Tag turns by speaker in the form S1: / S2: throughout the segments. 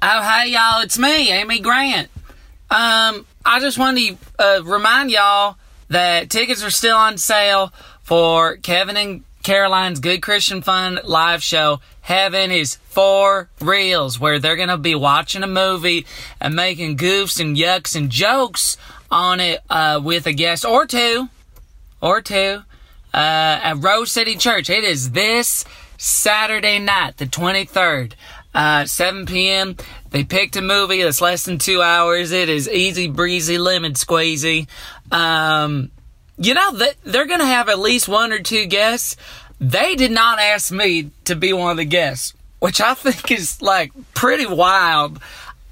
S1: Oh, hey, y'all, it's me, Amy Grant. Um, I just wanted to uh, remind y'all that tickets are still on sale for Kevin and Caroline's Good Christian Fun live show. Heaven is for reals, where they're going to be watching a movie and making goofs and yucks and jokes on it uh, with a guest or two, or two, uh, at Rose City Church. It is this Saturday night, the 23rd, uh, 7 p.m. They picked a movie that's less than two hours. It is easy breezy, lemon squeezy. Um, you know, they, they're going to have at least one or two guests. They did not ask me to be one of the guests, which I think is like pretty wild.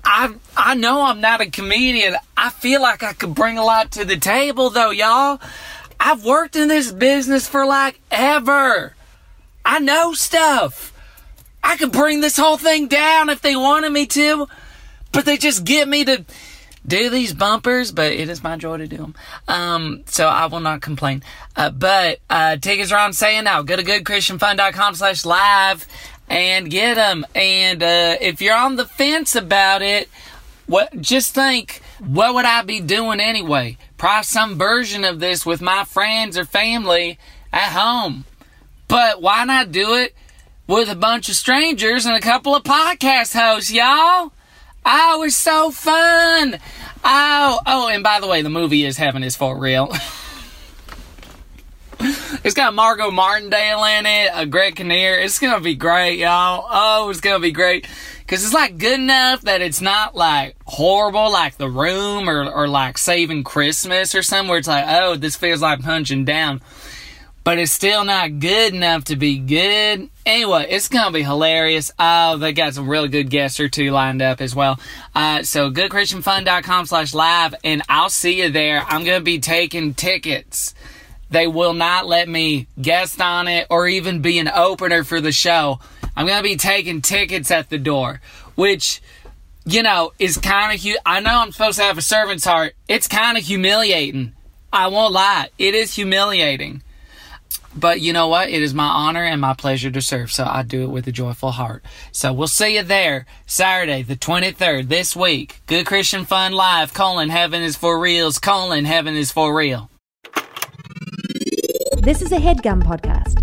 S1: I I know I'm not a comedian. I feel like I could bring a lot to the table though, y'all. I've worked in this business for like ever. I know stuff. I could bring this whole thing down if they wanted me to, but they just get me to do these bumpers, but it is my joy to do them. Um, so I will not complain. Uh, but uh, tickets are on sale now. Go to goodchristianfun.com slash live and get them. And uh, if you're on the fence about it, what just think what would I be doing anyway? Probably some version of this with my friends or family at home. But why not do it with a bunch of strangers and a couple of podcast hosts, y'all? Oh, it's so fun. Oh, oh, and by the way, the movie is Heaven is for real. it's got Margot Martindale in it, a Greg Kinnear. It's gonna be great, y'all. Oh, it's gonna be great. Cause it's like good enough that it's not like horrible like The Room or, or like Saving Christmas or something where it's like, oh, this feels like punching down but it's still not good enough to be good. Anyway, it's gonna be hilarious. Oh, they got some really good guests or two lined up as well. Uh, so goodchristianfun.com slash live and I'll see you there. I'm gonna be taking tickets. They will not let me guest on it or even be an opener for the show. I'm gonna be taking tickets at the door, which you know is kind of hu- I know I'm supposed to have a servant's heart. It's kind of humiliating. I won't lie. It is humiliating. But you know what? It is my honor and my pleasure to serve, so I do it with a joyful heart. So we'll see you there Saturday, the 23rd, this week. Good Christian Fun Live, colon, heaven is for reals, colon, heaven is for real.
S2: This is a headgum podcast.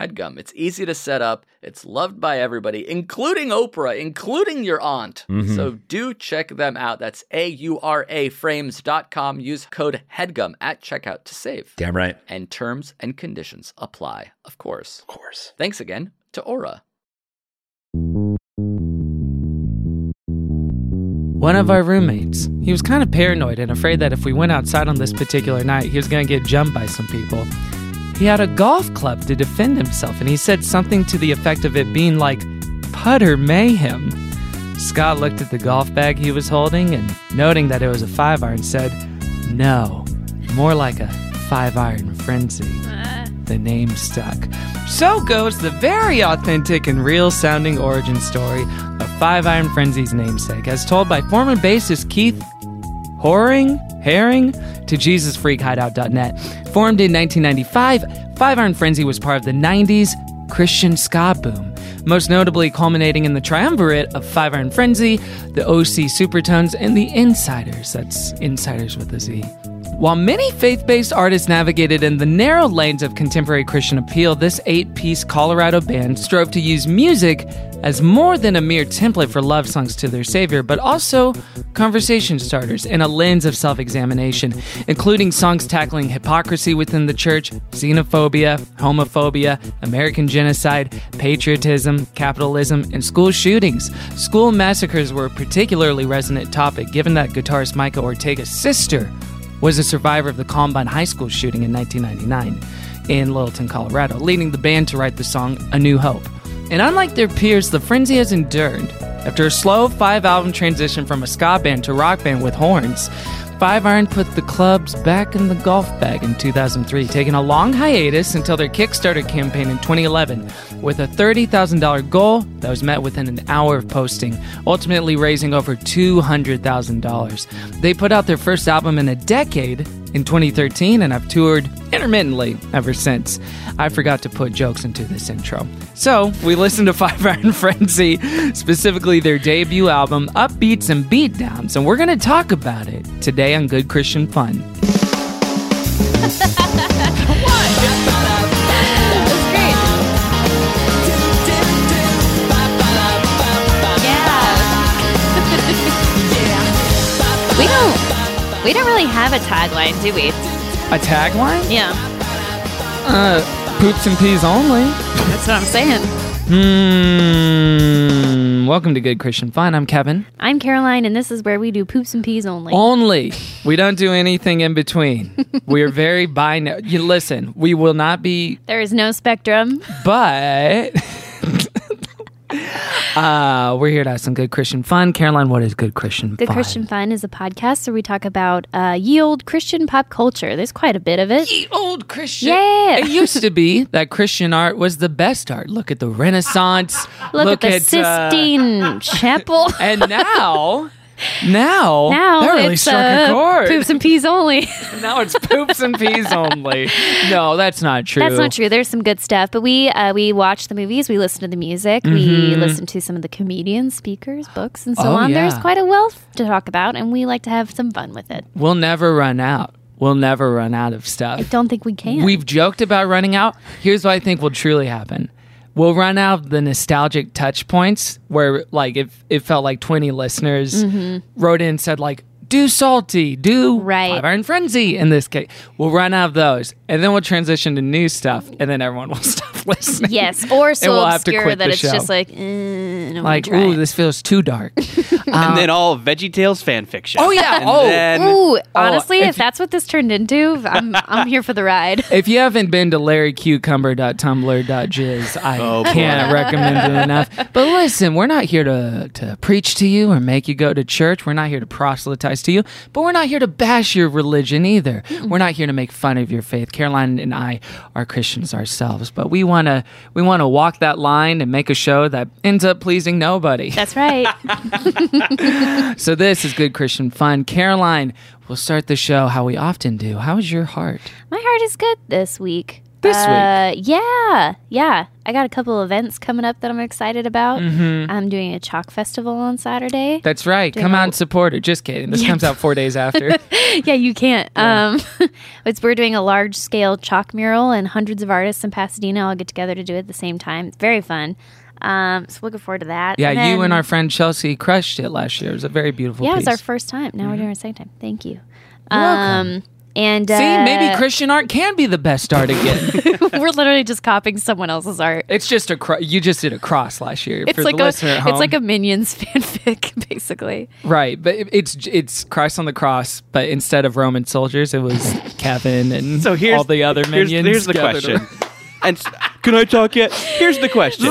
S3: HEADGUM. It's easy to set up, it's loved by everybody, including Oprah, including your aunt. So do check them out. That's A U R A frames.com. Use code HEADGUM at checkout to save.
S4: Damn right.
S3: And terms and conditions apply, of course.
S4: Of course.
S3: Thanks again to Aura.
S1: One of our roommates, he was kind of paranoid and afraid that if we went outside on this particular night, he was going to get jumped by some people. He had a golf club to defend himself, and he said something to the effect of it being like putter mayhem. Scott looked at the golf bag he was holding and, noting that it was a five iron, said, No, more like a five iron frenzy. The name stuck. So goes the very authentic and real sounding origin story of Five Iron Frenzy's namesake, as told by former bassist Keith Horing, herring to JesusFreakHideout.net. Formed in 1995, Five Iron Frenzy was part of the 90s Christian ska boom, most notably culminating in the triumvirate of Five Iron Frenzy, the OC Supertones, and the Insiders. That's Insiders with a Z. While many faith based artists navigated in the narrow lanes of contemporary Christian appeal, this eight piece Colorado band strove to use music as more than a mere template for love songs to their Savior, but also conversation starters and a lens of self examination, including songs tackling hypocrisy within the church, xenophobia, homophobia, American genocide, patriotism, capitalism, and school shootings. School massacres were a particularly resonant topic, given that guitarist Micah Ortega's sister was a survivor of the Columbine High School shooting in 1999 in Littleton, Colorado, leading the band to write the song A New Hope. And unlike their peers, the frenzy has endured. After a slow five album transition from a ska band to rock band with horns, Five Iron put the clubs back in the golf bag in 2003, taking a long hiatus until their Kickstarter campaign in 2011 with a $30,000 goal that was met within an hour of posting, ultimately raising over $200,000. They put out their first album in a decade in 2013 and I've toured intermittently ever since. I forgot to put jokes into this intro. So we listened to Five Iron Frenzy, specifically their debut album, Upbeats and Beatdowns, and we're going to talk about it today on Good Christian Fun.
S2: Yeah. we don't. We don't really have a tagline, do we?
S1: A tagline?
S2: Yeah,
S1: Poops and peas only.
S2: that's what I'm saying.
S1: Hmm. Welcome to Good Christian Fun. I'm Kevin.
S2: I'm Caroline, and this is where we do poops and peas only.
S1: Oh. Only we don't do anything in between. We are very binary. You listen. We will not be
S2: There is no spectrum.
S1: but uh, we're here to have some good Christian fun. Caroline, what is good Christian
S2: Good
S1: fun?
S2: Christian Fun is a podcast where we talk about uh, ye old Christian pop culture. There's quite a bit of it.
S1: Ye Old Christian.
S2: Yeah.
S1: It used to be that Christian art was the best art. Look at the Renaissance.
S2: Look, at the
S1: uh,
S2: Sistine Chapel.
S1: and now, now,
S2: now
S1: that really
S2: it's
S1: struck a
S2: uh,
S1: chord.
S2: poops and peas only.
S1: now it's poops and peas only. No, that's not true.
S2: That's not true. There's some good stuff, but we uh, we watch the movies, we listen to the music, we listen to some of the comedians, speakers, books, and so
S1: Mm-hmm. Oh,
S2: on. There's
S1: yeah.
S2: quite a wealth to talk about, and we like to have some fun with it.
S1: We'll never run out. We'll never run out of stuff.
S2: I don't think we can.
S1: We've joked about running out. Here's what I think will truly happen. We'll run out of the nostalgic touch points where like if it felt like 20 listeners wrote in and said like do salty, do
S2: Mm-hmm. Right.
S1: Five Iron Frenzy in this case. We'll run out of those and then we'll transition to new stuff and then everyone will stop listening.
S2: yes, or so
S1: we'll have to
S2: obscure
S1: quit
S2: that
S1: the
S2: it's just
S1: show.
S2: like, eh, I don't wanna
S1: Like,
S2: try
S1: ooh,
S2: it.
S1: this feels too dark.
S2: Uh,
S5: and then all VeggieTales fan fiction.
S1: oh yeah.
S5: And
S1: Oh,
S5: then
S2: Ooh, honestly,
S1: if
S2: if, that's what this turned into, I'm I'm here for the ride.
S1: If you haven't been to larrycucumber.tumblr.jizz, I
S5: Oh, boy.
S1: can't recommend it enough. But listen, we're not here to, to preach to you or make you go to church. We're not here to proselytize to you, but we're not here to bash your religion either. We're not here to make fun of your faith. Caroline and I are Christians ourselves, but we want to we want to walk that line and make a show that ends up pleasing nobody.
S2: That's right.
S1: so this is good Christian fun. Caroline, we'll start the show how we often do. How is your heart?
S2: My heart is good this week.
S1: This
S2: uh, week? Yeah, yeah. I got a couple events coming up that I'm excited about.
S1: Mm-hmm.
S2: I'm doing a chalk festival on Saturday.
S1: That's right. Come out and support her. Just kidding. This comes out four days after.
S2: yeah, you can't. Um, it's we're doing a large scale chalk mural, and hundreds of artists in Pasadena all get together to do it at the same time. It's very fun. Um, so looking forward to that.
S1: yeah, you
S2: then-
S1: and our friend Chelsea crushed it last year. It was a very beautiful
S2: yeah,
S1: piece.
S2: it's our first time. Now we're doing it second time. Thank you.
S1: Mm-hmm. welcome.
S2: Um, and
S1: See, maybe
S2: uh,
S1: Christian art can be the best art again.
S2: we're literally just copying someone else's art.
S1: it's just a cro- you just did a cross last year
S2: It's
S1: for
S2: like
S1: the
S2: a
S1: listener at home.
S2: it's like a minions fanfic, basically.
S1: right, but it- it's it's Christ on the cross, but instead of Roman soldiers, it was Kevin and
S5: so here's
S1: all the other
S5: here's-
S1: minions.
S5: Here's, the
S1: gathered
S5: question.
S1: around.
S5: and s- can I talk yet? Here's the question.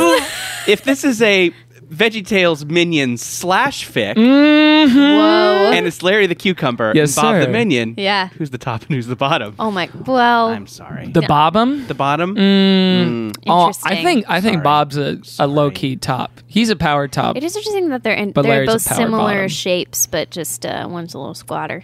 S5: if this is a VeggieTales minion slash fic,
S2: Mm. Whoa.
S5: and it's Larry the cucumber
S1: Yes,
S5: and Bob
S1: sir.
S5: the minion,
S2: Yeah.
S5: who's the top and who's the bottom?
S2: Oh Mm. my. Well,
S5: I'm sorry.
S1: The Bobum.
S5: the bottom.
S1: Oh,
S2: interesting.
S1: I think I think
S5: Sorry.
S1: Bob's a, a low key top. He's a power top.
S2: It is interesting that they're in,
S1: But
S2: they're
S1: Larry's a
S2: both
S1: power
S2: similar
S1: bottom.
S2: shapes, but just uh, one's a little squatter.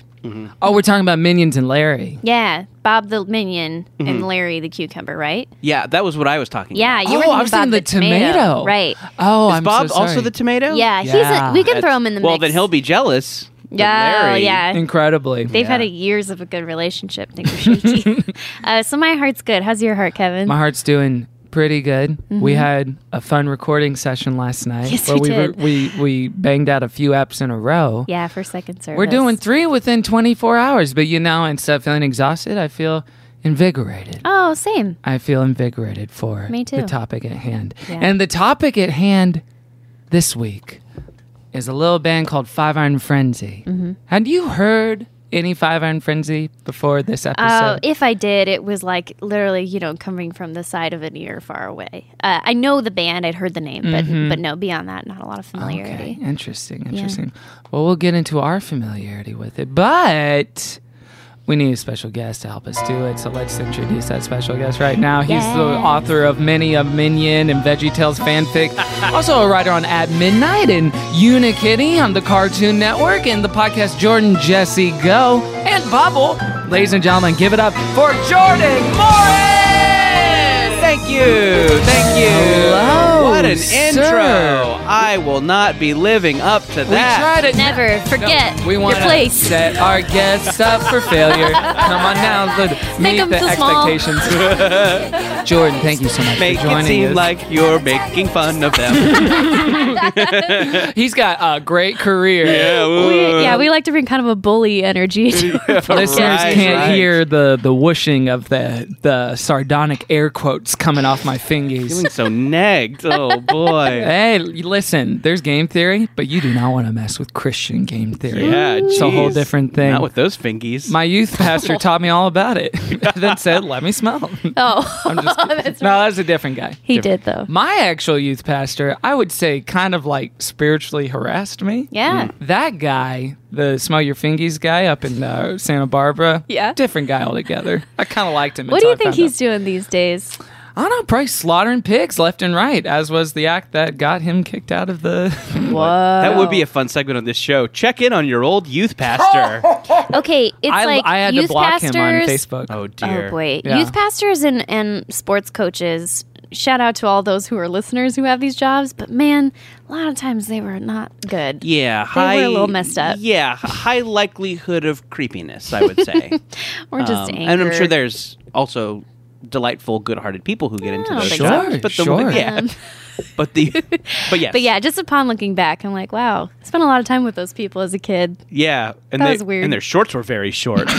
S1: Oh, we're talking about Minions and Larry.
S2: Yeah, Bob the Minion and Larry the Cucumber, right?
S5: Yeah, that was what I was talking.
S2: Yeah, you
S1: Mm-hmm. oh,
S2: were thinking
S1: I was thinking
S2: Bob
S1: the, tomato.
S2: right?
S1: Oh,
S5: about.
S1: I'm
S5: Is Bob
S1: so sorry.
S5: also the tomato?
S2: Yeah, he's. A,
S1: Yeah.
S2: we can
S5: That's-
S2: throw him in the mix.
S5: Well, then he'll be jealous. that
S2: Yeah,
S5: Larry-
S2: yeah.
S1: Incredibly.
S2: They've had a years of a good relationship. I think we should- uh, so my heart's good. How's your heart, Kevin?
S1: My heart's doing pretty good. We had a fun recording session last night
S2: Mm-hmm. Yes,
S1: where
S2: we
S1: we, were-
S2: did.
S1: we we banged out a few apps in a row.
S2: yeah, for second service.
S1: We're doing three within 24 hours, but you know, instead of feeling exhausted, I feel invigorated.
S2: oh, same.
S1: I feel invigorated for
S2: Me too.
S1: the topic at hand.
S2: Yeah.
S1: And the topic at hand this week is a little band called Five Iron Frenzy.
S2: Mm-hmm.
S1: Had you heard any Five Iron Frenzy before this episode?
S2: Oh, if I did, it was like literally, you know, coming from the side of an ear far away. Uh, I know the band. I'd heard the name, but but no, beyond that, not a lot of familiarity.
S1: Mm-hmm. Okay, interesting, interesting. Well, we'll get into our familiarity with it, but we need a special guest to help us do it. So let's introduce that special guest right now. He's the
S2: Yes.
S1: author of many of Minion and VeggieTales fanfic, also a writer on At Midnight and Unikitty on the Cartoon Network and the podcast Jordan Jesse Go and Bubble. Ladies and gentlemen, give it up for Jordan Morris.
S5: Thank you. Thank you.
S1: Hello,
S5: What an
S1: sir.
S5: intro. I will not be living up to
S1: We
S5: that.
S1: tried it.
S2: Never forget
S1: We
S2: your
S1: want to
S2: place.
S1: set our guests up for failure. Come on now, Lud. Meet
S2: 'em
S1: the
S2: so small.
S1: expectations. Jordan, thank you so much
S5: Make
S1: for
S5: it
S1: joining
S5: seem
S1: us.
S5: like you're making fun of them.
S1: He's got a great career.
S2: We, yeah, we like to bring kind of a bully energy. to our
S1: Listeners
S2: podcast.
S5: Right,
S1: can't
S5: right.
S1: hear the, the whooshing of the the sardonic air quotes coming off my fingers.
S5: Feeling so negged. Oh boy.
S1: Hey, listen, there's game theory, but you do not want to mess with Christian game theory.
S5: Yeah,
S1: It's a whole
S5: jeez.
S1: different thing.
S5: Not with those fingies.
S1: my youth pastor taught me all about it. then said, "Let me smell."
S2: Oh,
S1: I'm just kidding.
S2: That's
S1: no, that's a different guy.
S2: he did though.
S1: My actual youth pastor, I would say, kind of like spiritually harassed me.
S2: Yeah.
S1: That guy, the smell your fingies guy up in uh, Santa Barbara.
S2: Yeah.
S1: Different guy altogether. I kind of liked him.
S2: What
S1: until
S2: do you
S1: I
S2: think
S1: found
S2: he's
S1: out-
S2: doing these days?
S1: I don't know, probably slaughtering pigs left and right, as was the act that got him kicked out of the.
S2: Whoa.
S5: that would be a fun segment on this show. Check in on your old youth
S1: Oh,
S5: pastor.
S2: Okay, it's
S1: I,
S2: like
S1: I had
S2: youth
S1: to block
S2: pastors.
S1: him on Facebook.
S5: oh dear.
S2: Oh boy,
S1: Yeah.
S2: youth pastors and and sports coaches. Shout out to all those who are listeners who have these jobs, but man, a lot of times they were not good.
S5: Yeah,
S2: were a
S5: high
S2: little messed up.
S5: Yeah, h- high likelihood of creepiness, I would say.
S2: Or just
S5: Um,
S2: anger.
S5: and I'm sure there's also delightful, good-hearted people who get into
S1: Oh,
S2: I don't
S5: those
S2: think
S5: jobs,
S1: so.
S5: but the
S1: Sure,
S5: yeah,
S2: Um,
S5: but the but yes,
S2: but yeah, just upon looking back, I'm like, wow, I spent a lot of time with those people as a kid.
S5: yeah, and
S2: That
S5: they,
S2: was weird.
S5: And their shorts were very short.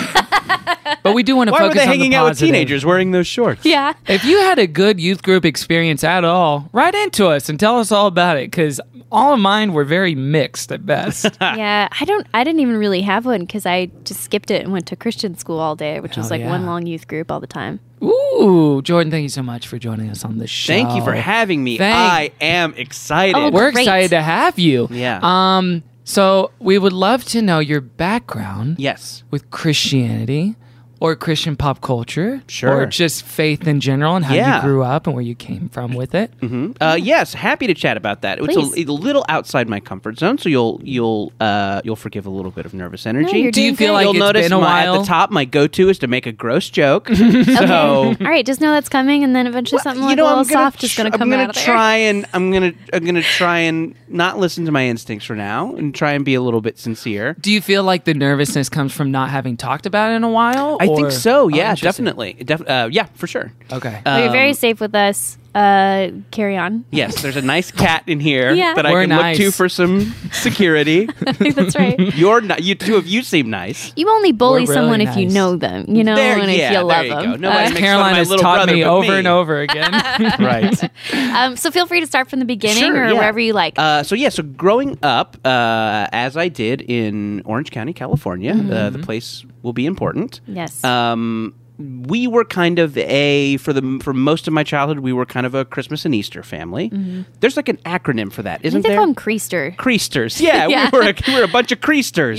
S1: But we do want to
S5: Why
S1: focus
S5: were they
S1: on
S5: hanging
S1: the
S5: out with
S1: positive.
S5: teenagers wearing those shorts?
S2: Yeah.
S1: If you had a good youth group experience at all, write into us and tell us all about it because all of mine were very mixed at best.
S2: yeah, I don't. I didn't even really have one because I just skipped it and went to Christian school all day, which was
S1: Oh,
S2: like
S1: yeah.
S2: one long youth group all the time.
S1: Ooh, Jordan, thank you so much for joining us on the show.
S5: Thank you for having me.
S1: Thank-
S5: I am excited.
S2: Oh,
S1: We're
S2: Great.
S1: excited to have you.
S5: Yeah.
S1: Um, so we would love to know your background
S5: yes.
S1: with Christianity or Christian pop culture.
S5: Sure.
S1: Or just faith in general and how
S5: Yeah.
S1: you grew up and where you came from with it.
S5: Uh, yes, happy to chat about that. It's
S2: Please.
S5: a, it's a little outside my comfort zone, so you'll you'll uh, you'll forgive a little bit of nervous energy.
S2: you're
S1: Do you
S2: Doing
S1: feel
S2: good.
S1: like
S5: you'll
S1: it's
S5: notice
S1: been a
S5: my,
S1: while?
S5: at the top my go-to is to make a gross joke. so
S2: All right, just know that's coming, and then eventually something like a little soft is going to
S5: tr-
S2: come
S5: I'm gonna
S2: out of
S5: try and I'm gonna I'm gonna try and not listen to my instincts for now and try and be a little bit sincere.
S1: Do you feel like the nervousness comes from not having talked about it in a while?
S5: I
S1: or-
S5: think so.
S1: Oh,
S5: Yeah,
S1: interesting.
S5: definitely. Def- uh, yeah, for sure.
S1: Okay.
S2: there. You're very
S5: Um,
S2: safe with us. Uh, carry on.
S5: Yes, there's a nice cat in here
S2: Yeah.
S5: that I
S1: We're
S5: can
S1: nice.
S5: look to for some security.
S2: that's right.
S5: You're not. You two of you seem nice.
S2: You only bully
S1: We're really
S2: someone if you
S1: nice.
S2: know them, you know,
S5: There-
S2: and
S5: yeah,
S2: if you love
S5: there you
S2: them.
S5: go. Nobody makes fun of
S1: Caroline
S5: my
S1: has
S5: little
S1: taught
S5: brother,
S1: me
S5: but
S1: over
S5: me.
S1: and over again.
S5: Right.
S2: um, so feel free to start from the beginning
S5: Sure,
S2: or
S5: yeah.
S2: wherever you like.
S5: Uh, so yeah, so growing up, uh, as I did in Orange County, California,
S1: Mm-hmm.
S5: uh, the place will be important.
S2: yes.
S5: Um, we were kind of a for the for most of my childhood, we were kind of a Christmas and Easter family. There's like an acronym for
S2: I
S5: that,
S2: think
S5: isn't
S2: Mm-hmm. they
S5: there?
S2: call him Creaster.
S5: Creasters. Yeah,
S2: Yeah.
S5: we were a, we were a bunch of creasters.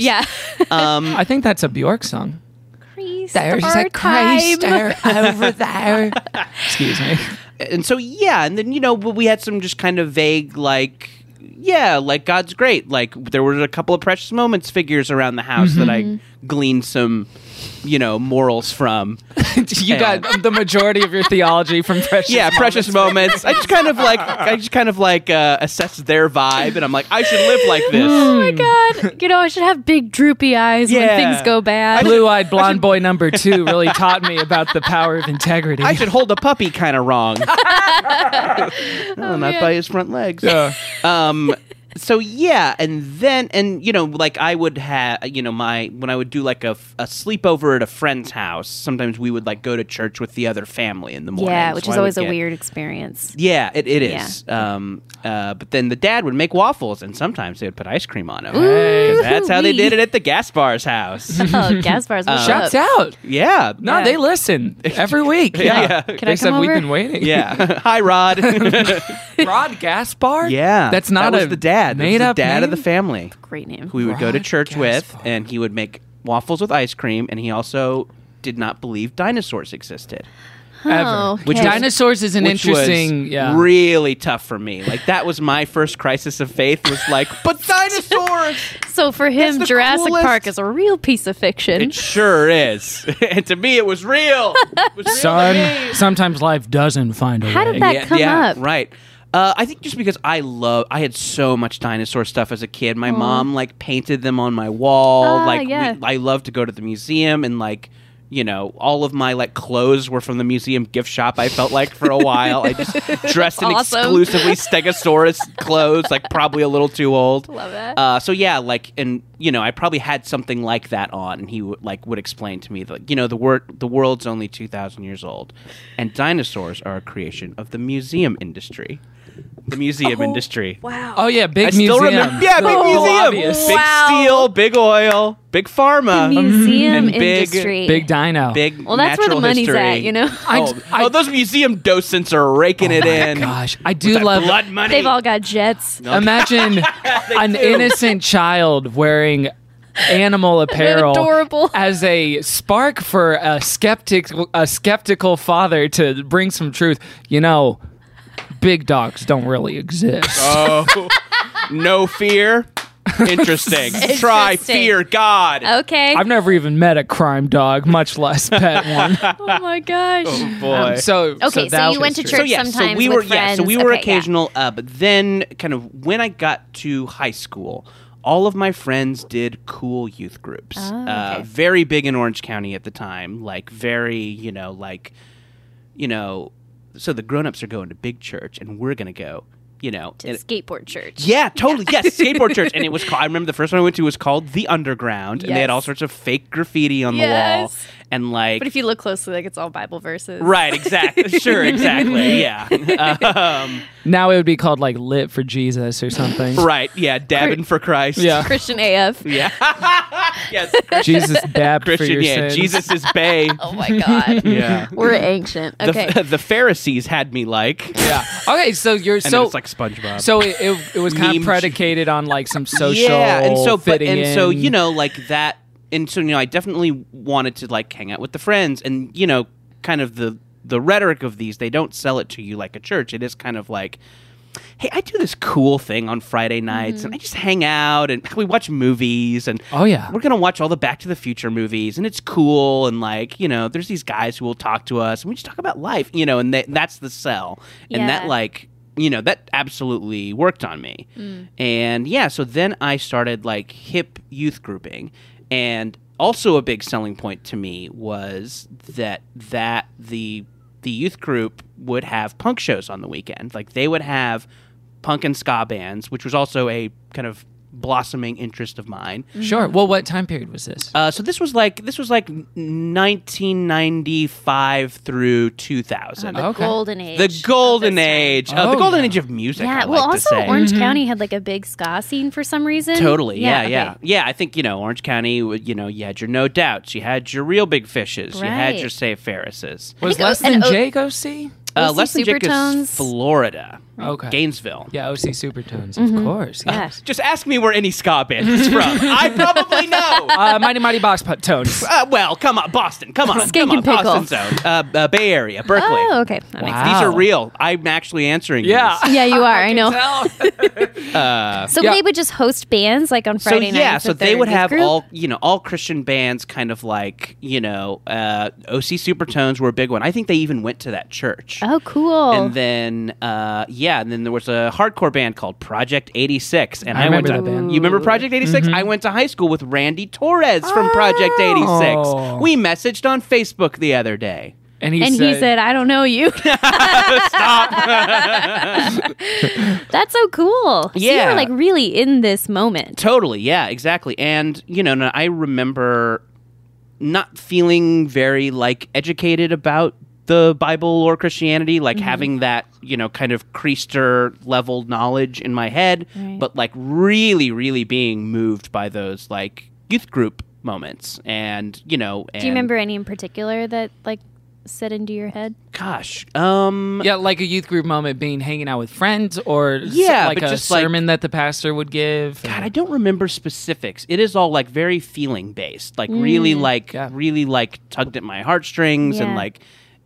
S2: Yeah.
S5: Um,
S1: I think that's a Bjork song.
S2: Creaster.
S1: over there. Excuse me.
S5: and so yeah, and then you know we had some just kind of vague like yeah, like God's great. Like there were a couple of precious moments figures around the house that I
S2: Mm-hmm.
S5: glean some, you know, morals from.
S1: you got the majority of your theology from Precious.
S5: Yeah, precious moments. I just kind of like I just kind of like uh, assess their vibe, and I'm like, I should live like this.
S2: Oh my god! You know, I should have big droopy eyes
S5: Yeah.
S2: when things go bad.
S1: Blue-eyed blonde boy number two really taught me about the power of integrity.
S5: I should hold a puppy kind of wrong.
S2: Oh,
S5: Well, not by his front legs.
S1: Yeah.
S5: um so yeah and then and you know like i would have you know my when i would do like a, f- a sleepover at a friend's house sometimes we would like go to church with the other family in the morning
S2: yeah,
S5: So
S2: which is
S5: I would
S2: always a
S5: get-
S2: weird experience.
S5: yeah it, it is um uh but then the dad would make waffles and sometimes they would put ice cream on them that's how they did it at the gaspar's house
S2: oh, Gaspar's what's
S1: Shouts
S2: up?
S1: out.
S5: yeah
S1: No,
S2: Yeah.
S1: they listen every week.
S5: Yeah.
S1: Yeah.
S5: Can
S2: I
S1: they said
S2: come
S1: we've
S2: over?"
S1: been waiting.
S5: yeah hi rod
S1: Rod Gaspar?
S5: yeah
S1: That's not
S5: that was
S1: a
S5: the dad That was
S1: made
S5: the
S1: up
S5: dad of the
S1: name?
S5: family
S2: Great name.
S5: who we would go to
S1: Rod
S5: church with,
S1: Gaspar.
S5: and he would make waffles with ice cream, and he also did not believe dinosaurs existed,
S1: Ever.
S2: okay.
S1: Which dinosaurs is an
S5: Oh, which
S1: interesting.
S5: was
S1: yeah.
S5: really tough for me. Like that was my first crisis of faith. Was like, but dinosaurs,
S2: So for
S5: That's
S2: him,
S5: the
S2: Jurassic
S5: coolest-
S2: Park is a real piece of fiction.
S5: it sure is, and to me it was real. It was real to me.
S1: Son, sometimes life doesn't find a
S2: How
S1: way.
S2: did that come
S5: yeah,
S2: up?
S5: Right. Uh, I think just because I love, I had so much dinosaur stuff as a kid. My mom like painted them on my wall.
S2: Ah,
S5: like we-
S2: yeah.
S5: I love to go to the museum and like you know all of my like clothes were from the museum gift shop. I felt like for a while I just dressed in
S2: Awesome.
S5: exclusively Stegosaurus clothes, like probably a little too old.
S2: Love it.
S5: Uh, so yeah, like, and you know, I probably had something like that on, and he would like would explain to me that like, you know the word the world's only two thousand years old, and dinosaurs are a creation of the museum industry. The museum industry.
S2: Uh,
S1: Oh, yeah. Big
S5: I
S1: museum.
S5: still remember. Yeah, big
S1: The
S5: museum.
S1: lobbyist.
S5: Big
S2: Oh, Wow.
S5: steel, big oil, big pharma,
S2: The museum
S5: and big-
S2: industry.
S1: Big dino.
S5: big.
S2: well, that's where the
S5: natural
S2: money's
S5: history.
S2: at, you know.
S5: Oh,
S1: I-
S5: oh, those museum docents are raking
S1: Oh
S5: it in.
S1: Gosh, I do love
S5: blood money.
S2: They've all got jets.
S1: Imagine an innocent child wearing animal apparel
S2: adorable.
S1: as a spark for a skeptic a skeptical father to bring some truth. You know, big dogs don't really exist.
S2: Uh,
S5: Oh. no fear. Interesting. Try
S2: Interesting. Oh,
S5: fear, God.
S2: Okay.
S1: I've never even met a crime dog, much less pet one.
S2: oh my gosh.
S5: boy.
S1: So
S2: Okay, so
S1: that
S2: you went to
S1: was-
S2: church sometimes
S5: we
S2: with
S5: were Um, yeah, so
S2: friends.
S5: we
S2: Okay,
S5: were
S2: yeah.
S5: occasional, uh, but then kind of when I got to high school, all of my friends did cool youth groups. uh,
S2: Oh, okay.
S5: very big in Orange County at the time, like very you know like you know, so the grown-ups are going to big church, and we're gonna go. You know,
S2: to
S5: and-
S2: skateboard church.
S5: yeah, totally. Yes, skateboard church, and it was. Called, I remember the first one I went to was called the Underground, and they
S2: Yes.
S5: had all sorts of fake graffiti on the wall,
S2: Yes.
S5: and like.
S2: But if you look closely, like it's all Bible verses.
S5: Right, exactly. Sure, exactly. Yeah. Um,
S1: Now it would be called like lit for Jesus or something.
S5: Right. Yeah. Dabbing for Christ.
S1: Yeah.
S2: Christian AF.
S5: Yeah. yes.
S1: Jesus dabbed for
S5: Christian.
S1: your
S5: Yeah.
S1: sins.
S5: Jesus is Bay.
S2: Oh my god.
S5: Yeah.
S2: We're ancient.
S5: The,
S2: Okay.
S5: the Pharisees had me like. And
S1: Yeah. Okay, so you're
S5: so
S1: so
S5: it's like SpongeBob.
S1: So it, it, it was kind
S5: Meme
S1: of predicated on like some social
S5: yeah, and so but,
S1: fitting
S5: and
S1: in.
S5: so you know like that, and so you know I definitely wanted to like hang out with the friends, and you know kind of the the rhetoric of these they don't sell it to you like a church. It is kind of like. Hey, I do this cool thing on Friday nights, and I just hang out and we watch movies and
S1: Mm-hmm. Oh yeah.
S5: we're gonna watch all the Back to the Future movies, and it's cool. And like, you know, there's these guys who will talk to us, and we just talk about life, you know. And that that's the sell, and that
S2: Yeah.
S5: like, you know, that absolutely worked on me. And yeah, so then I started like hip youth grouping, and also a big selling point to me was that that the the youth group would have punk shows on the weekend. Like they would have punk and ska bands, which was also a kind of blossoming interest of mine.
S1: Sure. Well, what time period was this?
S5: Uh, so this was like this was like 1995 through 2000.
S2: the
S1: Okay.
S2: golden age.
S5: The golden
S2: of this time.
S5: age, uh,
S1: Oh,
S5: the golden
S1: yeah.
S5: age of music.
S2: Yeah.
S5: I
S2: well,
S5: like to
S2: also
S5: say.
S2: Orange County had like a big ska scene for some reason.
S5: Totally. Yeah, yeah, yeah.
S2: Mm-hmm. okay.
S5: I think, you know, Orange County, w- you know, you had your No Doubts, you had your Real Big Fishes, you had
S2: Right.
S5: your Save Ferrises.
S1: was
S2: think it
S1: less
S2: was-
S1: than
S2: and, oh-
S1: Jake OC?
S5: Uh,
S2: OC
S5: Less Than Jake
S2: Supertones.
S5: is Florida.
S1: Okay.
S5: Gainesville.
S1: Yeah, OC Supertones,
S5: Mm-hmm.
S1: of course. Yeah.
S2: Yeah.
S5: Just ask me where any ska band is from. I probably know.
S1: Uh, Mighty Mighty Box Put Tones.
S5: Uh, well, come on, Boston. Come on,
S2: Skank
S5: come on,
S2: and pickle.
S5: Boston zone, uh, uh, Bay Area, Berkeley.
S2: Oh, okay. That makes
S1: Wow.
S5: These are real. I'm actually answering.
S1: Yeah.
S5: these.
S2: sense. Yeah, you are. I, know. So
S1: Yeah.
S2: they would just host bands like on
S5: So
S2: Friday nights.
S5: yeah, so
S2: with
S5: they
S2: their
S5: would
S2: youth
S5: have
S2: group?
S5: all you know all Christian bands, kind of like you know uh, OC Supertones were a big one. I think they even went to that church.
S2: Oh, cool.
S5: And then, uh, yeah, and then there was a hardcore band called Project 86. And
S1: I
S5: I, went
S1: remember
S5: to,
S1: that Mm-hmm. band.
S5: You remember Project 86? I went to high school with Randy Torres from Project 86.
S1: Oh.
S5: We messaged on Facebook the other day.
S1: And he
S2: and
S1: said,
S2: he said, "I don't know you." Stop. That's so cool. So you
S5: Yeah.
S2: were like really in this moment.
S5: Totally. Yeah, exactly. And, you know, no, I remember not feeling very like educated about the Bible or Christianity, like
S2: Mm-hmm.
S5: having that, you know, kind of creaster level knowledge in my head,
S2: Right.
S5: but like really, really being moved by those like youth group moments. And, you know, and,
S2: Do you remember any in particular that like set into your head?
S5: Gosh. Um,
S1: yeah, like a youth group moment being hanging out with friends or s-
S5: Yeah,
S1: like
S5: but
S1: a
S5: just, like-
S1: sermon that the pastor would give.
S5: God, I don't remember specifics. It is all like very feeling based, like really, like
S1: Yeah.
S5: really, like tugged at my heartstrings, and
S2: Mm. Yeah.
S5: like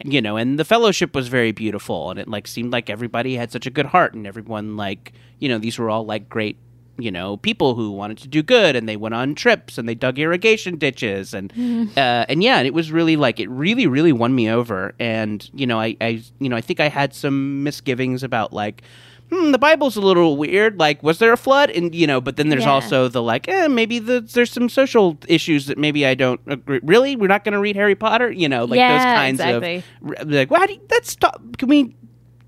S5: you know. And the fellowship was very beautiful, and it like seemed like everybody had such a good heart, and everyone like you know these were all like great you know people who wanted to do good, and they went on trips, and they dug irrigation ditches, and uh, and yeah, and it was really like it really, really won me over, and you know, I, I you know, I think I had some misgivings about like. Hmm, the Bible's a little weird. Like, was there a flood? And you know, but then there's
S2: Yeah.
S5: also so the like, eh, maybe the, there's some social issues that maybe I don't agree. Really, we're not going to read Harry Potter, you know, like those
S2: Yeah,
S5: kinds
S2: exactly.
S5: of r- like. Why do you, let's talk? Can we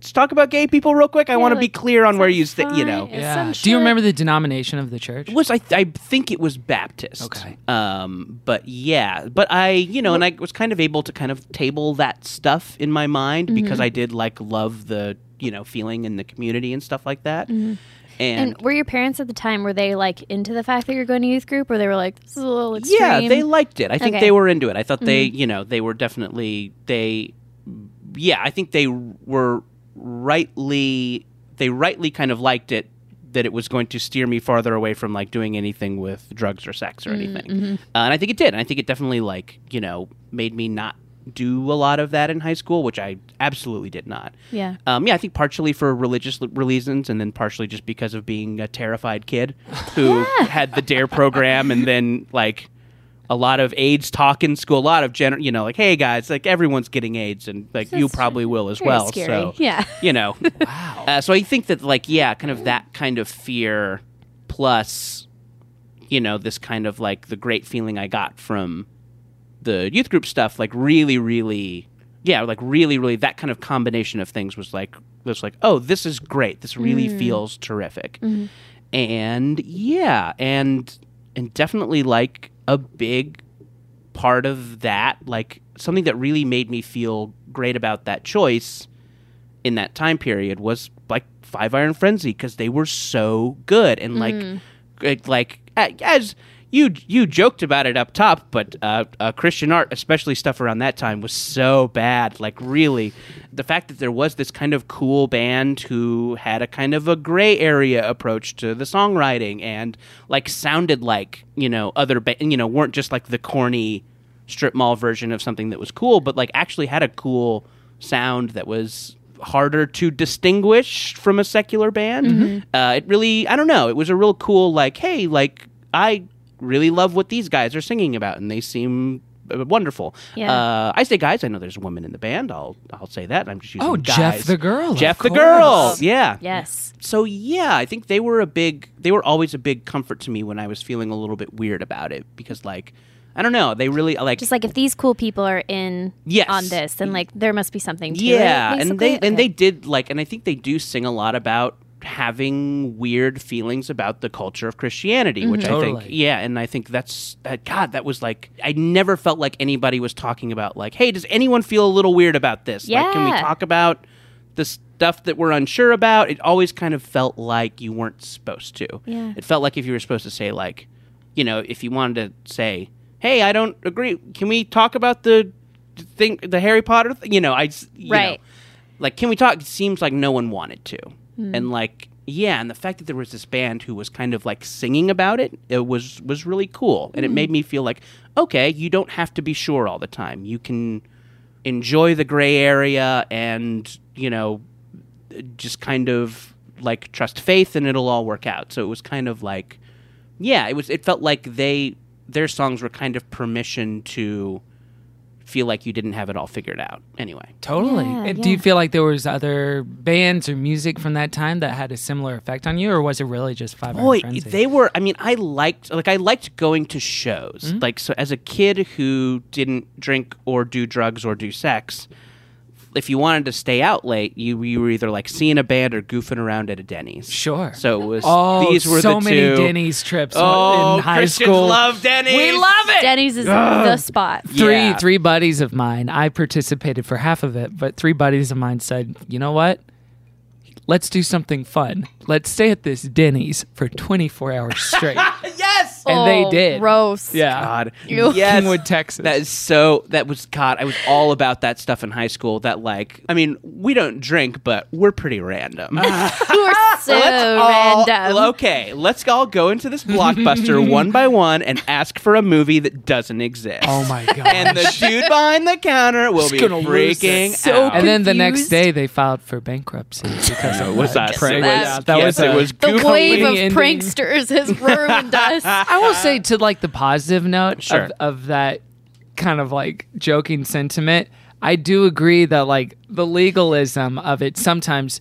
S5: s- talk about gay people real quick? I want to be
S2: like,
S5: clear on where you
S2: it's
S5: sta- you
S2: fine.
S5: know.
S2: It's
S1: Yeah.
S2: some
S1: Do you
S2: shit.
S1: remember the denomination of the church?
S5: It was I, I think it was Baptist.
S1: Okay.
S5: Um, but yeah, but I you know, and I was kind of able to kind of table that stuff in my mind
S2: Mm-hmm.
S5: because I did like love the you know feeling in the community and stuff like that. And,
S2: Mm-hmm. And were your parents at the time were they like into the fact that you're going to youth group, or they were like, "This is a little extreme"?
S5: Yeah, they liked it. I
S2: Okay.
S5: think
S2: Mm-hmm.
S5: they were into it. I thought they, you know, they were definitely they yeah, I think they were rightly they rightly kind of liked it that it was going to steer me farther away from like doing anything with drugs or sex or
S2: Mm,
S5: anything.
S2: mm-hmm.
S5: Uh, and I think it did. And I think it definitely like, you know, made me not do a lot of that in high school, which I absolutely did not.
S2: Yeah.
S5: Um, yeah, I think partially for religious l- reasons, and then partially just because of being a terrified kid who had the Dare program, and then like a lot of AIDS talk in school, a lot of gen, you know, like hey guys, like everyone's getting AIDS, and like you
S2: That's
S5: probably will as
S2: very
S5: well.
S2: scary.
S5: So
S2: Yeah.
S5: you know, wow. Uh, so I think that like yeah, kind of that kind of fear plus, you know, this kind of like the great feeling I got from the youth group stuff like really really yeah like really really that kind of combination of things was like was like oh this is great this really feels terrific and yeah and and definitely like a big part of that like something that really made me feel great about that choice in that time period was like Five Iron Frenzy because they were so good and like like- like a- as you you joked about it up top, but uh, uh, Christian art, especially stuff around that time, was so bad. Like really, the fact that there was this kind of cool band who had a kind of a gray area approach to the songwriting and like sounded like you know other ba- you know weren't just like the corny strip mall version of something that was cool, but like actually had a cool sound that was harder to distinguish from a secular band.
S2: Mm-hmm.
S5: Uh, it really, I don't know, it was a real cool like, hey, like I really love what these guys are singing about, and they seem. uh, Wonderful.
S2: Yeah.
S5: Uh, I say guys. I know there's a woman in the band. I'll I'll say that. I'm just using
S1: Oh, Jeff
S5: guys.
S1: the girl, of
S5: Jeff the
S1: course.
S5: girl. Yeah
S2: Yes.
S5: so yeah, I think they were a big they were always a big comfort to me when I was feeling a little bit weird about it because like I don't know, they really like
S2: Just like if these cool people are in
S5: Yes.
S2: on this, then like there must be something to it.
S5: yeah, and they
S2: basically?
S5: and
S2: Okay.
S5: they did like and I think they do sing a lot about having weird feelings about the culture of Christianity, which I
S2: Mm-hmm.
S1: Totally.
S5: think yeah, and I think that's that god, that was like I never felt like anybody was talking about like, hey, does anyone feel a little weird about this? Like can we
S2: Yeah.
S5: talk about the stuff that we're unsure about? It always kind of felt like you weren't supposed to.
S2: Yeah.
S5: It felt like if you were supposed to say like, you know, if you wanted to say, "Hey, I don't agree. Can we talk about the thing, the Harry Potter?" Th-? You know, I s- you know.
S2: Right.
S5: like can we talk it seems like no one wanted to and like yeah and the fact that there was this band who was kind of like singing about it it was was really cool and it made me feel like okay you don't have to be sure all the time you can enjoy the gray area and you know just kind of like trust faith and it'll all work out so it was kind of like yeah it was it felt like they their songs were kind of permission to feel like you didn't have it all figured out anyway
S1: Totally.
S2: Yeah,
S1: And Do you
S2: yeah.
S1: feel like there was other bands or music from that time that had a similar effect on you, or was it really just Five
S5: boy
S1: Iron Frenzy?
S5: they were i mean i liked like i liked going to shows
S1: Mm-hmm.
S5: like so as a kid who didn't drink or do drugs or do sex if you wanted to stay out late you, you were either like seeing a band or goofing around at a denny's
S1: Sure.
S5: so it was
S1: oh,
S5: these were
S1: so
S5: the
S1: many
S5: two
S1: Denny's trips
S5: oh
S1: in high
S5: Christians
S1: school.
S5: love denny's
S1: we love it.
S2: Denny's is the spot.
S1: three
S5: Yeah.
S1: three buddies of mine i participated for half of it but three buddies of mine said you know what let's do something fun let's stay at this denny's for 24 hours straight
S5: yes
S1: and they did
S2: Oh, Gross.
S1: yeah
S5: Oh, god
S2: Ew.
S5: yes
S1: Kingwood, Texas.
S5: That is so. That was God. I was all about that stuff in high school. That like, I mean, we don't drink, but we're pretty random.
S1: Uh-huh.
S2: You are so
S5: all-
S2: random.
S5: okay, let's all go into this blockbuster one by one and ask for a movie that doesn't exist.
S1: oh my god
S5: And the dude behind the counter will be
S1: gonna lose
S5: freaking
S1: it.
S5: out.
S1: and then the next
S2: confused.
S1: day they filed for bankruptcy because of
S5: it was
S1: that
S5: us.
S1: prank.
S5: It was,
S2: Yeah,
S1: that
S5: yes,
S1: was
S5: it
S1: a-
S5: was
S2: The
S5: goofy.
S2: wave of
S1: ending.
S2: pranksters has ruined us.
S1: I will say to like the positive note
S5: Sure.
S1: of, of that kind of like joking sentiment, I do agree that like the legalism of it sometimes,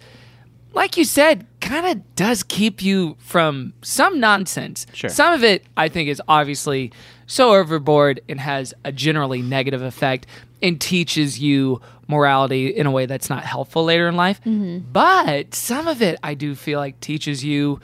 S1: like you said, kind of does keep you from some nonsense.
S5: Sure.
S1: Some of it I think is obviously so overboard and has a generally negative effect and teaches you morality in a way that's not helpful later in life. But some of it I do feel like teaches you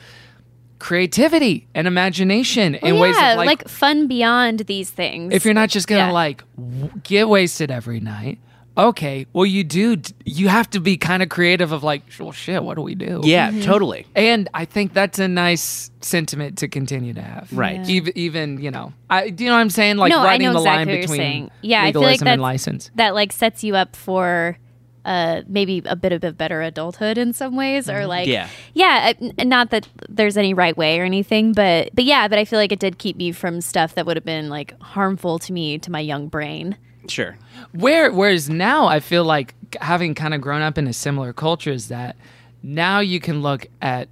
S1: creativity and imagination in ways
S2: yeah,
S1: that
S2: like,
S1: like,
S2: fun beyond these things.
S1: if you're not just gonna
S2: Yeah.
S1: like w- get wasted every night okay well you do d- you have to be kind of creative of like well shit what do we do
S5: yeah,
S2: Mm-hmm.
S5: totally.
S1: and i think that's a nice sentiment to continue to have
S5: Right. Yeah.
S1: even, even you know i do you know what i'm saying like
S2: No, I
S1: writing
S2: know
S1: the
S2: exactly
S1: line
S2: what you're
S1: between
S2: saying. Yeah, I feel like
S1: legalism and
S2: that's-
S1: license
S2: that like sets you up for uh, maybe a bit of a better adulthood in some ways,
S1: Mm-hmm.
S2: or like
S5: Yeah.
S2: yeah. I- n- Not that there's any right way or anything, but but yeah, but I feel like it did keep me from stuff that would have been like harmful to me to my young brain.
S5: Sure.
S1: Where whereas now I feel like having kind of grown up in a similar culture is that now you can look at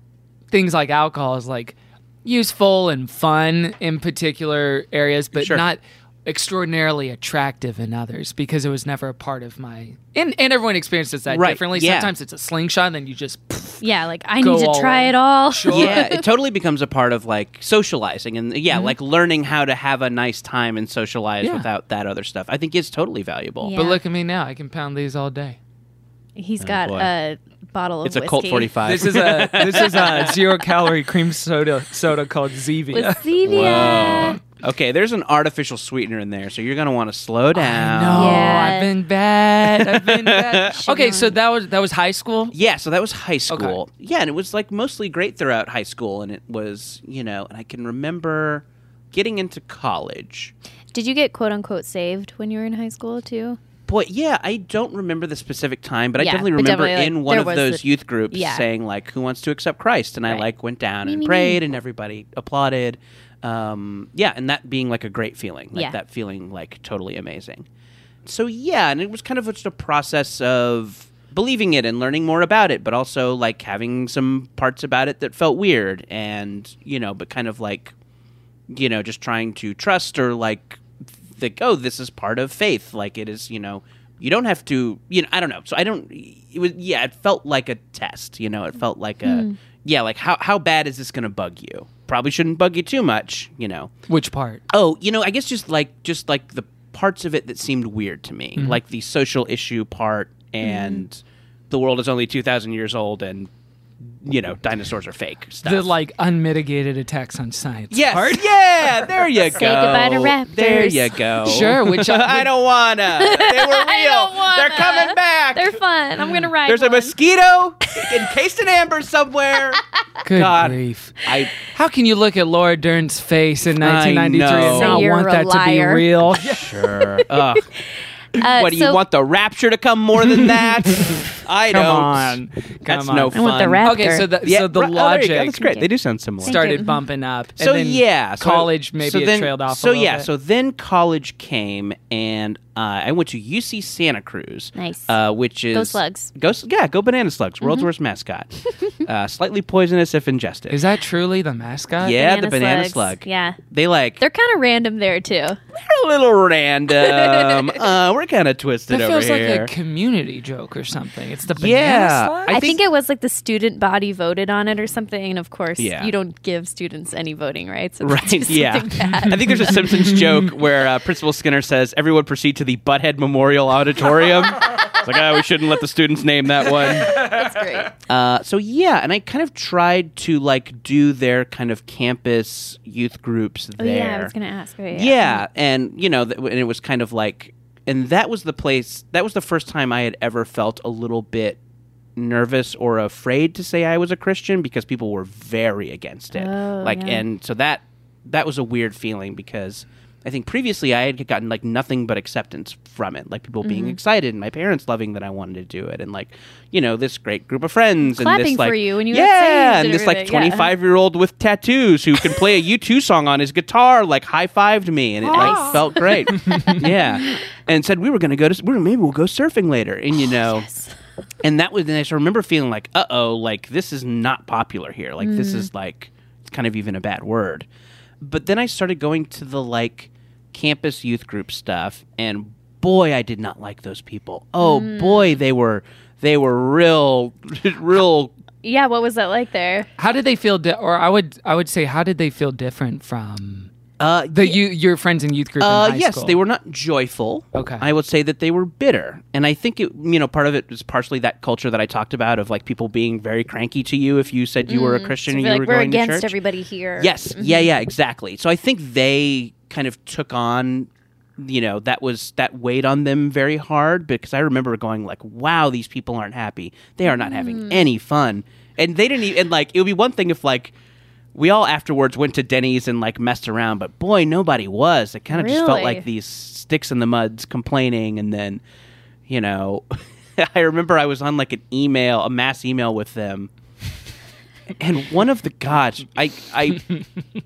S1: things like alcohol as like useful and fun in particular areas, but
S5: Sure.
S1: not extraordinarily attractive in others because it was never a part of my and, and everyone experiences that
S5: Right,
S1: differently.
S5: yeah.
S1: Sometimes it's a slingshot and then you just poof,
S2: Yeah, like I
S1: Go
S2: need
S1: all
S2: to try
S1: in.
S2: it all.
S5: yeah, it totally becomes a part of like socializing and yeah, like learning how to have a nice time and socialize
S1: Mm-hmm. Yeah.
S5: without that other stuff. I think is totally valuable.
S2: Yeah.
S1: but look Oh, at me now, I can pound these all day.
S2: He's got
S5: boy.
S2: a bottle of
S5: It's a
S2: whiskey.
S5: Colt 45.
S1: This is a this is a zero calorie cream soda soda called
S2: With
S1: Zevia.
S2: Zevia.
S5: Okay, there's an artificial sweetener in there, so you're gonna want to slow down.
S1: No,
S2: Yeah.
S1: I've been bad. I've been bad. okay, so that was that was high school.
S5: Yeah, so that was high school. Yeah, and it was like mostly great throughout high school, and it was you know, and I can remember getting into college.
S2: Did you get quote unquote saved when you were in high school too?
S5: Boy, yeah, I don't remember the specific time, but I
S2: Yeah,
S5: definitely
S2: but
S5: remember
S2: definitely, like,
S5: in one
S2: there
S5: of
S2: was
S5: those
S2: the-
S5: youth groups
S2: yeah.
S5: saying like, "Who wants to accept Christ?" And I like went down and
S2: me, me.
S5: prayed, and everybody applauded. Um, yeah, and that being like a great feeling, like
S2: Yeah.
S5: that feeling like totally amazing. So yeah, and it was kind of just a process of believing it and learning more about it, but also like having some parts about it that felt weird, and you know, but kind of like you know, just trying to trust or like think, oh, this is part of faith. Like it is, you know, you don't have to, you know, I don't know. So I don't, it was, yeah, it felt like a test, you know, it felt like a, yeah, like how, how bad is this going to bug you? Probably shouldn't bug you too much, you know.
S1: Which part?
S5: Oh, you know, I guess just like, just like the parts of it that seemed weird to me,
S1: Mm-hmm.
S5: like the social issue part and the world is only 2,000 years old and, you know, dinosaurs are fake stuff.
S1: The like unmitigated attacks on science.
S5: Yes.
S1: Part?
S5: Yeah. There you go.
S2: Say goodbye to raptors.
S5: There you go.
S1: Sure. Which Oh. I,
S5: I don't wanna. They were
S2: don't
S5: real.
S2: wanna.
S5: They're coming back.
S2: They're fun. I'm gonna ride.
S5: There's a
S2: one.
S5: mosquito encased in amber somewhere.
S1: Good
S5: God.
S1: grief.
S5: I
S1: How can you look at Laura Dern's face in
S5: I
S1: 1993
S5: know.
S1: and
S5: Say
S1: not
S2: you're
S1: want
S2: a
S1: that to
S2: liar.
S1: be real?
S5: sure. Ugh.
S2: Uh,
S5: what do you
S2: so-
S5: want the rapture to come more than that? I
S1: Come
S5: don't.
S1: on. Come
S5: That's
S1: on.
S5: no
S2: I want the
S5: fun.
S2: raptor.
S1: Okay, so the,
S5: Yeah,
S1: so the
S5: right- oh, there you
S1: logic
S5: go. That's great. They do sound similar.
S1: started bumping up. and
S5: so
S1: then
S5: yeah, so-
S1: college maybe
S5: so
S1: it
S5: then-
S1: trailed off. a
S5: So
S1: little
S5: yeah,
S1: bit.
S5: so then college came, and uh, I went to UC Santa Cruz.
S2: Nice.
S5: uh, which is
S2: Slugs.
S5: Go s- yeah, go banana slugs.
S1: Mm-hmm.
S5: World's worst mascot. uh, slightly poisonous if ingested.
S1: is that truly the mascot?
S5: yeah, the banana
S2: slugs.
S5: slug.
S2: Yeah.
S5: They like
S2: They're kind of random there too.
S5: they're a little random. uh, we're kind of twisted
S1: that
S5: over
S1: feels
S5: here.
S1: like a community joke or something. It's the banana
S5: Yeah,
S1: slug.
S5: I
S2: I,
S5: think-
S2: think, it was like the student body voted on it or something. And of course,
S5: Yeah.
S2: you don't give students any voting rights. if they do
S5: Right. Yeah.
S2: something bad.
S5: I think there's a Simpsons joke where uh, Principal Skinner says, "Everyone proceed to the Butthead Memorial Auditorium." it's like, oh, we shouldn't let the students name that one.
S2: That's great.
S5: Uh, so yeah, and I kind of tried to like do their kind of campus youth groups
S2: Oh,
S5: there.
S2: yeah. I was going to ask. Right,
S5: Yeah, and you know, th- and it was kind of like, and that was the place. That was the first time I had ever felt a little bit nervous or afraid to say I was a Christian because people were very against it.
S2: Oh,
S5: like,
S2: yeah.
S5: and so that that was a weird feeling because I think previously I had gotten like nothing but acceptance from it, like people
S2: Mm-hmm.
S5: being excited and my parents loving that I wanted to do it, and like you know this great group of friends and
S2: Clapping
S5: this
S2: for
S5: like
S2: you when you were saved
S5: yeah,
S2: and
S5: and this like
S2: everything, yeah. uh-huh.
S5: twenty five year old with tattoos who can play a U2 song on his guitar, like high fived me, and it like felt great. yeah, and said we were gonna go to we were, maybe we'll go surfing later, and you know, and that was and I just remember feeling like uh oh, like this is not popular here, like this is like it's kind of even a bad word, but then I started going to the like campus youth group stuff, and boy, I did not like those people. Oh boy, they were. They were real, real
S2: Yeah. What was that like there?
S1: How did they feel? Di- or I would I would say how did they feel different from
S5: uh,
S1: the you your friends in youth group?
S5: Uh,
S1: in high
S5: yes,
S1: school?
S5: they were not joyful.
S1: Okay.
S5: I would say that they were bitter, and I think it, you know, part of it was partially that culture that I talked about of like people being very cranky to you if you said you were a Christian and
S2: We're
S5: you
S2: like,
S5: were
S2: we're
S5: going to
S2: against
S5: church.
S2: everybody here.
S5: Yes, yeah, yeah, exactly. So I think they kind of took on, you know, that was that weighed on them very hard because I remember going like, "Wow, these people aren't happy. They are not having any fun." And they didn't even and like it would be one thing if like we all afterwards went to Denny's and like messed around, but boy, nobody was. It kind of just felt
S2: Really?
S5: like these sticks in the muds complaining and then you know, I remember I was on like an email, a mass email with them. And one of the gods, I, I,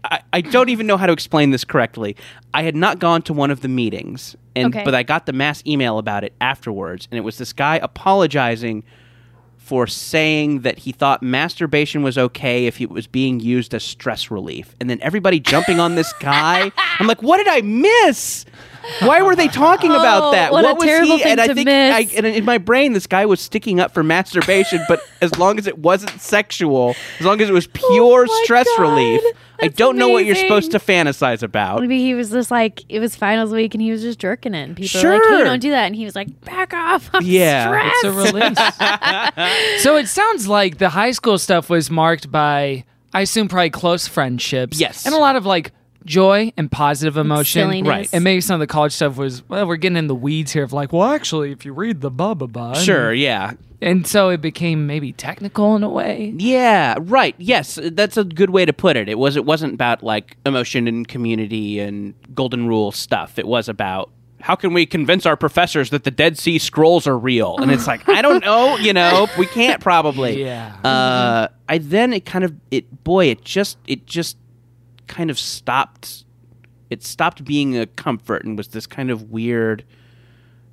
S5: I, I don't even know how to explain this correctly. I had not gone to one of the meetings, and
S2: Okay.
S5: but I got the mass email about it afterwards, and it was this guy apologizing for saying that he thought masturbation was okay if it was being used as stress relief, and then everybody jumping on this guy. I'm like, what did I miss? Why were they talking about
S2: Oh,
S5: that?
S2: what a
S5: was
S2: terrible
S5: he?
S2: thing
S5: and I
S2: to
S5: think
S2: miss.
S5: I, and in my brain, this guy was sticking up for masturbation, but as long as it wasn't sexual, as long as it was
S2: Oh
S5: pure
S2: my
S5: stress
S2: God.
S5: relief, I
S2: That's
S5: don't know what you're
S2: amazing.
S5: supposed to fantasize about.
S2: Maybe he was just like it was finals week and he was just jerking it. And people were like,
S5: Sure.
S2: "Hey, don't do that." And he was like, "Back off! I'm
S5: Yeah.
S2: stressed."
S1: It's a release. so it sounds like the high school stuff was marked by, I assume, probably close friendships.
S5: Yes.
S1: And a lot of like joy and positive emotion.
S2: silliness. Right.
S1: And maybe some of the college stuff was, well, we're getting in the weeds here of like, well, actually, if you read the blah, blah, blah.
S5: Sure, yeah.
S1: And so it became maybe technical in a way.
S5: Yeah, right. Yes, that's a good way to put it. It was it wasn't about like emotion and community and golden rule stuff. It was about how can we convince our professors that the Dead Sea Scrolls are real? And it's like, I don't know, you know, we can't probably.
S1: Yeah.
S5: Uh, I then it kind of it boy, it just it just kind of stopped it stopped being a comfort and was this kind of weird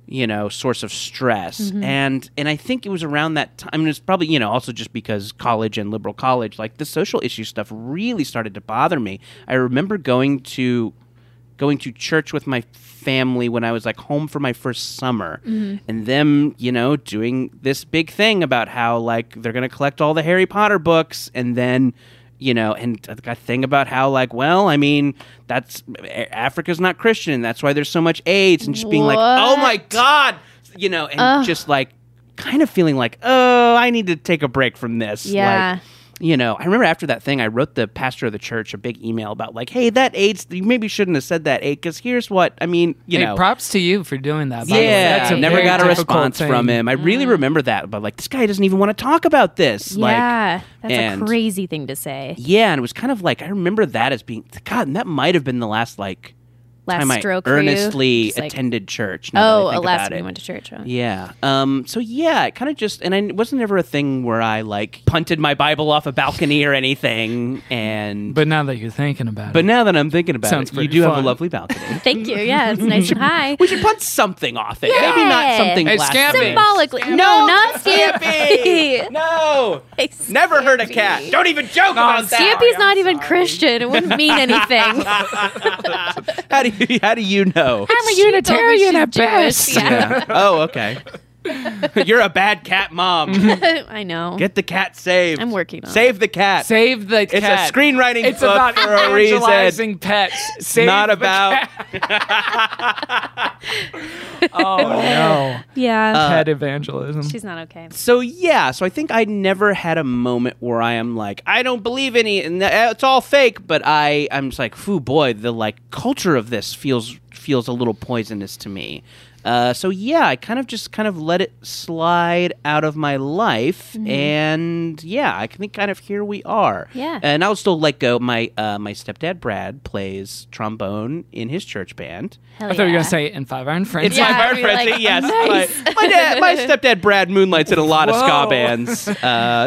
S5: you know source of stress and and i think it was around that time I mean, it's probably you know also just because college and liberal college like the social issue stuff really started to bother me i remember going to going to church with my family when i was like home for my first summer and them you know doing this big thing about how like they're going to collect all the harry potter books and then you know, and a thing about how like, well, I mean, that's eh, Africa's not Christian, and that's why there's so much AIDS, and just being like, oh my god, you know, and just like kind of feeling like, oh, I need to take a break from this,
S2: Yeah.
S5: Like, you know, I remember after that thing, I wrote the pastor of the church a big email about like, "Hey, that AIDS, you maybe shouldn't have said that AIDS, because here's what I mean." You
S1: hey,
S5: know,
S1: props to you for doing that. By the way.
S5: yeah,
S1: That's a
S5: never
S1: very
S5: got a
S1: difficult
S5: response
S1: thing.
S5: from him. I
S2: Mm.
S5: really remember that, but like, this guy doesn't even want to talk about this. like,
S2: yeah, that's
S5: and-
S2: a crazy thing to say.
S5: yeah, and it was kind of like I remember that as being God, and that might have been the last like
S2: last
S5: time I
S2: stroke for you?
S5: earnestly
S2: Just like-
S5: attended church. now that
S2: Oh,
S5: I
S2: uh,
S5: think
S2: last
S5: about
S2: time
S5: it.
S2: we went to church. huh?
S5: Yeah. Um. So yeah, it kind of just and I it wasn't ever a thing where I like punted my Bible off a balcony or anything. And but,
S1: But now that you're thinking about it,
S5: now that I'm thinking about
S1: Sounds
S5: it, you
S1: pretty
S5: do have
S1: fun.
S5: a lovely balcony.
S2: Thank you. Yeah, it's nice and high.
S5: we should punt something off it. Maybe not
S2: Yeah.
S5: something
S1: Hey,
S5: blasphemous.
S1: Scampi.
S2: Symbolically. No, not Stampy.
S5: No.
S2: Stampy's
S5: Never heard a cat. Don't even joke about that.
S2: not even Christian. It wouldn't mean anything.
S5: How do you how do you know?
S2: I'm a
S1: Unitarian at best.
S2: Yeah.
S5: oh, okay. You're a bad cat mom.
S2: I know.
S5: Get the cat saved.
S2: I'm working on it.
S5: Save the cat.
S1: save the
S5: it's
S1: cat.
S5: a screenwriting
S1: It's
S5: book
S1: about
S5: for a reason.
S1: evangelizing pets. Save
S5: Not
S1: the
S5: about
S1: Oh no,
S2: yeah.
S5: uh,
S1: pet evangelism.
S2: She's not okay.
S5: So yeah, so I think I never had a moment where I am like, I don't believe any, and th- it's all fake. But I, I'm just like, foo boy, the like culture of this feels feels a little poisonous to me. Uh, so yeah, I kind of just kind of let it slide out of my life, and yeah, I think kind of here we are.
S2: Yeah.
S5: and I'll still let go. My uh, my stepdad Brad plays trombone in his church band.
S2: Hell
S1: I thought you were
S2: yeah.
S1: gonna say in Five Iron Frenzy.
S5: It's
S2: Yeah,
S5: my
S2: I'd
S5: bird
S2: be
S5: frenzy,
S2: like, "Oh,
S5: yes.
S2: nice.
S5: My, my dad, my stepdad Brad moonlights in a lot of ska
S1: Whoa.
S5: bands. Uh,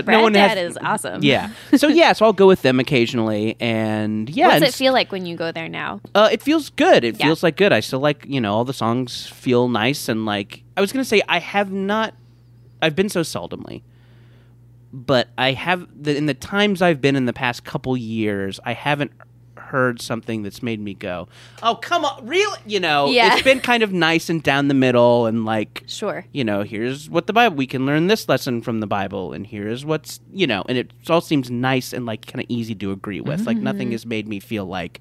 S2: Brad
S5: no one
S2: Dad
S5: has,
S2: is awesome.
S5: yeah. So yeah, so I'll go with them occasionally, and yeah,
S2: What's
S5: and
S2: it
S5: s-
S2: feel like when you go there now?
S5: Uh, it feels good. It
S2: Yeah.
S5: feels like good. I still like you know all the songs feel nice and like I was gonna say I have not. I've been so seldomly, but I have the, in the times I've been in the past couple years, I haven't heard something that's made me go, "Oh come on, really?" You know,
S2: Yeah.
S5: it's been kind of nice and down the middle and like
S2: Sure.
S5: you know, here's what the Bible we can learn this lesson from the Bible, and here's what's you know, and it all seems nice and like kind of easy to agree with. Like
S2: Mm-hmm.
S5: nothing has made me feel like,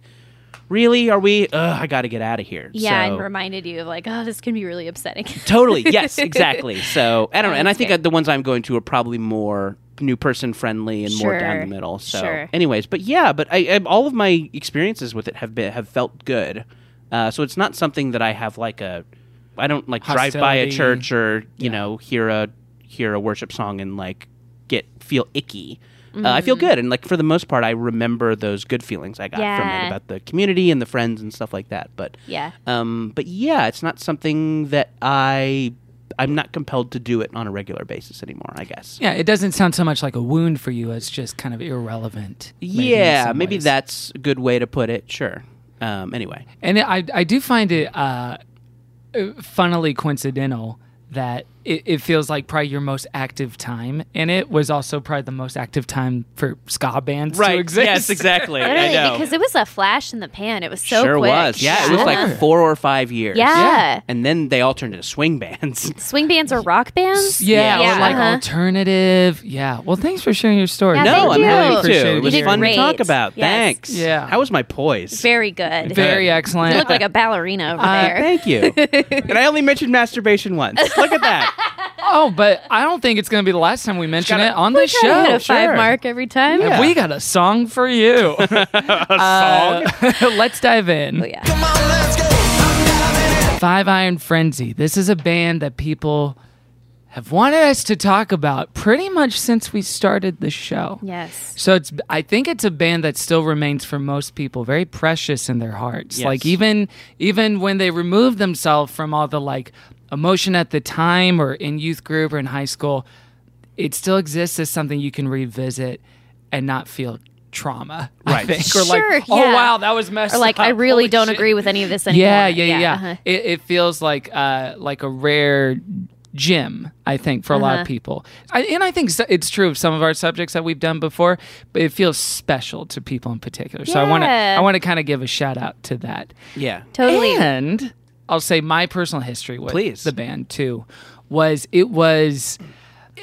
S5: really, are we? Ugh, I got to get out of here.
S2: Yeah,
S5: So-
S2: and reminded you of like, oh, this can be really upsetting.
S5: totally. Yes, exactly. So I don't know, and I
S2: That's
S5: think
S2: fair.
S5: the ones I'm going to are probably more new person friendly and more down
S2: Sure.
S5: the middle. So,
S2: Sure.
S5: anyways, but yeah, but I, I all of my experiences with it have been have felt good. Uh, so it's not something that I have like a. I don't like drive by a
S1: Hostility.
S5: church or you know hear a hear a worship song and like get feel icky. Uh, I
S2: Mm.
S5: feel good, and like for the most part, I remember those good feelings I got from
S2: Yeah.
S5: it about the community and the friends and stuff like that. But
S2: yeah.
S5: um, but yeah, it's not something that I I'm not compelled to do it on a regular basis anymore. I guess.
S1: yeah, it doesn't sound so much like a wound for you. It's just kind of irrelevant. maybe in
S5: yeah,
S1: some
S5: maybe
S1: ways.
S5: that's a good way to put it. Sure. Um, anyway,
S1: And I, I do find it uh, funnily coincidental that it, it feels like probably your most active time and it was also probably the most active time for ska bands to exist.
S5: Yes, exactly. I
S2: Literally,
S5: know.
S2: because it was a flash in the pan. It was so
S5: sure
S2: quick.
S5: was. Yeah, it was like four or five years.
S2: Yeah.
S5: And then they all turned into swing bands.
S2: swing bands or rock bands.
S1: Yeah,
S2: Yeah.
S1: or like
S2: Uh-huh.
S1: alternative. Yeah. Well, thanks for sharing your story.
S2: Yeah,
S5: no,
S2: thank
S5: I'm
S2: you.
S5: happy
S1: Appreciate
S5: to.
S1: it.
S5: It was
S2: You did
S5: fun
S2: great.
S5: to talk about.
S2: Yes.
S5: Thanks.
S1: Yeah.
S5: How was my poise?
S2: Very good.
S1: Very excellent.
S2: You look like a ballerina over
S5: Uh,
S2: there.
S5: Thank you. and I only mentioned masturbation once. Look at that.
S1: Oh, but I don't think it's going to be the last time we mention
S5: gotta-
S1: it on the
S2: Try to hit
S1: show.
S2: a five
S5: sure.
S2: mark every time.
S5: Yeah.
S1: We got a song for you. a song? let's dive in.
S2: Oh, yeah.
S1: Five Iron Frenzy. This is a band that people have wanted us to talk about pretty much since we started the show.
S2: Yes.
S1: So it's I think it's a band that still remains for most people very precious in their hearts.
S5: Yes.
S1: Like even even when they remove themselves from all the like emotion at the time or in youth group or in high school, it still exists as something you can revisit and not feel trauma. I
S5: Right.
S1: think. Or like
S2: Sure,
S1: oh
S2: yeah.
S1: wow, that was messed
S2: Or like,
S5: uh,
S1: up.
S2: I really
S1: Holy
S2: don't
S1: shit."
S2: agree with any of this anymore.
S1: Yeah, yeah, yeah. yeah.
S2: uh-huh.
S1: It, it feels like uh, like a rare gem, I think, for a
S2: Uh-huh.
S1: lot of people. I, and I think so- it's true of some of our subjects that we've done before, but it feels special to people in particular. So I want to
S2: Yeah.
S1: I want to kind of give a shout out to that.
S5: Yeah.
S2: Totally.
S1: And I'll say my personal history with
S5: Please.
S1: the band too was it was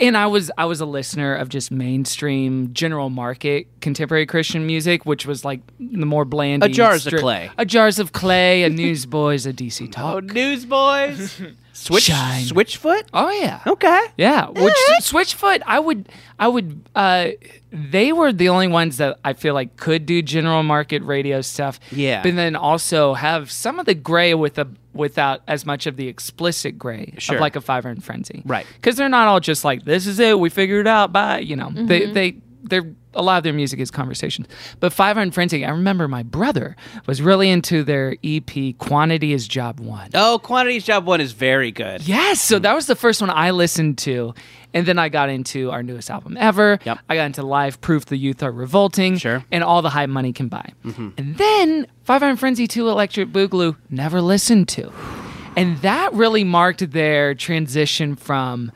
S1: and I was I was a listener of just mainstream general market contemporary Christian music, which was like the more bland
S5: A Jars of Clay.
S1: A jars of clay, a newsboys, a DC talk.
S5: Oh, newsboys. Switch
S1: Shine.
S5: Switchfoot?
S1: Oh yeah.
S5: Okay.
S1: Yeah, which
S5: Uh-huh.
S1: Switchfoot, I would, I would, uh, they were the only ones that I feel like could do general market radio stuff.
S5: Yeah.
S1: but then also have some of the gray with a without as much of the explicit gray
S5: Sure.
S1: of like a Five Iron Frenzy,
S5: Right. Mm-hmm.
S1: Because they're not all just like this is it, we figured it out. Bye, you know, they they they're a lot of their music is conversations. But 500 Frenzy, I remember my brother was really into their EP Quantity is Job 1.
S5: Oh, Quantities Job One is very good.
S1: Yes, so that was the first one I listened to. And then I got into our newest album ever.
S5: Yep.
S1: I got into Live Proof the Youth Are Revolting.
S5: Sure. Mm-hmm.
S1: And All the High Money Can Buy. And then Five Iron Frenzy 2 Electric Boogaloo, never listened to. And that really marked their transition from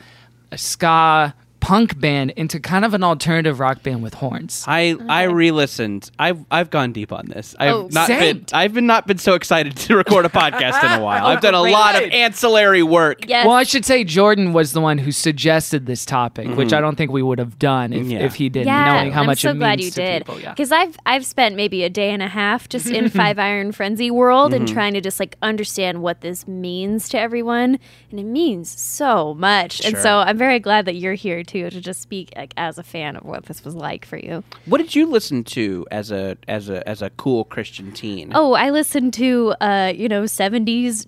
S1: a ska punk band into kind of an alternative rock band with horns.
S5: I I re-listened. I've I've gone deep on this. I've
S2: Oh,
S5: not
S1: same.
S5: been I've been not been so excited to record a podcast in a while. I've done a
S1: great.
S5: lot of ancillary work.
S2: Yes.
S1: Well, I should say Jordan was the one who suggested this topic, which
S5: Mm-hmm.
S1: I don't think we would have done if,
S5: Yeah.
S1: if he didn't,
S2: yeah,
S1: knowing how
S2: I'm
S1: much
S2: so
S1: it means
S2: glad you
S1: to
S2: did.
S1: people. Yeah.
S2: Because I've I've spent maybe a day and a half just in Five Iron Frenzy world and
S1: Mm-hmm.
S2: trying to just like understand what this means to everyone, and it means so much. And so I'm very glad that you're here too to just speak like as a fan of what this was like for you.
S5: What did you listen to as a as a as a cool Christian teen?
S2: Oh, I listened to uh, you know, 70s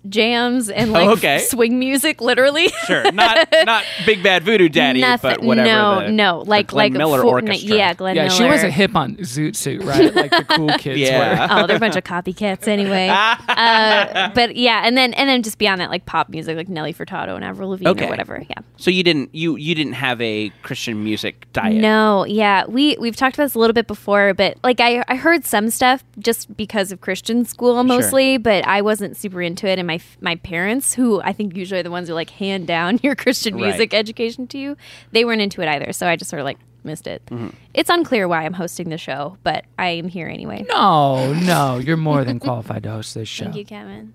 S2: jams and like
S5: okay.
S2: swing music literally.
S5: sure, not not Big Bad Voodoo Daddy, but whatever.
S2: No,
S5: the-
S2: no,
S5: the
S2: like
S5: Glenn
S2: like
S5: Miller
S2: Fortnite-
S5: Orchestra.
S2: Yeah, Glenn
S1: yeah,
S2: Miller.
S1: she wasn't hip on Zoot Suit, right? Like the cool kids were.
S5: Yeah.
S2: oh, they're a bunch of copycats anyway. uh, but yeah, and then and then just beyond that, like pop music, like Nelly Furtado and Avril Lavigne
S5: Okay.
S2: or whatever. Yeah.
S5: So you didn't you you didn't have a Christian music diet.
S2: No, yeah, we we've talked about this a little bit before, but like I I heard some stuff just because of Christian school mostly, but I wasn't super into it, and my my parents, who I think usually are the ones who like hand down your Christian
S5: Right.
S2: music education to you, they weren't into it either. So I just sort of like missed it. It's unclear why I'm hosting the show, but I am here anyway.
S1: No, Oh, no, you're more than qualified to host this show.
S2: Thank you,
S1: you.
S2: Kevin.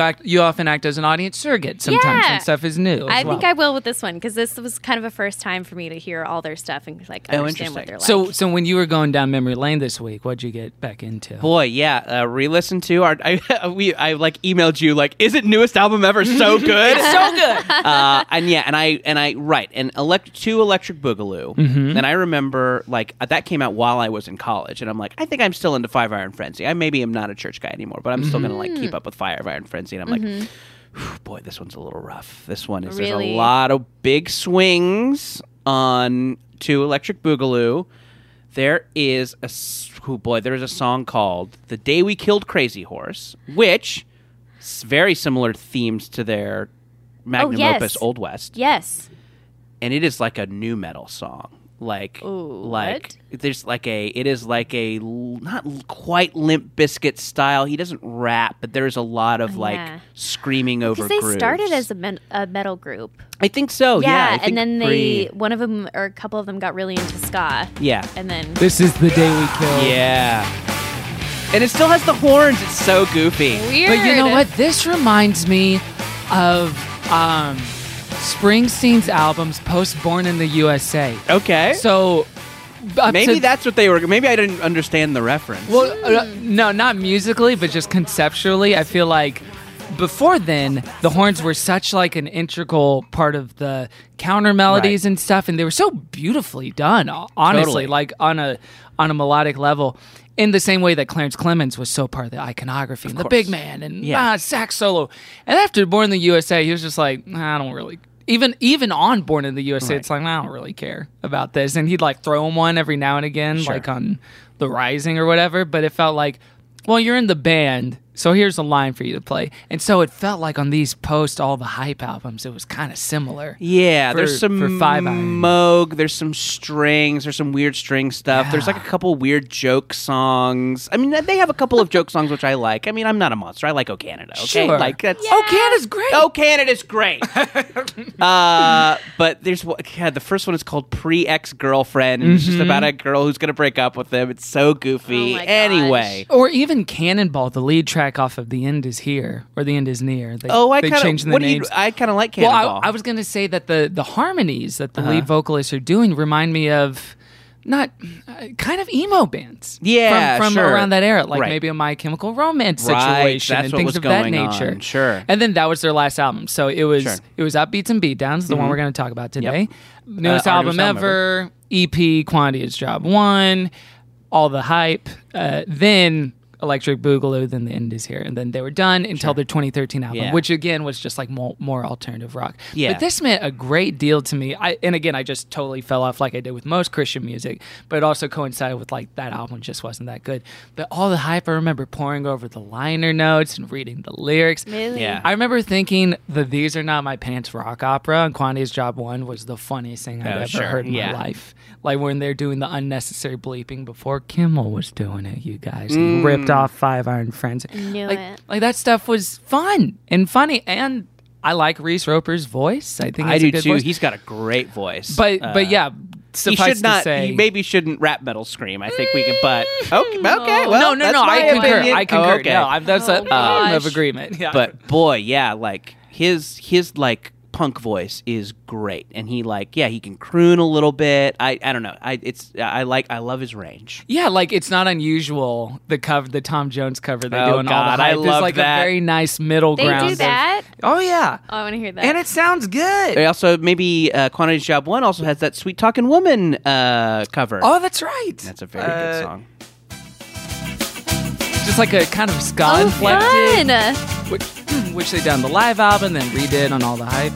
S1: act. You often act as an audience surrogate sometimes
S2: Yeah.
S1: when stuff is new. as
S2: I think
S1: well.
S2: I will with this one because this was kind of a first time for me to hear all their stuff and like
S5: Oh,
S2: understand what
S5: interesting.
S2: they're like.
S1: So, so when you were going down memory lane this week, what'd you get back into?
S5: Boy, yeah. Uh, re-listen to our. I, we I like emailed you like, is it newest album ever so good? so good. Uh, and yeah, and I and I right and elect to Electric Boogaloo. And I remember like uh, that came out while I was in college, and I'm like, I think I'm still into Five Iron Frenzy. I maybe am not a church guy anymore, but I'm still gonna like keep up with Five Iron Frenzy. And I'm like. "Whew, Boy, this one's a little rough. This one is there's
S2: Really?
S5: a lot of big swings on to Electric Boogaloo. There is a s- oh boy, there is a song called "The Day We Killed Crazy Horse," which is very similar themes to their magnum
S2: Oh, yes.
S5: opus Old West,
S2: yes,
S5: and it is like a new metal song. Like,
S2: Ooh,
S5: like there's like a it is like a l- not l- quite Limp Biscuit style. He doesn't rap, but there's a lot of like
S2: Oh, yeah.
S5: screaming over.
S2: because they
S5: grooves.
S2: started as a, men- a metal group.
S5: I think
S1: Oh,
S5: so. Yeah, I
S2: and
S5: think
S2: then
S5: pre-
S2: they one of them or a couple of them got really into ska,
S5: yeah
S2: and then
S1: This is the day we killed.
S5: yeah, and it still has the horns. It's so goofy.
S2: weird.
S1: But you know what? This reminds me of um, Springsteen's albums post Born in the USA.
S5: Okay.
S1: So up
S5: Maybe
S1: to-
S5: that's what they were. Maybe I didn't understand the reference.
S1: Well, uh, no, not musically, but just conceptually. I feel like before then, the horns were such like an integral part of the counter melodies
S5: Right.
S1: and stuff, and they were so beautifully done. o- Honestly,
S5: Totally.
S1: like on a on a melodic level. In the same way that Clarence Clemens was so part of the iconography and the big man and
S5: Yeah.
S1: ah, sax solo, and after Born in the USA, he was just like, "Nah, I don't really even even on Born in the USA, it's like I don't really care about this, and he'd like throw him one every now and again, like on The Rising or whatever. But it felt like, well, you're in the band, so here's a line for you to play, and so it felt like on these post all the hype albums, it was kind of similar.
S5: yeah,
S1: for-
S5: there's some
S1: for Five Iron.
S5: moog. There's some strings. There's some weird string stuff. There's like a couple weird joke songs. I mean, they have a couple of joke songs which I like. I mean, I'm not a monster. I like O Canada. Okay,
S1: Sure.
S5: like that's
S1: Oh, Canada's great.
S5: Oh, Canada's great. uh, but there's one- God, the first one is called Pre Ex Girlfriend. and It's
S1: Mm-hmm.
S5: just about a girl who's gonna break up with him. It's so goofy.
S2: Oh my gosh.
S5: anyway,
S1: Or even Cannonball, the lead track off of The End Is Here or The End Is Near. They,
S5: oh, I
S1: they
S5: kind
S1: changed
S5: of
S1: the
S5: what do you?
S1: names.
S5: I kind of like
S1: well,
S5: Cannonball.
S1: I, I was going to say that the, the harmonies that the lead
S5: Uh-huh.
S1: vocalists are doing remind me of not uh, kind of emo bands.
S5: Yeah,
S1: From, from
S5: sure.
S1: around that era, like
S5: Right.
S1: maybe a My Chemical Romance
S5: Right,
S1: situation
S5: that's
S1: and
S5: what
S1: things
S5: was
S1: of that
S5: going
S1: nature.
S5: on, sure.
S1: And then that was their last album. So it was
S5: Sure. Mm-hmm.
S1: it was Upbeats and Beatdowns, the one we're going to talk about today. Newest
S5: our
S1: album
S5: newest album
S1: E ever, EP, Quantity is Job One, all the hype. Uh, then Electric Boogaloo, then the end is here, and then they were done until their 2013 album,
S5: Yeah.
S1: which again was just like more, more alternative rock.
S5: Yeah.
S1: but this meant a great deal to me. I and again, I just totally fell off like I did with most Christian music, but it also coincided with like that album just wasn't that good. But all the hype, I remember pouring over the liner notes and reading the lyrics.
S2: Really?
S5: Yeah.
S1: I remember thinking the These Are Not My Pants rock opera and Quantity's Job One was the funniest thing I've
S5: Oh,
S1: ever
S5: sure.
S1: heard in
S5: Yeah.
S1: my life. Like when they're doing the unnecessary bleeping before Kimmel was doing it, you guys He ripped off Five Iron Friends.
S2: Knew
S1: like,
S2: it.
S1: like that stuff was fun and funny, and I like Reese Roper's voice. I think
S5: I
S1: it's
S5: do
S1: a good
S5: too.
S1: voice.
S5: He's got a great voice.
S1: but
S5: Uh,
S1: but yeah,
S5: he
S1: suffice
S5: should not.
S1: to say, Mm.
S5: he maybe shouldn't rap metal scream. I think we can. But okay, okay. Well,
S1: no, no,
S5: that's
S1: no.
S5: my
S1: I concur.
S5: opinion.
S1: I
S5: Oh,
S1: concur.
S5: okay.
S1: No, I'm, that's
S2: Oh,
S1: a I'm
S2: gosh.
S1: of agreement. Yeah.
S5: but boy, yeah, like his his like punk voice is great, and he like yeah he can croon a little bit. I I don't know. I it's I like I love his range.
S1: Yeah, like it's not unusual the cover, the Tom Jones cover they
S5: Oh,
S1: do in all
S5: God,
S1: the
S5: I
S1: hype is
S5: love
S1: like
S5: that.
S1: a very nice middle
S2: They
S1: ground.
S2: do
S1: of-
S2: that.
S1: oh yeah,
S2: Oh, I want to hear that.
S1: and it sounds good.
S5: They also maybe uh, Quantity's Job One also has that sweet talking woman uh, cover.
S1: Oh, that's right.
S5: that's a very
S1: Uh,
S5: good song.
S1: Just like a kind of ska
S2: oh,
S1: inflected,
S2: fun.
S1: which, which they did on the live album, then redid on all the hype.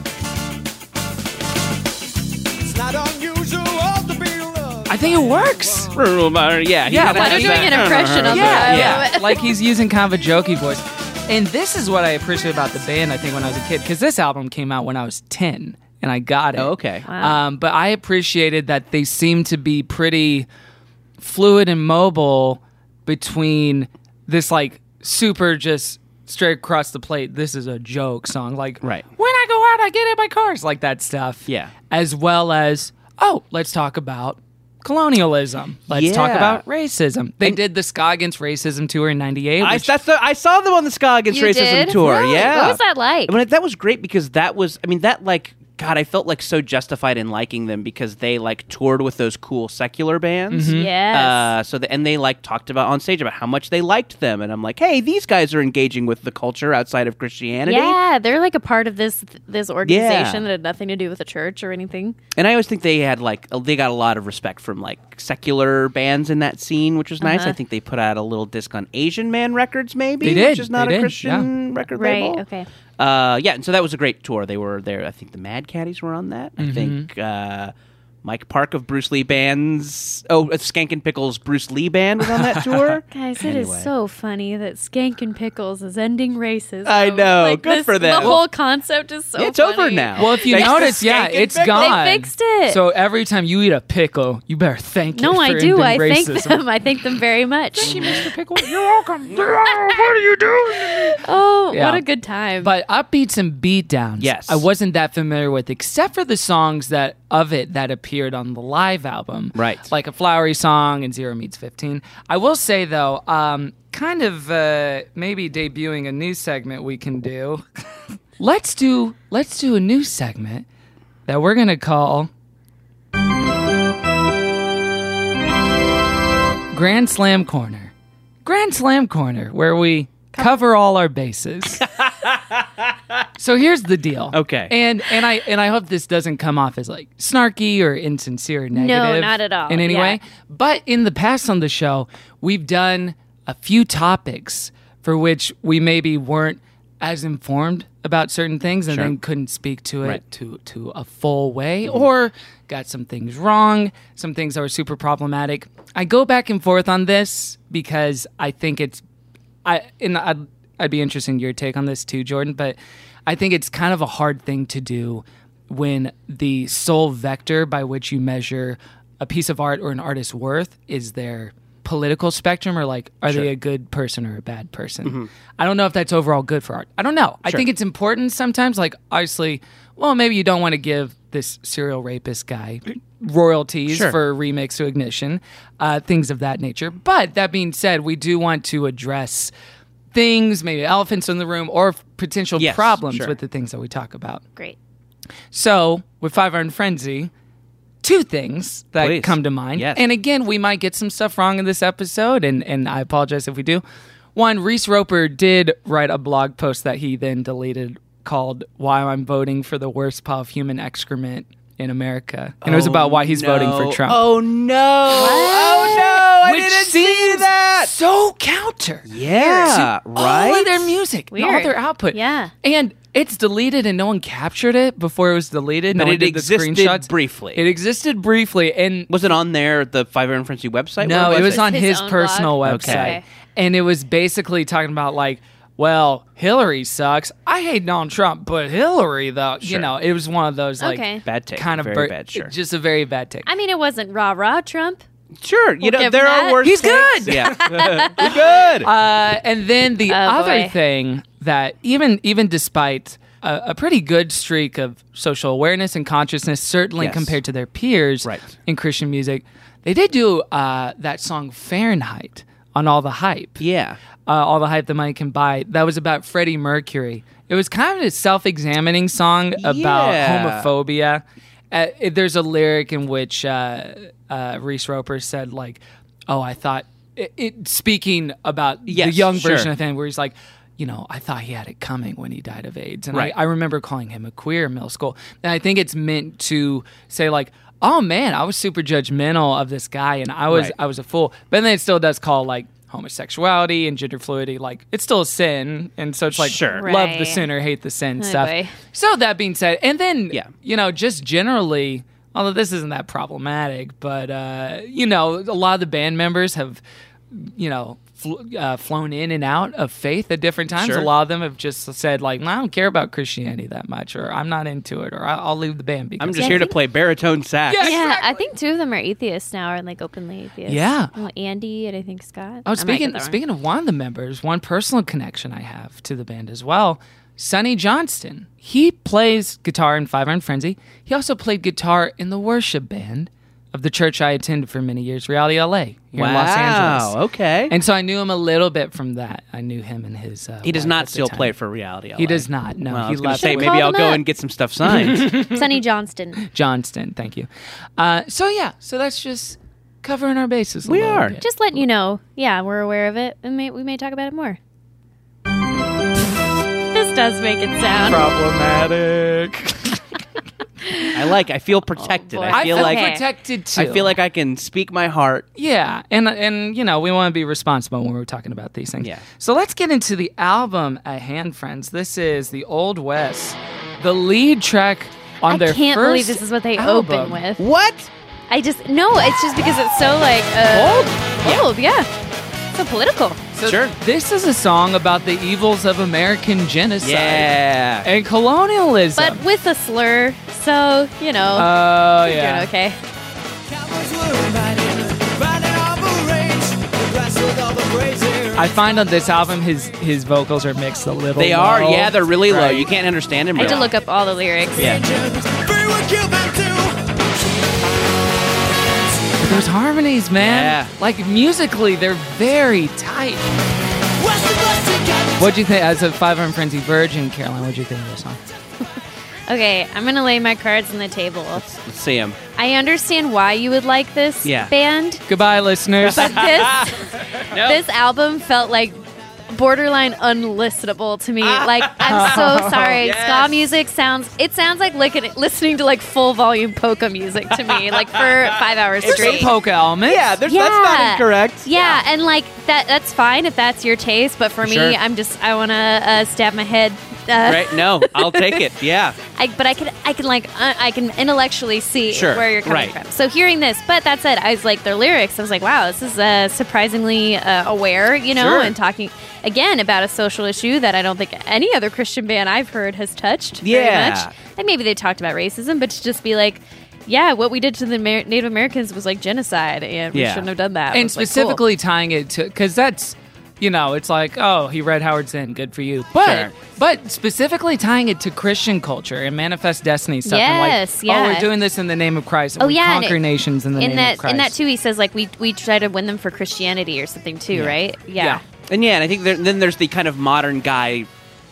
S6: It's not unusual to be loved.
S1: I think it works.
S5: Yeah, he
S1: Yeah,
S5: kinda
S1: like-
S5: has
S2: You're doing
S5: that-
S2: an impression of
S1: Yeah,
S2: it.
S1: yeah. like he's using kind of a jokey voice. And this is what I appreciate about the band, I think, when I was a kid, because this album came out when I was 10 and I got it.
S5: Oh, okay.
S1: Um, but I appreciated that they seemed to be pretty fluid and mobile between this, like, super just straight across the plate, this is a joke song. Like,
S5: Right.
S1: when I go out, I get hit by cars, like that stuff.
S5: Yeah.
S1: As well as, oh, let's talk about colonialism. Let's talk
S5: Yeah.
S1: about racism. They did the Ska Against Racism tour in '98.
S5: I,
S1: which-
S5: that's the, I saw them on the Ska Against
S2: You
S5: Racism
S2: did?
S5: tour.
S2: Really?
S5: Yeah,
S2: What was that like?
S5: I mean, that was great because that was. I mean, that like God, I felt like so justified in liking them because they like toured with those cool secular bands.
S1: Hmm?
S2: Mm-hmm. Yes.
S5: Uh, so the, and they like talked about on stage about how much they liked them, and I'm like, hey, these guys are engaging with the culture outside of Christianity.
S2: Yeah, they're like a part of this this organization that had nothing to do with the church or anything.
S5: And I always think they had like a- they got a lot of respect from like secular bands in that scene, which was
S2: Uh-huh.
S5: nice. I think they put out a little disc on Asian Man Records, maybe,
S1: They did.
S5: which is not
S1: They
S5: a
S1: did,
S5: Christian record label.
S2: Okay.
S5: Uh, yeah, and so that was a great tour. They were there. I think the Mad Caddies were on that.
S1: Mm-hmm.
S5: I think uh, Mike Park of Bruce Lee Band's oh uh, Skank and Pickles Bruce Lee Band was on that tour.
S2: Guys, it is
S5: Anyway.
S2: so funny that Skank and Pickles is ending racism.
S5: I know.
S2: Like,
S5: Good
S2: this-
S5: for them.
S2: The whole concept is so.
S5: it's over
S2: funny.
S5: now.
S1: well, if you
S5: Thanks to
S1: notice, yeah,
S5: Skank and
S1: it's
S5: Pickles.
S1: gone.
S2: They fixed it.
S1: So every time you eat a pickle, you better thank it
S2: No,
S1: for
S2: I do.
S1: ending
S2: I thank
S1: racism.
S2: them. I thank them very much.
S1: Pickle, you're welcome.
S2: Oh,
S1: Yeah.
S2: what a good time!
S1: But upbeats and beatdowns,
S5: Yes.
S1: I wasn't that familiar with, except for the songs that of it that appeared on the live album,
S5: Right.
S1: Like a flowery song and Zero Meets Fifteen. I will say though, um, kind of uh, maybe debuting a new segment we can do. let's do let's do a new segment that we're gonna call Grand Slam Corner. Grand Slam Corner, where we cover all our bases. so here's the deal.
S5: Okay.
S1: And and I and I hope this doesn't come off as like snarky or insincere or negative.
S2: not at all.
S1: In any
S2: Yeah.
S1: way. But in the past on the show, we've done a few topics for which we maybe weren't as informed about certain things and then couldn't speak to it to to a full way or got some things wrong, some things that were super problematic. I go back and forth on this because I think it's I and I'd, I'd be interested in your take on this too, Jordan. But I think it's kind of a hard thing to do when the sole vector by which you measure a piece of art or an artist's worth is their political spectrum or like are they a good person or a bad person i don't know if that's overall good for art i don't know i think it's important sometimes like obviously well maybe you don't want to give this serial rapist guy royalties for remix to ignition uh, things of that nature but that being said we do want to address things maybe elephants in the room or f- potential
S5: Yes,
S1: problems
S5: sure.
S1: with the things that we talk about
S2: Great.
S1: so with Five Iron Frenzy, two things that
S5: Please.
S1: come to mind.
S5: Yes.
S1: And again, we might get some stuff wrong in this episode, and, and I apologize if we do. One, Reese Roper did write a blog post that he then deleted called Why I'm Voting for the Worst Pile of Human Excrement in America. And it was about why he's voting
S5: Oh, No.
S1: for Trump.
S5: Oh no! Oh no! I I
S1: which
S5: didn't
S1: seems
S5: see that.
S1: so counter.
S5: Yeah,
S1: to
S5: right.
S1: All of their music, and all
S2: Weird.
S1: their output.
S2: Yeah.
S1: and it's deleted, and no one captured it before it was deleted.
S5: But
S1: no one
S5: it
S1: did
S5: existed
S1: the screenshots.
S5: briefly.
S1: It existed briefly, and
S5: was it on there the Five Iron Frenzy website?
S1: no,
S5: Where
S1: it was on
S2: His
S1: his,
S2: own
S1: personal
S2: blog?
S1: website,
S2: Okay.
S1: and it was basically talking about like, well, Hillary sucks. I hate Donald Trump, but Hillary though, you
S5: Sure.
S1: know, it was one of those like
S2: Okay.
S5: Bad take,
S1: kind of
S5: very
S1: bur-
S5: bad, sure.
S1: just a very bad take.
S2: I mean, it wasn't rah rah Trump.
S5: Sure, you
S2: We'll
S5: know
S2: give
S5: there
S2: him
S5: are
S2: that.
S5: worse.
S1: He's
S5: takes.
S1: good.
S5: Yeah, You're good.
S1: Uh, and then
S5: Oh,
S1: the other
S2: boy.
S1: thing that even even despite a, a pretty good streak of social awareness and consciousness, certainly
S5: Yes.
S1: compared to their peers
S5: Right.
S1: in Christian music, they did do uh, that song Fahrenheit on all the hype.
S5: yeah,
S1: Uh, all the hype that money can buy. That was about Freddie Mercury. It was kind of a self-examining song about
S5: Yeah.
S1: homophobia. Uh, it- there's a lyric in which uh, uh, Reese Roper said, like, "Oh, I thought it, it speaking about the
S5: Yes,
S1: young
S5: sure.
S1: version of him, where he's like." You know, I thought he had it coming when he died of AIDS. And
S5: Right.
S1: I, I remember calling him a queer in middle school. And I think it's meant to say, like, oh man, I was super judgmental of this guy and I was
S5: Right.
S1: I was a fool. But then it still does call like homosexuality and gender fluidity like it's still a sin and so it's like
S5: Sure.
S1: love the
S2: Right.
S1: sin or hate the sin
S2: Oh,
S1: stuff
S2: boy.
S1: so that being said and then
S5: Yeah.
S1: you know just generally although this isn't that problematic but uh you know a lot of the band members have you know fl- uh, flown in and out of faith at different times
S5: Sure.
S1: a lot of them have just said like i don't care about christianity that much or i'm not into it or I- i'll leave the band because
S5: I'm just here to play baritone sax.
S1: Yeah.
S2: Yeah, I think two of them are atheists now, or like openly atheists.
S1: Yeah.
S2: Well, Andy and I think Scott.
S1: Oh,
S2: I might get
S1: speaking
S2: that wrong.
S1: speaking of one of the members, one personal connection I have to the band as well, Sonny Johnston. He plays guitar in Five Iron Frenzy. He also played guitar in the worship band of the church I attended for many years, Reality LA, here in Los Angeles.
S5: Wow, okay.
S1: And so I knew him a little bit from that. I knew him and his. Uh,
S5: he does
S1: wife
S5: not
S1: at the
S5: still
S1: time.
S5: play for reality.
S1: He
S5: LA.
S1: does not. No,
S5: Well, I
S1: he
S5: was gonna
S1: left.
S5: say
S1: it.
S5: maybe
S2: Call
S5: I'll
S2: them
S5: go
S2: up.
S5: and get some stuff signed.
S2: Sonny Johnston.
S1: Johnston. Thank you. Uh, so yeah, so that's just covering our bases. a
S5: We
S1: little
S5: are.
S1: bit.
S2: Just letting you know. Yeah, we're aware of it, and may, we may talk about it more. This does make it sound.
S1: problematic.
S5: I like. I feel protected.
S2: boy.
S5: Oh, I feel
S2: I-
S5: like.
S2: okay.
S1: protected too.
S5: I feel like I can speak my heart.
S1: Yeah, and and you know we want to be responsible when we're talking about these things.
S5: Yeah.
S1: So let's get into the album at hand, friends. This is the Old West, the lead track on
S2: I
S1: their
S2: can't
S1: first
S2: believe this is what they
S1: album.
S2: open with.
S5: What?
S2: I just no. It's just because it's so like uh, old. Old, yeah. So political.
S1: So
S5: Sure.
S1: This is a song about the evils of American genocide
S5: Yeah.
S1: and colonialism.
S2: but with a slur. So you know,
S1: oh yeah.
S2: doing okay.
S6: Cowboys were riding, riding on the range. They wrestled all the crazy.
S1: I find on this album his his vocals are mixed a little.
S5: They are.
S1: low.
S5: Yeah, they're really low.
S1: Right.
S5: You can't understand them.
S2: I had to look up all the lyrics.
S6: We were killed them too.
S1: But those harmonies, man.
S5: Yeah.
S1: Like musically, they're very tight.
S6: West and West again.
S1: What'd you think as a Five Iron Frenzy virgin, Caroline? What'd you think of this song?
S2: Okay, I'm gonna lay my cards on the table.
S5: Let's see them.
S2: I understand why you would like this
S5: Yeah.
S2: band.
S1: Goodbye, listeners.
S2: This this album felt like borderline unlistenable to me.
S1: Ah.
S2: Like I'm so sorry. Ska music sounds it sounds like licking, listening to like full volume polka music to me, like for five hours
S1: Straight
S2: straight.
S1: polka elements.
S5: Yeah, there's, that's not
S2: Yeah.
S5: incorrect.
S2: Yeah, and like that that's fine if that's your taste, but for
S5: Sure.
S2: me, I'm just I want to uh, stab my head. Uh,
S5: Right? No, I'll take it. Yeah.
S2: I, but I can, I can like, uh, I can intellectually see
S5: Sure,
S2: where you're coming
S5: right.
S2: from. So hearing this, but that said, I was like their lyrics. I was like, wow, this is uh, surprisingly uh, aware, you know,
S5: Sure.
S2: and talking again about a social issue that I don't think any other Christian band I've heard has touched. very
S5: Yeah.
S2: much. and maybe they talked about racism, but to just be like. Yeah, what we did to the Amer- Native Americans was like genocide, and we
S5: Yeah.
S2: shouldn't have done that. It
S1: And
S2: was, like, cool.
S1: specifically tying it to because that's you know it's like oh he read Howard Zinn, good for you. But
S5: Sure.
S1: but specifically tying it to Christian culture and manifest destiny stuff. and
S2: Yes,
S1: like, Oh,
S2: yeah.
S1: we're doing this in the name of Christ. and
S2: Oh,
S1: we
S2: yeah, and
S1: Conquer
S2: it-
S1: nations in the
S2: in
S1: name
S2: that
S1: of Christ.
S2: in that too, he says like we we try to win them for Christianity or something too, right?
S1: Yeah.
S5: And yeah, and I think there, then there's the kind of modern guy.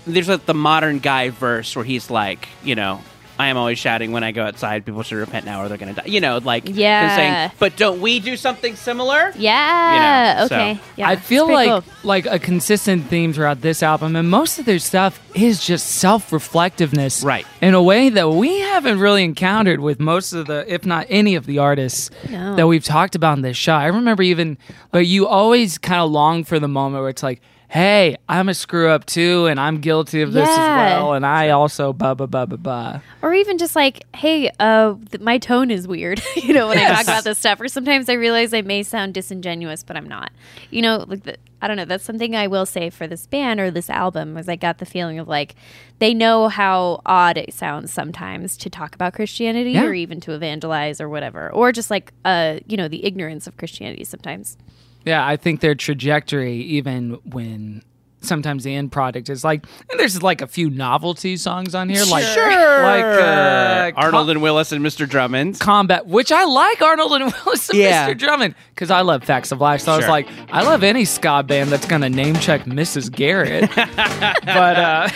S5: There's like the modern guy verse where he's like, you know, I am always shouting when I go outside. People should repent now, or they're going to die. You know, like and
S2: Yeah.
S5: saying, but don't we do something similar?
S2: Yeah.
S5: You know, so-
S2: okay. Yeah.
S1: I
S2: It's
S1: feel
S2: pretty
S1: like
S2: cool.
S1: like a consistent theme throughout this album, and most of their stuff is just self reflectiveness,
S5: Right.
S1: In a way that we haven't really encountered with most of the, if not any of the artists
S2: No.
S1: that we've talked about in this show. I remember even, but you always kind of long for the moment where it's like. Hey, I'm a screw up too, and I'm guilty of this as
S2: Yeah.
S1: well, and I also blah blah blah blah blah.
S2: or even just like, hey, uh, th- my tone is weird. you know, when I talk about this stuff, or sometimes I realize I may sound disingenuous, but I'm not. You know, like the, I don't know. That's something I will say for this band or this album. Was I got the feeling of like they know how odd it sounds sometimes to talk about Christianity
S1: Yeah.
S2: or even to evangelize or whatever, or just like uh, you know, the ignorance of Christianity sometimes.
S1: Yeah, I think their trajectory, even when sometimes the end product is like, and there's like a few novelty songs on here, like like uh,
S5: Arnold
S1: Co-
S5: and Willis and Mr. Drummond.
S1: Combat, which I like Arnold and Willis and
S5: Yeah.
S1: Mr. Drummond because I love Facts of Life. So I was
S5: Sure.
S1: like, I love any ska band that's gonna name check Mrs. Garrett, but uh,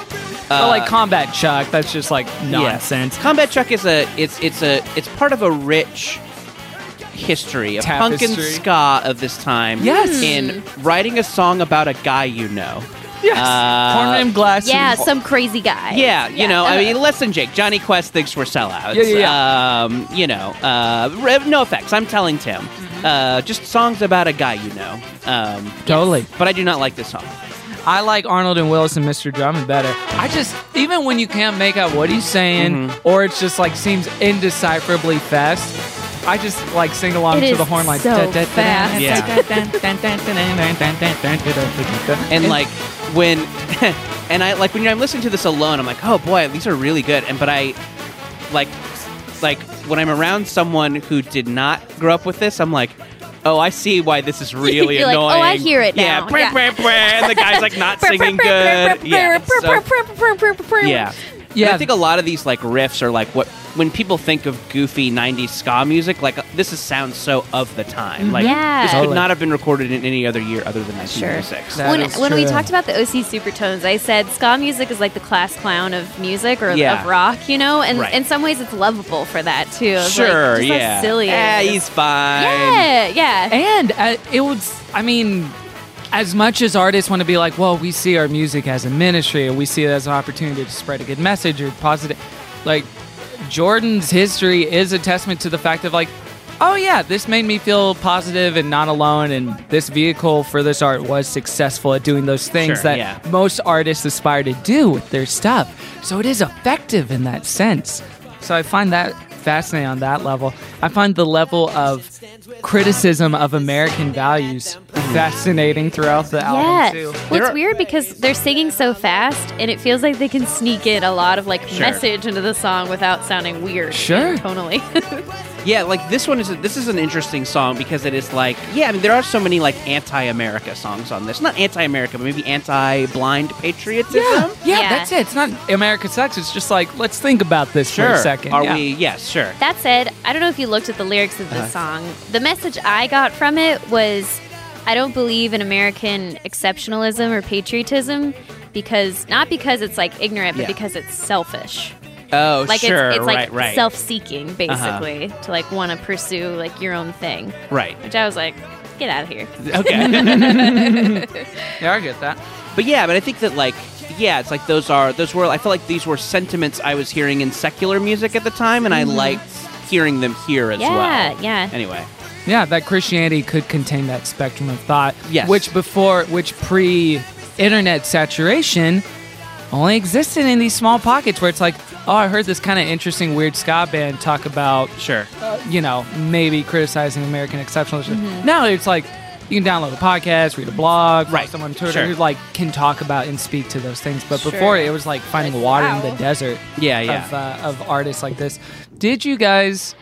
S1: but
S5: Uh,
S1: like Combat Chuck, that's just like nonsense.
S5: Combat Truck is a it's it's a it's part of a rich history of
S1: Tapestry.
S5: punk and ska of this time.
S1: Yes.
S5: in writing a song about a guy you know.
S1: Yes,
S5: Uh,
S1: corn rim glasses.
S2: Yeah, some crazy guy.
S5: Yeah, you know, I mean, less than Jake. Johnny Quest thinks we're sellouts.
S1: Yeah, yeah,
S5: Um, you know, uh, re- no effects. I'm telling Tim.
S2: Mm-hmm.
S5: Uh, just songs about a guy you know. Um,
S1: totally.
S5: but I do not like this song.
S1: I like Arnold and Willis and Mr. Drummond better. I just even when you can't make out what he's saying, or it's just like seems indecipherably fast. I just like sing along
S2: It
S1: to
S2: is
S1: the horn like
S2: so
S1: da- da- da-
S2: fast.
S5: Yeah. and like when and I like when I'm listening to this alone, I'm like, oh boy, these are really good. And but I like like when I'm around someone who did not grow up with this, I'm like. Oh, I see why this is really
S2: You're like,
S5: annoying.
S2: "Oh, I hear it
S5: Yeah,
S2: now."
S5: brr,
S2: Yeah.
S5: brr, brr, and the guy's like not singing good. Yeah, so- yeah, yeah.
S1: Yeah.
S5: I think a lot of these like riffs are like what when people think of goofy '90s ska music, like uh, this is sounds so of the time. Like
S2: Yeah.
S5: this could
S1: Totally.
S5: not have been recorded in any other year other than 1996.
S1: That
S2: when
S1: is
S2: when we
S1: true.
S2: talked about the OC Supertones, I said ska music is like the class clown of music or
S5: Yeah.
S2: of rock, you know, and
S5: Right.
S2: in some ways it's lovable for that too. Of, like,
S5: Sure,
S2: just how
S5: yeah.
S2: silly. it
S5: Yeah,
S2: is.
S5: he's fine.
S2: yeah, yeah.
S1: And uh, it was, I mean, as much as artists want to be like, well, we see our music as a ministry, or we see it as an opportunity to spread a good message or positive, like, Jordan's history is a testament to the fact of, like, oh, yeah, this made me feel positive and not alone, and this vehicle for this art was successful at doing those things
S5: Sure,
S1: that
S5: yeah.
S1: most artists aspire to do with their stuff. So it is effective in that sense. So I find that fascinating on that level. I find the level of criticism of American values fascinating throughout the
S2: Yeah.
S1: album too.
S2: What's weird because they're singing so fast and it feels like they can sneak in a lot of like message into the song without sounding weird.
S1: Sure.
S2: Tonally.
S5: Yeah, like this one is this is an interesting song because it is like yeah, I mean there are so many like anti-America songs on this. Not anti-America, but maybe anti-blind patriotism.
S1: Yeah, yeah,
S2: Yeah.
S1: that's it. It's not America sucks. It's just like let's think about this
S5: Sure.
S1: for a second.
S5: Are
S1: Yeah.
S5: we? Yes, sure.
S2: That said, I don't know if you looked at the lyrics of this
S1: Uh-huh.
S2: song. The message I got from it was I don't believe in American exceptionalism or patriotism because not because it's like ignorant, but
S5: Yeah.
S2: because it's selfish.
S5: Oh,
S2: Like
S5: sure.
S2: it's, it's like
S5: right, Uh-huh. right,
S2: self-seeking basically to like want to pursue like your own thing.
S5: right.
S2: Which I was like, get out of here.
S5: Okay.
S1: Yeah, I get that.
S5: But yeah, but I think that like yeah, it's like those are those were I felt like these were sentiments I was hearing in secular music at the time and I liked hearing them here as
S2: Mm-hmm. Yeah,
S5: well.
S2: yeah.
S5: Anyway.
S1: Yeah, that Christianity could contain that spectrum of thought.
S5: Yes.
S1: Which before, which pre internet saturation only existed in these small pockets where it's like, oh, I heard this kind of interesting, weird ska band talk about,
S5: Sure.
S1: uh, you know, maybe criticizing American exceptionalism.
S5: Mm-hmm.
S1: Now it's like, you can download a podcast, read a blog, follow
S5: Right.
S1: someone on Twitter
S5: Sure.
S1: who like can talk about and speak to those things. But
S2: Sure.
S1: before it was like finding
S2: Like,
S1: water
S2: wow.
S1: in the desert
S5: Yeah, yeah.
S1: of, uh, of artists like this. Did you guys?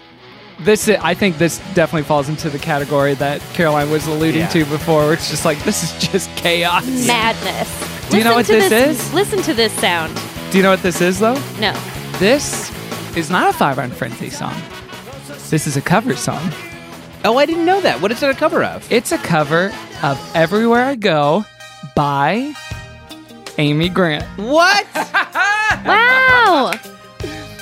S1: This I think this definitely falls into the category that Caroline was alluding
S5: Yeah.
S1: to before, where it's just like this is just chaos.
S2: Madness.
S1: Do you know
S2: Listen
S1: what
S2: to
S1: this is?
S2: Listen to this sound.
S1: Do you know what this is though?
S2: No.
S1: This is not a Five Iron Frenzy song. This is a cover song.
S5: Oh, I didn't know that. What is it a cover of?
S1: It's a cover of "Everywhere I Go" by Amy Grant. Um,
S5: What?
S2: Wow.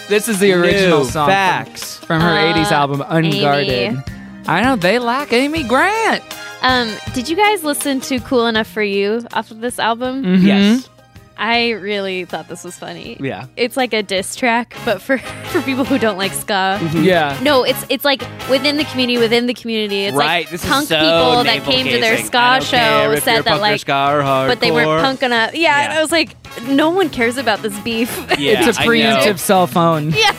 S1: This is the original
S5: New
S1: song from,
S5: facts.
S1: from her
S2: Uh,
S1: 80s album, Unguarded.
S2: Amy.
S1: I know they like Amy Grant.
S2: Um, did you guys listen to Cool Enough for You off of this album?
S5: Mm-hmm.
S1: Mm-hmm.
S5: Yes.
S2: I really thought this was funny.
S5: Yeah.
S2: It's like a diss track, but for for people who don't like ska.
S5: Mm-hmm.
S1: Yeah.
S2: No, it's it's like within the community, within the community. It's
S5: right.
S2: like
S5: This
S2: punk
S5: is so
S2: people that
S5: navel
S2: came to their
S5: gazing.
S2: ska
S5: I don't care
S2: show
S5: if you're
S2: said
S5: punk
S2: that
S5: or
S2: like,
S5: ska or
S2: but they
S5: hardcore.
S2: weren't punk enough. Yeah, and
S5: Yeah.
S2: I was like, no one cares about this beef.
S5: Yeah,
S1: it's a
S5: I know.
S1: preemptive cell phone.
S2: yeah,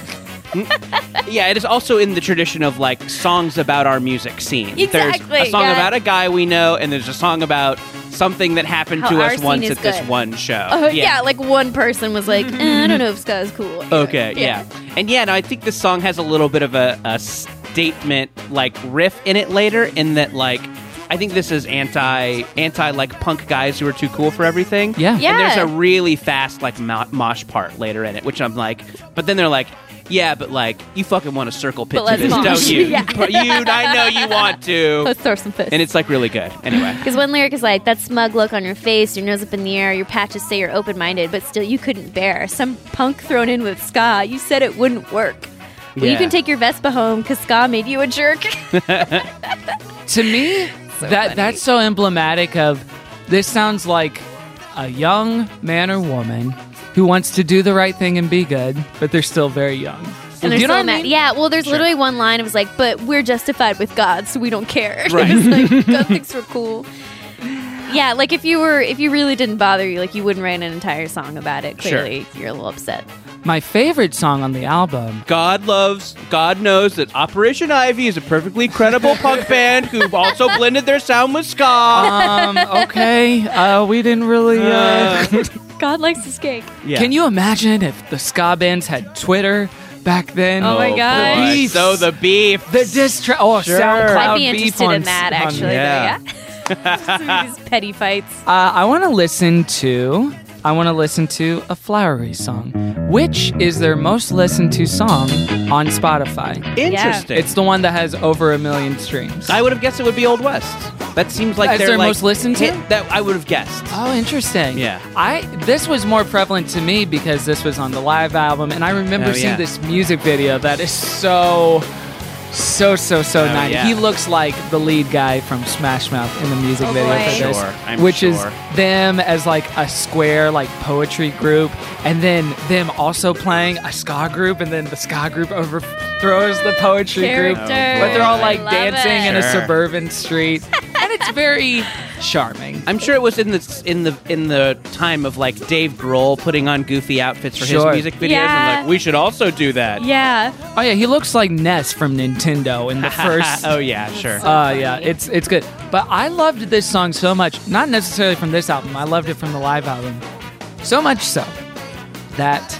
S5: Yeah, it is also in the tradition of like songs about our music scene. There's
S2: Exactly,
S5: a song
S2: yeah.
S5: about a guy we know, and there's a song about something that happened
S2: How
S5: to
S2: our
S5: us
S2: scene
S5: once
S2: is
S5: at this
S2: good.
S5: one show.
S2: Uh, yeah. Like one person was like, eh, I don't know if ska is cool.
S5: okay. Yeah. And yeah, no, I think this song has a little bit of a, a statement like riff in it later, in that like I think this is anti anti like punk guys who are too cool for everything.
S1: Yeah.
S2: Yeah.
S5: And there's a really fast like mo- mosh part later in it, which I'm like, but then they're like, yeah, but like you fucking want to circle pit
S2: But
S5: to
S2: let's
S5: this,
S2: mosh."
S5: don't you?
S2: Yeah.
S5: But you, I know you want to.
S2: Let's throw some fists.
S5: And it's like really good. Anyway.
S2: Because one lyric is like, that smug look on your face, your nose up in the air, your patches say you're open minded, but still you couldn't bear. Some punk thrown in with ska, you said it wouldn't work. Well, you
S5: Yeah.
S2: can take your Vespa home because ska made you a jerk.
S1: to me that
S2: funny.
S1: that's so emblematic of this sounds like a young man or woman who wants to do the right thing and be good but they're still very young
S2: and
S1: Do
S2: they're
S1: you know
S2: so
S1: what I
S2: mad.
S1: mean?
S2: Yeah, well, there's literally one line. It was like, but we're justified with God, so we don't care.
S5: Right.
S2: it's like, God thinks we're cool. Yeah, like if you were, if you really didn't bother you, like you wouldn't write an entire song about it.
S5: Sure.
S2: Clearly, you're a little upset.
S1: my favorite song on the album
S5: God loves, God knows that Operation Ivy is a perfectly credible punk band who also blended their sound with ska.
S1: um okay uh we didn't really uh,
S2: God likes his cake.
S5: yeah.
S1: can you imagine if the ska bands had twitter back then
S2: Oh my
S5: boy.
S2: gosh.
S1: Beefs.
S5: So the beef.
S1: the diss tra- oh
S5: Sure.
S1: SoundCloud
S2: I'd be
S1: beef
S2: interested
S1: on-
S2: in that
S1: on-
S2: actually.
S5: yeah.
S2: though, yeah. These petty fights.
S1: Uh, I want to listen to. I want to listen to a flowery song, which is their most listened to song on Spotify.
S5: Interesting.
S1: It's the one that has over a million streams.
S5: I would have guessed it would be Old West. That seems like
S1: That's
S5: they're
S1: their
S5: like
S1: most listened to?
S5: hit That I would have guessed.
S1: oh, interesting.
S5: Yeah.
S1: I this was more prevalent to me because this was on the live album, and I remember
S5: Oh,
S1: seeing
S5: yeah.
S1: this music video that is so. So so so
S5: Oh,
S1: nine.
S5: yeah.
S1: He looks like the lead guy from Smash Mouth in the music
S2: Oh,
S1: video
S2: boy.
S1: for this,
S5: Sure, I'm
S1: which
S5: sure.
S1: is them as like a square like poetry group, and then them also playing a ska group, and then the ska group overthrows the poetry group,
S2: Character.
S1: but they're all like
S2: I love
S1: dancing in a
S5: Sure.
S1: suburban street, and it's very charming.
S5: I'm sure it was in the in the in the time of like Dave Grohl putting on goofy outfits for
S1: Sure.
S5: his music videos,
S2: Yeah.
S5: and like we should also do that.
S2: Yeah.
S1: Oh yeah, he looks like Ness from Nintendo in the first.
S5: oh yeah, sure.
S1: Uh, yeah, it's it's good. But I loved this song so much, not necessarily from this album. I loved it from the live album, so much so that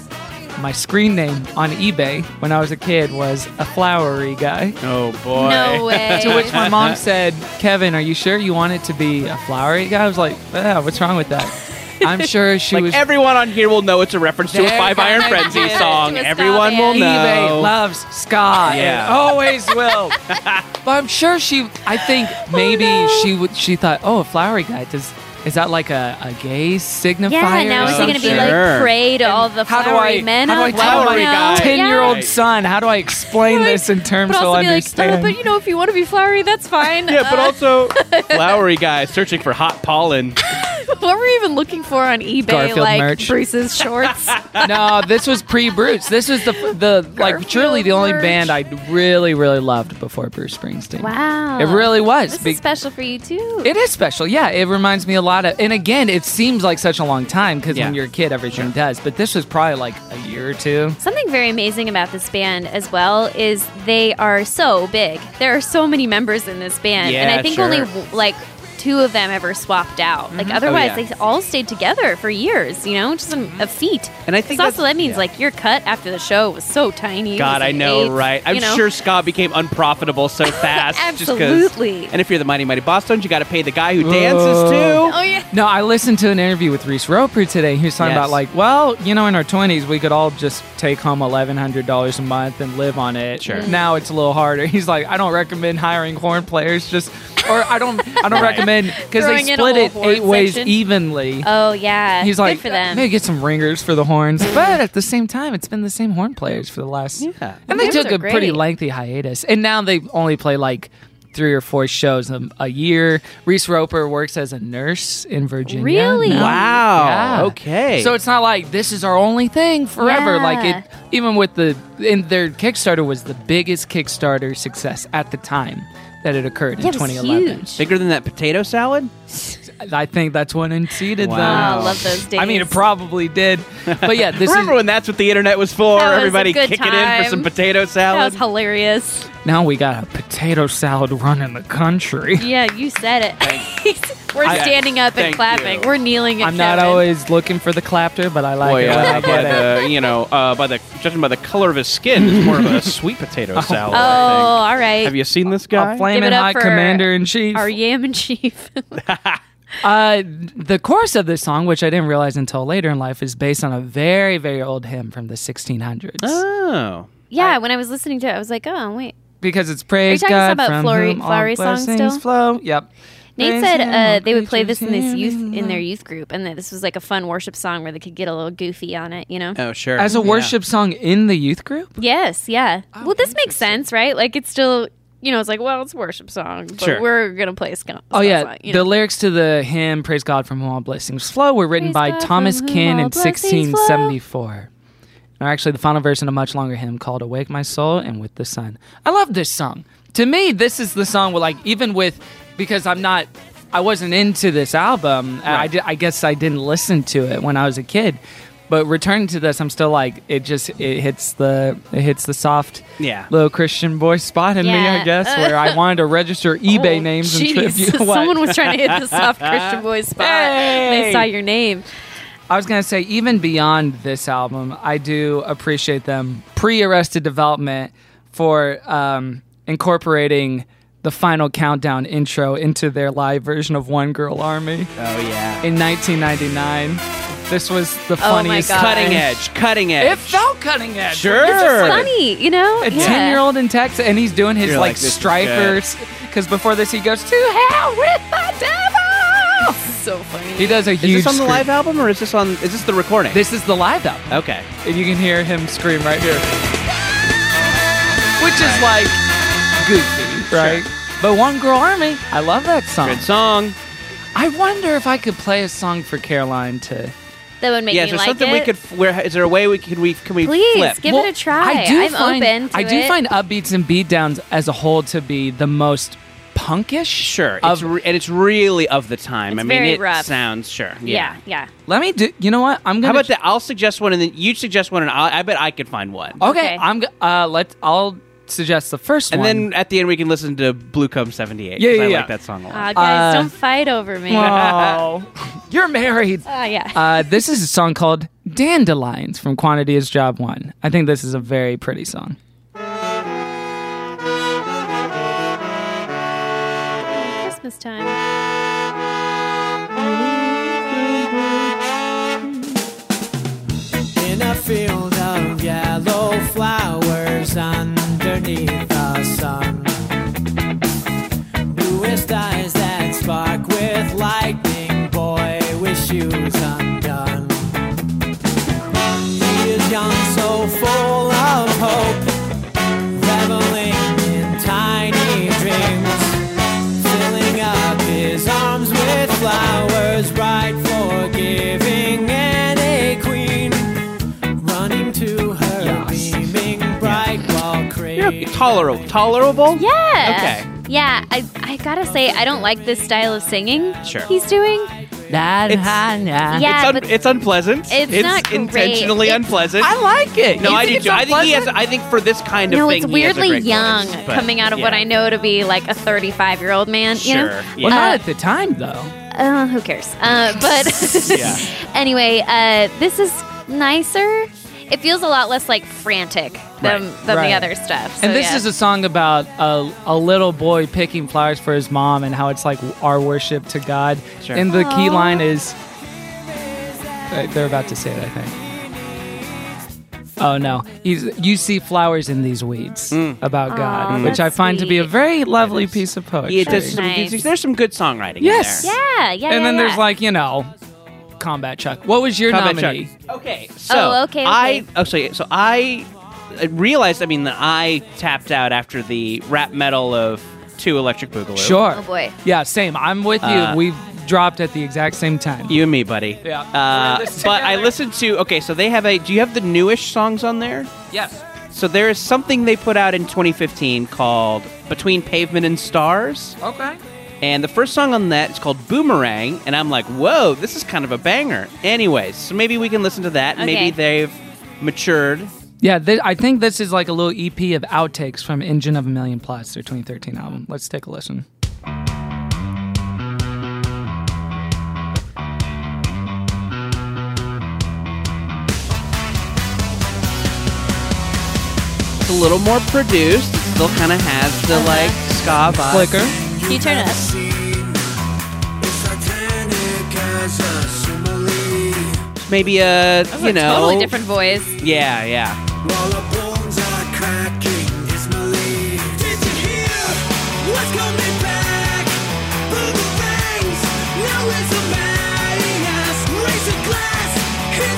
S1: my screen name on eBay when I was a kid was a flowery guy.
S5: oh boy.
S2: No way.
S1: To which my mom said, "Kevin, are you sure you want it to be a flowery guy?" I was like, "Yeah, what's wrong with that?" I'm sure she
S5: Like
S1: was.
S5: everyone on here will know it's a reference to a
S1: There
S5: Five Iron
S1: it
S5: Frenzy
S1: is.
S5: song.
S2: To a ska
S5: Everyone will
S2: band.
S1: eBay
S5: know.
S1: loves Scott.
S5: Yeah.
S1: and always will. but I'm sure she. I think maybe she would. She thought, oh, a flowery guy. Does is that like a, a gay signifier?
S2: Yeah. Now
S1: or
S2: is he going to be
S1: something?
S5: Sure.
S2: like prey to all the
S1: How do
S2: flowery
S1: I-
S2: men?
S1: how do I
S2: out
S1: tell
S2: there?
S1: my
S2: Yeah.
S1: Ten-year-old
S5: Right.
S1: son. How do I explain this in terms
S2: But
S1: they'll
S2: also be like, oh,
S1: understand?
S2: but you know, if you want to be flowery, that's fine.
S5: Yeah, but
S2: Uh,
S5: also flowery guy searching for hot pollen.
S2: what were you even looking for on eBay?
S1: Garfield
S2: like
S1: merch.
S2: Bruce's shorts.
S1: no, this was pre Bruce. This was the the like truly the only
S2: merch.
S1: band I really really loved before Bruce Springsteen.
S2: wow.
S1: It really was.
S2: This
S1: be-
S2: is special for you too.
S1: It is special. Yeah, it reminds me a lot of. And again, it seems like such a long time because
S5: Yeah.
S1: when you're a kid, everything does. But this was probably like a year or two.
S2: Something very amazing about this band as well is they are so big. There are so many members in this band, and
S5: Yeah,
S2: I think
S5: sure. Mm-hmm. Oh,
S2: only w- like two of them ever swapped out. Like otherwise,
S5: yeah. Mm-hmm.
S2: they all stayed together for years. You know, which is a, a feat.
S5: And I
S2: It's
S5: think
S2: also
S5: that's-
S2: that means
S5: yeah.
S2: like your cut after the show was so tiny. It
S5: God,
S2: was
S5: I
S2: an
S5: know,
S2: eighth,
S5: right? I'm
S2: you know?
S5: sure Scott became unprofitable so fast. just 'cause-
S2: Absolutely.
S5: and if you're the Mighty Mighty Boston, you got to pay the guy who dances
S1: Whoa.
S5: too.
S2: Oh yeah.
S1: No, I listened to an interview with Reese Roper today. He was talking
S5: Yes.
S1: about like, well, you know, in our twenties, we could all just take home eleven hundred dollars a month and live on it.
S5: Sure.
S1: Now it's a little harder. He's like, I don't recommend hiring horn players. Just or I don't I don't recommend because they
S2: Throwing in a
S1: split
S2: whole
S1: it
S2: horn
S1: eight ways
S2: section.
S1: evenly.
S2: Oh yeah,
S1: He's like,
S2: good for them.
S1: maybe get some ringers for the horns, but at the same time, it's been the same horn players for the last.
S5: Yeah.
S1: and they
S2: Those
S1: took
S2: are
S1: a pretty
S2: great.
S1: lengthy hiatus, and now they only play like three or four shows a, a year. Reese Roper works as a nurse in Virginia.
S2: Really?
S1: now.
S5: Wow.
S1: Yeah.
S5: Okay.
S1: So it's not like this is our only thing forever.
S2: Yeah.
S1: Like it, even with the and their Kickstarter was the biggest Kickstarter success at the time that it occurred
S2: yeah,
S1: in
S2: it was
S1: 2011.
S2: huge.
S5: bigger than that potato salad.
S1: I think that's what unseated them.
S2: Wow, Oh, love those days.
S1: I mean, it probably did, but yeah, this is
S5: Remember when that's what the internet was for?
S2: That was a
S5: Everybody
S2: good
S5: kicking in
S2: time.
S5: for some potato
S2: that was
S5: salad.
S2: hilarious.
S1: now we got a potato salad run in the country.
S2: Yeah, you said it. We're
S5: I-
S2: standing up and
S5: Thank
S2: clapping.
S5: you.
S2: We're kneeling. At
S1: I'm not
S2: Kevin.
S1: always looking for the clapter, but I like
S5: Boy,
S1: it. when Oh, I
S5: uh,
S1: get
S5: by
S1: it.
S5: the you know, uh, by the judging by the color of his skin, it's more of a sweet potato salad.
S2: Oh,
S5: I
S2: all
S5: think.
S2: right.
S5: have you seen this
S1: A
S5: guy?
S1: flaming
S2: it up
S1: hot
S2: for
S1: commander in chief.
S2: Our yam in chief.
S1: Uh, the chorus of this song, which I didn't realize until later in life, is based on a very, very old hymn from the 1600s.
S2: Uh,
S5: Oh,
S2: yeah, when I was listening to it, I was like, oh wait.
S1: because it's praise
S2: talking
S1: God
S2: about
S1: from
S2: flowery-
S1: whom all
S2: flowery songs
S1: blessings
S2: still?
S1: flow. Yep.
S2: Nate
S1: Praise
S2: said
S1: him,
S2: uh,
S1: all
S2: they would play
S1: creatures
S2: this in this
S1: here
S2: youth
S1: and
S2: in their
S1: now.
S2: youth group, and that this was like a fun worship song where they could get a little goofy on it, you know?
S5: oh, sure.
S1: as a
S5: Yeah.
S1: worship song in the youth group.
S2: Yes, yeah.
S1: Oh,
S2: well, this makes sense, right? Like it's still, you know, it's like, well, it's a worship song, but
S5: Sure.
S2: we're gonna play a song.
S1: Oh yeah,
S2: you
S1: the
S2: know?
S1: lyrics to the hymn "Praise God from whom all blessings flow" were written
S2: Praise
S1: by
S2: God
S1: Thomas
S2: from whom
S1: Kin in
S2: all blessings flow.
S1: 1674, and are actually the final verse in a much longer hymn called "Awake My Soul" and "With the Sun." I love this song. To me, this is the song where, like, even with because I'm not, I wasn't into this album. I- I, di- I guess I didn't listen to it when I was a kid. But returning to this, I'm still like it. Just it hits the it hits the soft
S5: Yeah.
S1: little Christian boy spot in me,
S2: Yeah.
S1: I guess, where I wanted to register eBay
S2: Oh,
S1: names
S2: jeez.
S1: and tribute. What?
S2: Someone was trying to hit the soft Christian boy spot. and
S1: Hey!
S2: They saw your name.
S1: I was gonna say, even beyond this album, I do appreciate them pre-Arrested Development for um, incorporating the final countdown intro into their live version of One Girl Army
S5: Oh yeah.
S1: in 1999. This was the
S2: Oh my
S1: funniest
S2: God.
S5: Cutting edge. Cutting edge.
S1: It felt cutting edge.
S5: Sure.
S1: It's just like
S2: Funny, you know?
S1: a ten-year-old in Texas, and he's doing his
S5: You're like,
S1: like,
S5: this is
S1: strikers. Because before this, he goes to hell with the devil.
S2: So funny.
S1: He does a
S5: Is
S1: huge.
S5: this on the
S1: scream.
S5: live album or is this on? Is this the recording?
S1: This is the live album.
S5: Okay.
S1: and you can hear him scream right here, which is like goofy, right? But One Girl Army, I love that song.
S5: Good song.
S1: I wonder if I could play a song for Caroline to.
S2: That would make
S5: yeah.
S2: me
S5: Is there
S2: like
S5: something
S2: it.
S5: we could? f- Where is there a way we can we can we
S2: Please
S5: flip?
S2: give it a try.
S1: I do
S2: I'm
S1: find,
S2: open to
S1: I do
S2: it.
S1: find upbeats and beatdowns as a whole to be the most punkish.
S5: Sure,
S1: of-
S5: it's re- and it's really of the time.
S2: It's
S5: I mean,
S2: very
S5: it
S2: rough.
S5: sounds sure.
S2: yeah,
S5: Yeah.
S2: yeah.
S1: let me do. You know what? I'm gonna.
S5: How about that? I'll suggest one, and then you suggest one, and I'll, I bet I could find one.
S1: Okay,
S2: Okay.
S1: I'm. g- Uh, let I'll suggest the first
S5: and
S1: one.
S5: then at the end we can listen to Blue Cum '78. 'cause
S1: Yeah, yeah,
S5: I
S1: yeah.
S5: like that song a lot.
S2: Aw, guys,
S1: Uh,
S2: don't fight over me.
S1: oh, you're married.
S2: Ah, yeah.
S1: Uh, this is a song called Dandelions from Quantity is Job One. I think this is a very pretty song.
S2: Christmas time.
S6: In a field of yellow flowers underneath the sun. Bluest eyes that spark with lightning, boy with shoes undone. He is young, so full of hope, reveling in tiny dreams. Filling up his arms with flowers, bright, forgiving, and a queen. Running to her, beaming bright while
S5: You're
S6: craving.
S5: tolerable. Tolerable.
S2: Yeah.
S5: Okay.
S2: Yeah, I, I gotta say, I don't like this style of singing
S5: Sure.
S2: he's doing.
S5: It's,
S2: Yeah,
S5: un-
S2: but
S5: it's unpleasant.
S2: It's not great.
S5: intentionally
S2: It's-
S5: unpleasant.
S1: I like it.
S5: no,
S1: You
S5: I do.
S1: think
S5: too. I think he has. I think for this kind of
S2: no,
S5: thing,
S2: it's
S5: he has a
S2: weirdly
S5: great voice,
S2: young
S5: but-
S2: coming out of what
S5: yeah.
S2: I know to be like a 35 year old man. You know?
S5: Sure.
S1: Well,
S5: Yeah.
S1: not at the time though.
S2: Uh, who cares? Uh, but
S5: Yeah.
S2: anyway, uh, this is nicer. It feels a lot less like frantic than, than
S1: Right.
S2: the other stuff. So,
S1: and this
S2: yeah.
S1: is a song about a, a little boy picking flowers for his mom and how it's like our worship to God.
S5: Sure.
S1: And the key line is. Right, they're about to say it, I think. Oh no, you, you see flowers in these weeds about God,
S2: Aw,
S1: which I
S2: that's
S1: find to be a
S2: sweet.
S1: very lovely piece of poetry.
S5: Yeah, there's some,
S2: Nice.
S5: there's- there's some good songwriting.
S1: Yes.
S5: In there.
S2: Yeah, yeah.
S1: and
S2: yeah,
S1: then
S2: yeah.
S1: there's like you know, Combat Chuck. What was your
S5: Combat
S1: nominee?
S5: Chuck. Okay. So
S2: Oh, okay,
S5: I
S2: okay.
S5: oh so yeah, so I I realized. I mean that I tapped out after the rap metal of two electric boogaloo.
S1: Sure.
S2: Oh boy.
S1: Yeah, same. I'm with you.
S5: Uh,
S1: we dropped at the exact same time.
S5: You and me, buddy.
S1: Yeah.
S5: Uh,
S1: We're in this
S5: but I
S1: together.
S5: listened to. Okay, so they have a. Do you have the newish songs on there?
S1: yes.
S5: So there is something they put out in 2015 called Between Pavement and Stars.
S1: Okay.
S5: And the first song on that is called Boomerang, and I'm like, whoa, this is kind of a banger. Anyways, so maybe we can listen to that.
S2: Okay.
S5: Maybe they've matured.
S1: Yeah, thi- I think this is like a little EP of outtakes from Engine of a Million Plots, their 2013 album. Let's take a listen.
S5: It's a little more produced. It still kind of has the
S2: Uh-huh.
S5: like ska vibe.
S1: Flicker.
S2: Can you turn it up?
S5: Maybe a you know
S2: Oh, totally different voice.
S5: Yeah, yeah.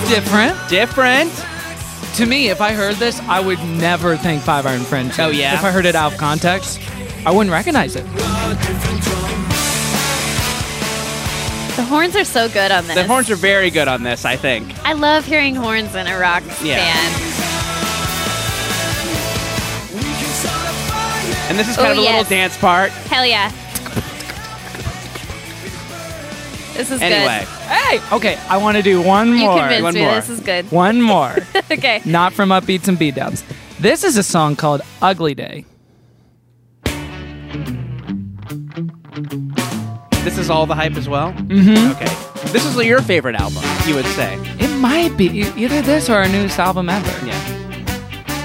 S1: Different.
S5: Different.
S1: To me, if I heard this, I would never think Five Iron Friend.
S5: Oh, yeah?
S1: If I heard it out of context, I wouldn't recognize it.
S2: The horns are so good on this.
S5: The horns are very good on this, I think.
S2: I love hearing horns in a rock
S5: Yeah.
S2: band.
S5: And this is
S2: Oh,
S5: kind of a
S2: yes.
S5: little dance part.
S2: Hell yeah. This is
S5: Anyway,
S1: Hey, okay, I want to do one
S2: good. You
S1: more.
S2: convinced
S5: one
S2: me.
S5: more.
S2: This is good.
S1: One more.
S2: Okay.
S1: Not from Upbeats and Beatdowns. This is a song called Ugly Day.
S5: this is all the hype as well. Mm-hmm. Okay, this is your favorite album, you would say.
S1: It might be e- either this or our newest album ever.
S5: Yeah.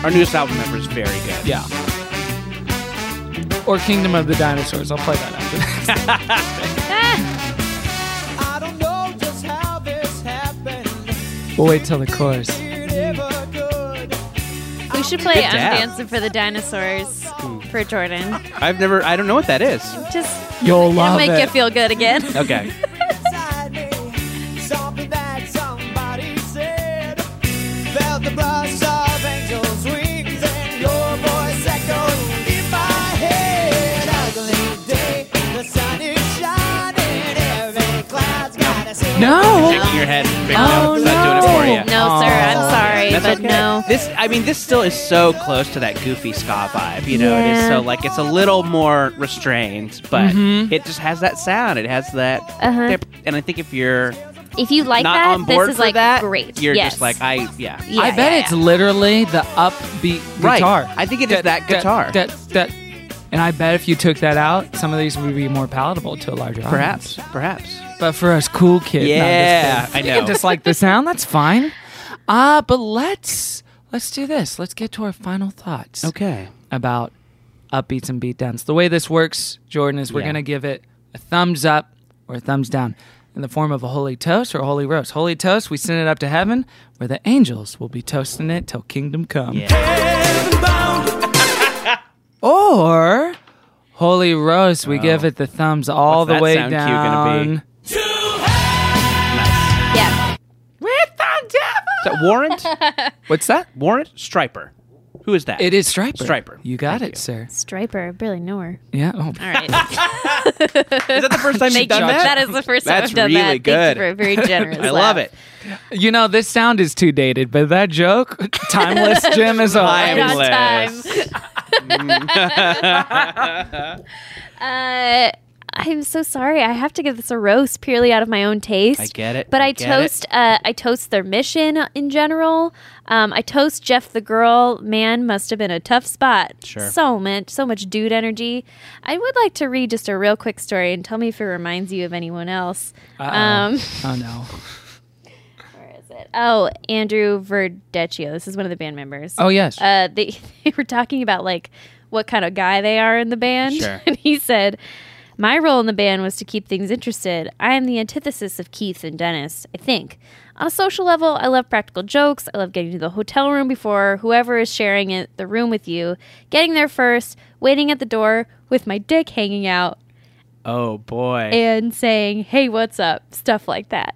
S5: Our newest album member is very good.
S1: Yeah. Or Kingdom of the Dinosaurs. I'll play that after. this.
S2: Ah,
S6: I don't know just how this happened.
S1: we'll wait till the chorus.
S6: It ever good.
S2: we should play I'm
S5: dab.
S2: Dancing for the Dinosaurs for Jordan.
S5: I've never. I don't know what that is.
S2: Just
S1: You'll
S2: it'll
S1: love
S2: make
S1: it.
S2: you feel good again.
S5: Okay.
S6: inside me. Something that somebody said. Felt the brush of angels' wings and your voice echoed in my head. Ugly day, the sun is shining. Every cloud's got a silver
S1: no.
S5: Shaking your head. Big
S1: Oh,
S5: no, it's not doing it for
S1: no.
S5: you.
S2: No, sir. I'm
S1: Aw.
S2: sorry,
S5: That's
S2: but
S5: okay.
S2: no.
S5: This, I mean, this still is so close to that goofy ska vibe. You know, it is
S2: Yeah. Mm-hmm.
S5: so like it's a little more restrained, but it just has that sound. It has that.
S2: Uh-huh.
S5: dip. And I think if you're
S2: If you like
S5: not
S2: that,
S5: on board
S2: this is
S5: for
S2: like
S5: that,
S2: great.
S5: You're
S2: yes.
S5: just like I, yeah.
S2: Yeah,
S1: I bet
S2: yeah,
S1: it's
S2: yeah.
S1: literally the upbeat
S5: Right.
S1: guitar.
S5: I think it is that guitar.
S1: That, that, and I bet if you took that out, some of these would be more palatable to a larger audience.
S5: Perhaps, perhaps.
S1: But for us cool kids, no, I'm
S5: Yeah,
S1: just
S5: I
S1: kidding. You can
S5: know.
S1: dislike the sound. That's fine. Uh, but let's let's do this. Let's get to our final thoughts
S5: Okay.
S1: about upbeats and beatdowns. The way this works, Jordan, is we're
S5: Yeah.
S1: gonna give it a thumbs up or a thumbs down in the form of a holy toast or a holy roast. Holy toast, we send it up to heaven, where the angels will be toasting it till kingdom come. Or holy roast, we give it the thumbs all
S5: What's
S1: the
S5: that
S1: way
S5: sound cue
S1: down.
S5: gonna be?
S2: Yeah.
S5: Is that Warrant?
S1: What's that?
S5: Warrant Striper. Who is that?
S1: It is Striper.
S5: Striper.
S1: You got
S5: Thank
S1: it,
S5: you.
S1: sir.
S2: Striper. I barely know her.
S1: Yeah. Oh,
S2: All right.
S5: Is that the first time you've
S2: Thank you.
S5: done that?
S2: That is the first time
S5: That's
S2: I've done
S5: really
S2: that. Thank you
S5: good.
S2: for a very generous.
S5: I love
S2: laugh.
S5: it.
S1: You know, this sound is too dated, but that joke, timeless Jim is
S2: Right
S1: alive.
S2: on time.
S5: Timeless.
S2: Mm. Uh, I'm so sorry. I have to give this a roast purely out of my own taste.
S5: I get it.
S2: But
S5: I
S2: I,
S5: get it.
S2: toast. Uh, I toast their mission in general. Um, I toast Jeff the girl. Man must have been a tough spot.
S5: Sure.
S2: So much, so much dude energy. I would like to read just a real quick story and tell me if it reminds you of anyone else. Um,
S1: Oh no.
S2: where is it? Oh, Andrew Verdecchio. This is one of the band members.
S1: Oh yes.
S2: uh, they, they were talking about like what kind of guy they are in the band
S5: Sure.
S2: and he said My role in the band was to keep things interested. I am the antithesis of Keith and Dennis, I think. On a social level, I love practical jokes. I love getting to the hotel room before whoever is sharing it, the room with you, getting there first, waiting at the door with my dick hanging out,
S5: Oh boy,
S2: and saying, hey, what's up? Stuff like that.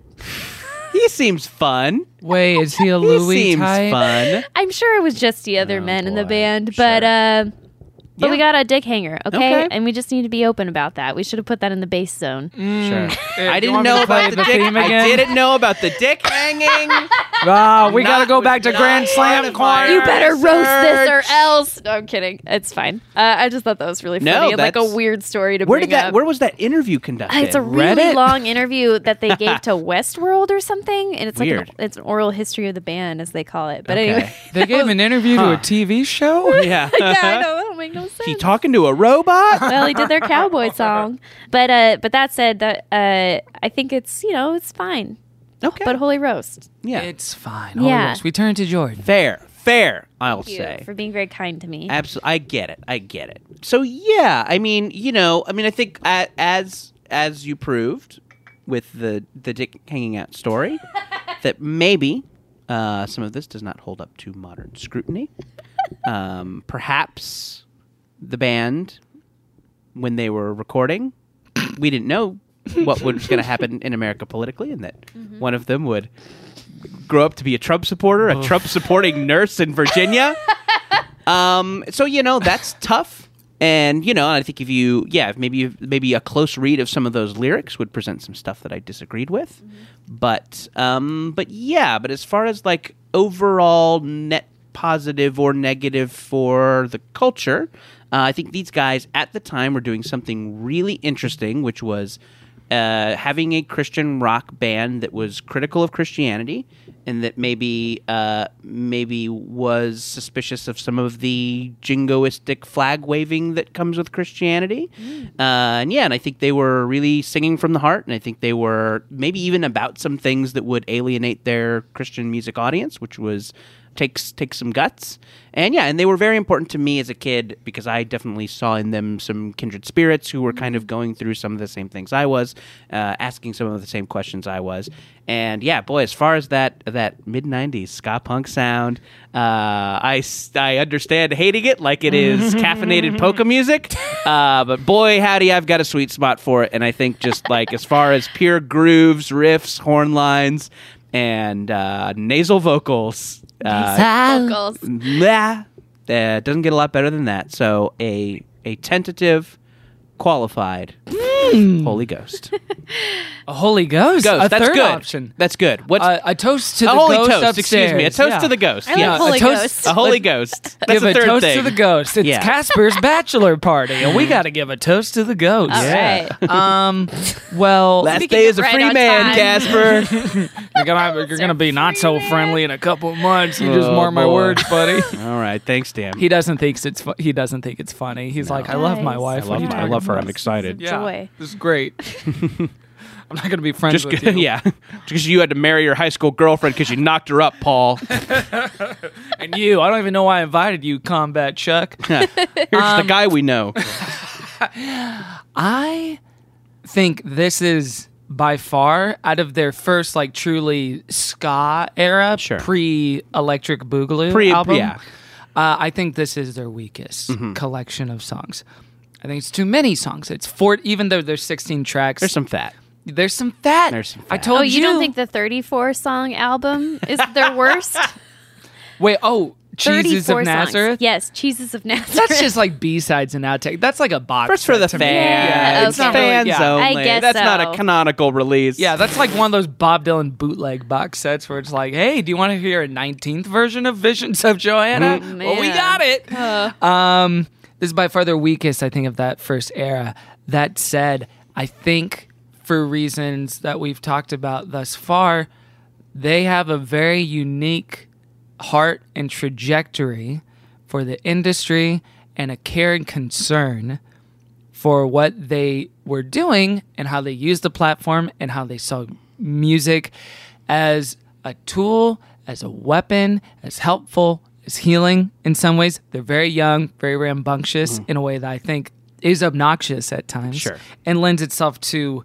S5: he seems fun.
S1: Wait, is he a
S5: He
S1: Louis
S5: seems
S1: type?
S5: fun.
S2: I'm sure it was just the
S5: Oh,
S2: other men in the
S4: boy.
S2: band, but uh, but we got a dick hanger, okay?
S5: Okay.
S2: And we just need to be open about that. We should have put that in the bass zone.
S5: Sure.
S1: you
S5: I didn't
S1: want me
S5: know
S1: to play
S5: about the,
S1: the
S5: dick.
S1: theme
S5: I
S1: again?
S5: didn't know about the dick hanging.
S1: Ah, we got to
S5: Not-
S1: go back to
S5: not
S1: Grand Slam
S5: one of
S1: Choir.
S5: my-
S2: You better roast this or
S5: Research.
S2: else. No, I'm kidding. It's fine. Uh, I just thought that was really
S5: No,
S2: funny. and like a
S5: that's-
S2: weird story to
S5: Where
S2: bring
S5: did that?
S2: up.
S5: Where was that interview conducted?
S2: Uh, it's a really long interview that they gave to Westworld or something, and it's like
S5: Weird.
S2: an, it's an oral history of the band, as they call it. But
S5: Okay.
S2: anyway,
S1: They gave an interview to a TV show?
S5: yeah.
S2: yeah, I know that don't make no sense.
S5: He talking to a robot?
S2: well, he did their cowboy song, but uh, but that said, that uh, I think it's you know it's fine.
S5: Okay.
S2: But holy roast,
S5: yeah.
S1: It's fine.
S2: Yeah.
S1: Yeah. We turn to Jordan.
S5: fair. Fair. I'll
S2: Thank you
S5: say.
S2: for being very kind to me.
S5: Absolutely, I get it. I get it. So yeah, I mean, you know, I mean, I think a- as as you proved with the the dick hanging out story, that maybe uh, some of this does not hold up to modern scrutiny. Um, perhaps the band, when they were recording, we didn't know what was going to happen in America politically, and that one of them would grow up to be a Trump supporter, a Trump supporting nurse in Virginia. Um, so you know that's tough, and you know I think if you yeah if maybe maybe a close read of some of those lyrics would present some stuff that I disagreed with, but um, but yeah, but as far as like overall net positive or negative for the culture, uh, I think these guys at the time were doing something really interesting, which was uh, having a Christian rock band that was critical of Christianity and that maybe uh, maybe was suspicious of some of the jingoistic flag waving that comes with Christianity. Uh, and yeah, and I think they were really singing from the heart, and I think they were maybe even about some things that would alienate their Christian music audience, which was takes takes some guts and yeah and they were very important to me as a kid because i definitely saw in them some kindred spirits who were kind of going through some of the same things i was uh, asking some of the same questions i was and yeah boy as far as that that mid-90s ska punk sound uh, I, s- I understand hating it like it is caffeinated polka music uh, but boy howdy i've got a sweet spot for it and i think just like as far as pure grooves riffs horn lines and uh, nasal vocals uh,
S2: Vocals.
S5: Nah, that doesn't get a lot better than that. So a a tentative, qualified Holy Ghost.
S1: A Holy Ghost?
S5: Ghost.
S1: a
S5: that's
S1: third
S5: good.
S1: option.
S5: That's good. What's
S1: a, a toast to
S5: a
S1: the
S5: holy
S1: ghost
S5: toast?
S1: upstairs.
S5: Excuse me. A toast
S1: Yeah.
S5: to the ghost.
S2: I like
S5: yeah.
S1: a
S2: Holy
S1: toast-
S2: Ghost.
S5: a holy ghost. That's
S1: give
S5: the
S1: a
S5: third
S1: toast
S5: thing.
S1: to the ghost. It's
S5: Yeah.
S1: Casper's bachelor party, and we got to give a toast to the ghost.
S2: All right.
S1: Um. Well,
S5: Last
S2: Speaking
S5: day is a
S2: right
S5: free
S2: on
S5: man,
S2: time.
S5: Casper.
S1: you're gonna you're gonna be not so friendly in a couple of months. You just
S5: Oh,
S1: mark my
S5: boy.
S1: words, buddy.
S5: All right. Thanks, Dan.
S1: He doesn't think it's fu- he doesn't think it's funny. He's like, I love my
S2: Guys.
S1: wife.
S5: I
S1: What
S5: love,
S1: are you
S5: I
S1: talking
S5: love her.
S1: about?
S5: I'm excited.
S1: Yeah,
S2: Joy.
S1: this is great. I'm not gonna be friends
S5: Just
S1: with
S5: c-
S1: you.
S5: yeah, because you had to marry your high school girlfriend because you knocked her up, Paul.
S1: And you, I don't even know why I invited you, Combat Chuck.
S5: Here's the guy we know.
S1: I think this is by far out of their first like truly ska era
S5: Sure.
S1: pre Electric Boogaloo
S5: Pre-
S1: album.
S5: yeah. Mm-hmm.
S1: Uh, I think this is their weakest collection of songs. I think it's too many songs. It's four, even though there's 16 tracks.
S5: There's some fat.
S1: there's some fat.
S5: There's some
S1: I
S5: fat.
S1: told
S2: oh,
S1: you.
S2: you don't think the 34 song album is their worst?
S1: Wait, oh, Jesus
S2: 34
S1: of Nazareth.
S2: Songs. Yes, Cheeses of Nazareth.
S1: That's just like B sides and outtake. That's like a box.
S5: First for
S1: set
S5: the
S1: to me.
S5: fans.
S2: Yeah,
S5: It's
S2: okay.
S5: fans
S1: Yeah.
S2: I
S5: only.
S2: guess
S5: That's not
S2: so.
S5: a canonical release.
S1: Yeah, that's like one of those Bob Dylan bootleg box sets where it's like, hey, do you want to hear a 19th version of Visions of Joanna? Well, we
S2: Man.
S1: got it. Um, this is by far their weakest, I think, of that first era. That said, I think for reasons that we've talked about thus far, they have a very unique heart and trajectory for the industry and a care and concern for what they were doing and how they used the platform and how they saw music as a tool, as a weapon, as helpful, as healing in some ways. They're very young, very rambunctious in a way that I think is obnoxious at times
S5: Mm-hmm. Sure.
S1: and lends itself to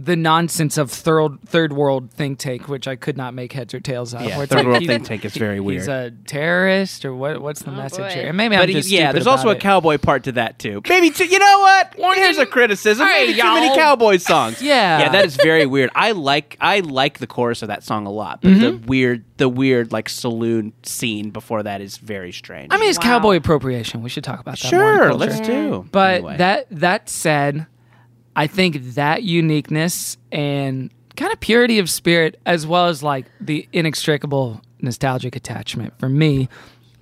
S1: the nonsense of third, third world think tank, which I could not make heads or tails of.
S5: Yeah,
S1: where it's
S5: third
S1: like
S5: world
S1: he-
S5: think tank is very
S1: He's
S5: weird.
S1: a terrorist, or what? What's the message
S2: boy.
S1: here? And maybe
S5: But
S1: I'm
S5: he-
S1: just
S5: yeah,
S1: stupid
S5: there's also a
S1: about it.
S5: cowboy part to that too. Maybe too, you know what? Here's a criticism.
S1: Hey,
S5: Maybe too many
S1: y'all.
S5: cowboy songs.
S1: Yeah.
S5: yeah, that is very weird. I like I like the chorus of that song a lot, but the weird the weird like saloon scene before that is very strange.
S1: I mean, it's
S2: Wow.
S1: cowboy appropriation. We should talk about that. more in
S5: sure,
S1: culture.
S5: let's do.
S1: But
S5: Anyway.
S1: that that said, I think that uniqueness and kind of purity of spirit, as well as like the inextricable nostalgic attachment for me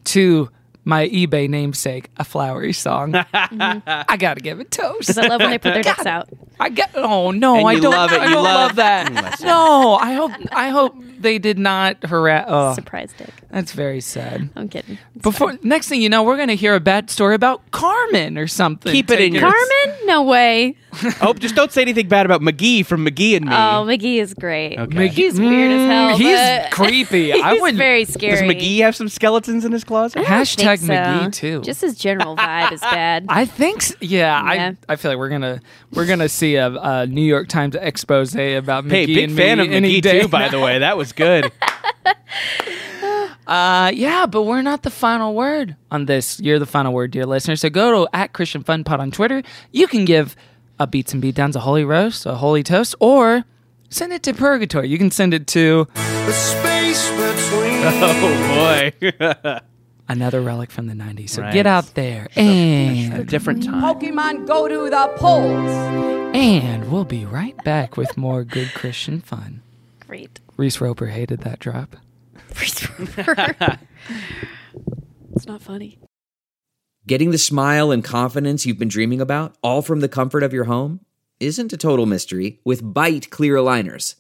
S1: to my eBay namesake, a flowery song. Mm-hmm. I gotta give it toast.
S2: Because I love when they put their dicks out.
S1: I get. Oh no,
S5: And
S1: I
S5: you
S1: don't.
S5: love it,
S1: I
S5: you
S1: don't
S5: love-
S1: love,
S5: Mm,
S1: that. no, I hope. I hope they did not harass. Oh,
S2: Surprise dick.
S1: that's very sad.
S2: I'm kidding. It's
S1: Before next thing you know, we're gonna hear a bad story about Carmen or something.
S5: Keep it in
S1: Take
S5: your-
S2: Carmen? No way.
S5: oh, just don't say anything bad about McGee from McGee and Me.
S2: Oh, McGee is great.
S5: Okay.
S2: He's weird as hell.
S1: He's
S2: but-
S1: creepy. I
S2: he's
S1: wouldn't.
S2: very
S5: Does
S2: scary.
S5: McGee have some skeletons in his closet?
S2: I don't
S1: Hashtag
S2: think so.
S1: McGee, too.
S2: Just his general vibe is bad.
S1: I think. s- Yeah,
S2: Yeah.
S1: I. I feel like we're gonna we're gonna see a, a New York Times expose about McGee
S5: Hey, big
S1: and
S5: fan
S1: me
S5: of
S1: any
S5: McGee
S1: day.
S5: too, by the way. That was good.
S1: Uh, yeah, but we're not the final word on this. You're the final word, dear listener. So go to at Christian Fun Pod on Twitter. You can give a Beats and Beatdowns a holy roast, a holy toast, or send it to Purgatory. You can send it to
S6: The space between.
S5: oh boy.
S1: another relic from the 90s. So
S5: Right.
S1: get out there. And,
S5: A different time.
S7: Pokemon go to the polls.
S1: and we'll be right back with more good Christian fun.
S2: Great.
S1: Reese Roper hated that drop.
S2: it's not funny.
S8: Getting the smile and confidence you've been dreaming about, all from the comfort of your home, isn't a total mystery with bite clear aligners.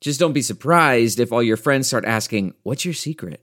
S8: Just don't be surprised if all your friends start asking, What's your secret?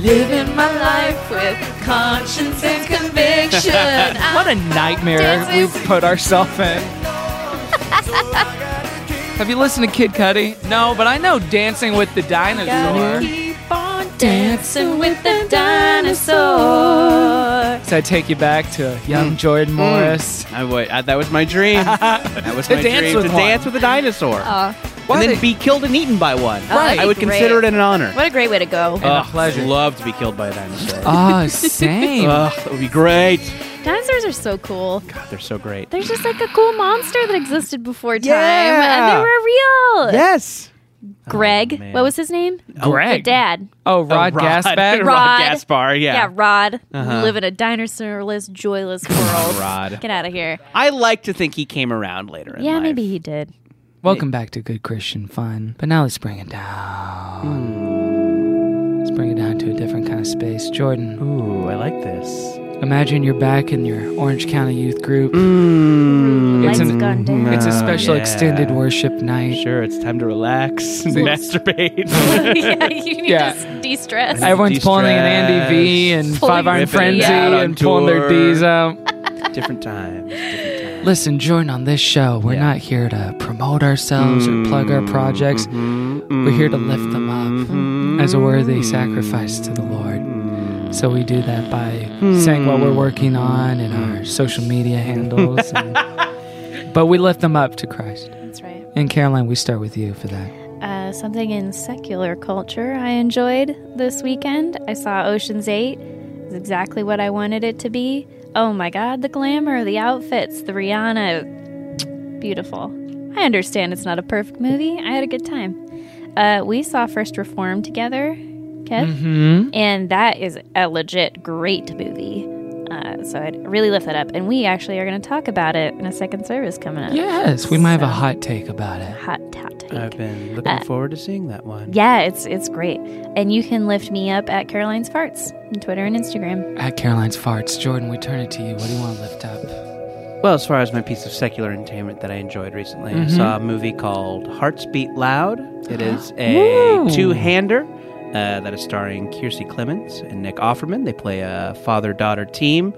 S2: Living my life with conscience and conviction.
S1: What a nightmare we
S2: Dances.
S1: put ourselves in. Have you listened to Kid Cudi? No, but I know Dancing with the Dinosaur.
S2: Keep on dancing with the dinosaur.
S1: So I take you back to young Jordan Morris.
S5: I wa- I- that was my dream. That was
S1: To
S5: my
S1: dance
S5: dream
S1: with
S5: to
S1: one.
S5: dance with a dinosaur.
S1: Why
S5: and then
S1: they-
S5: be killed and eaten by one.
S1: Right.
S5: I would
S2: Uh, Great.
S5: consider it an honor.
S2: What a great way to go.
S1: a
S5: Ugh,
S1: pleasure.
S5: Love to be killed by a dinosaur.
S1: Oh, same.
S5: Ugh, that would be great.
S2: Dinosaurs are so cool.
S5: God, they're so great.
S2: There's just like a cool monster that existed before time, and
S5: Yeah.
S2: they were real.
S5: Yes.
S2: Greg,
S5: Oh, man.
S2: what was his name? The
S1: Greg.
S2: dad.
S1: Oh, Rod, Gaspar.
S5: Rod,
S2: Rod.
S5: Gaspar, yeah.
S2: Yeah,
S5: Uh-huh.
S2: Rod. We live in a dinosaurless, joyless world.
S5: Rod.
S2: Get out of here.
S5: I like to think he came around later in
S2: Yeah,
S5: life.
S2: maybe he did.
S1: Welcome back to Good Christian Fun. But now let's bring it down. Let's bring it down to a different kind of space. Jordan,
S5: Ooh, I like this.
S1: imagine you're back in your Orange County youth group.
S2: Mm. Lights
S1: an-
S2: gone down.
S1: It's a
S5: Oh,
S1: special
S5: yeah.
S1: extended worship night.
S5: Sure, it's time to relax and masturbate.
S2: yeah, you need
S1: Yeah.
S2: to de-stress.
S1: Everyone's pulling an Andy V
S5: De-stress.
S1: and
S2: Pulling
S1: Five Iron
S5: Ripping
S1: Frenzy
S2: it
S5: out on
S1: and pulling their
S5: tour.
S1: D's out.
S5: different times. Different times.
S1: Listen, Jordan, on this show, we're
S5: Yeah. Mm-hmm.
S1: not here to promote ourselves or plug our projects. We're here to lift them up
S5: Mm-hmm.
S1: as a worthy sacrifice to the Lord.
S5: Mm.
S1: So we do that by saying what we're working on in
S5: Mm.
S1: our social media handles. and- but we lift them up to Christ.
S2: That's right.
S1: And Caroline, we start with you for that.
S2: Uh, something in secular culture I enjoyed this weekend. I saw Ocean's Eight. It's exactly what I wanted it to be. Oh my god, the glamour, the outfits, the Rihanna. Beautiful. I understand it's not a perfect movie. I had a good time. Uh, we saw First Reform together, Kev,
S5: Mm-hmm.
S2: and that is a legit great movie. Uh, so I'd really lift that up. And we actually are going to talk about it in a second service coming up.
S1: Yes, we might have a
S2: So-
S1: hot take about it.
S2: Hot tot.
S5: I've been looking
S2: Uh,
S5: forward to seeing that one.
S2: Yeah, it's it's great. And you can lift me up at Caroline's Farts on Twitter and Instagram.
S1: At Caroline's Farts, Jordan, we turn it to you. What do you want to lift up?
S5: Well, as far as my piece of secular entertainment that I enjoyed recently, I
S1: Mhm.
S5: saw a movie called Hearts Beat Loud. It is a
S1: Ooh.
S5: two hander uh, that is starring Kiersey Clemens and Nick Offerman. They play a father daughter team.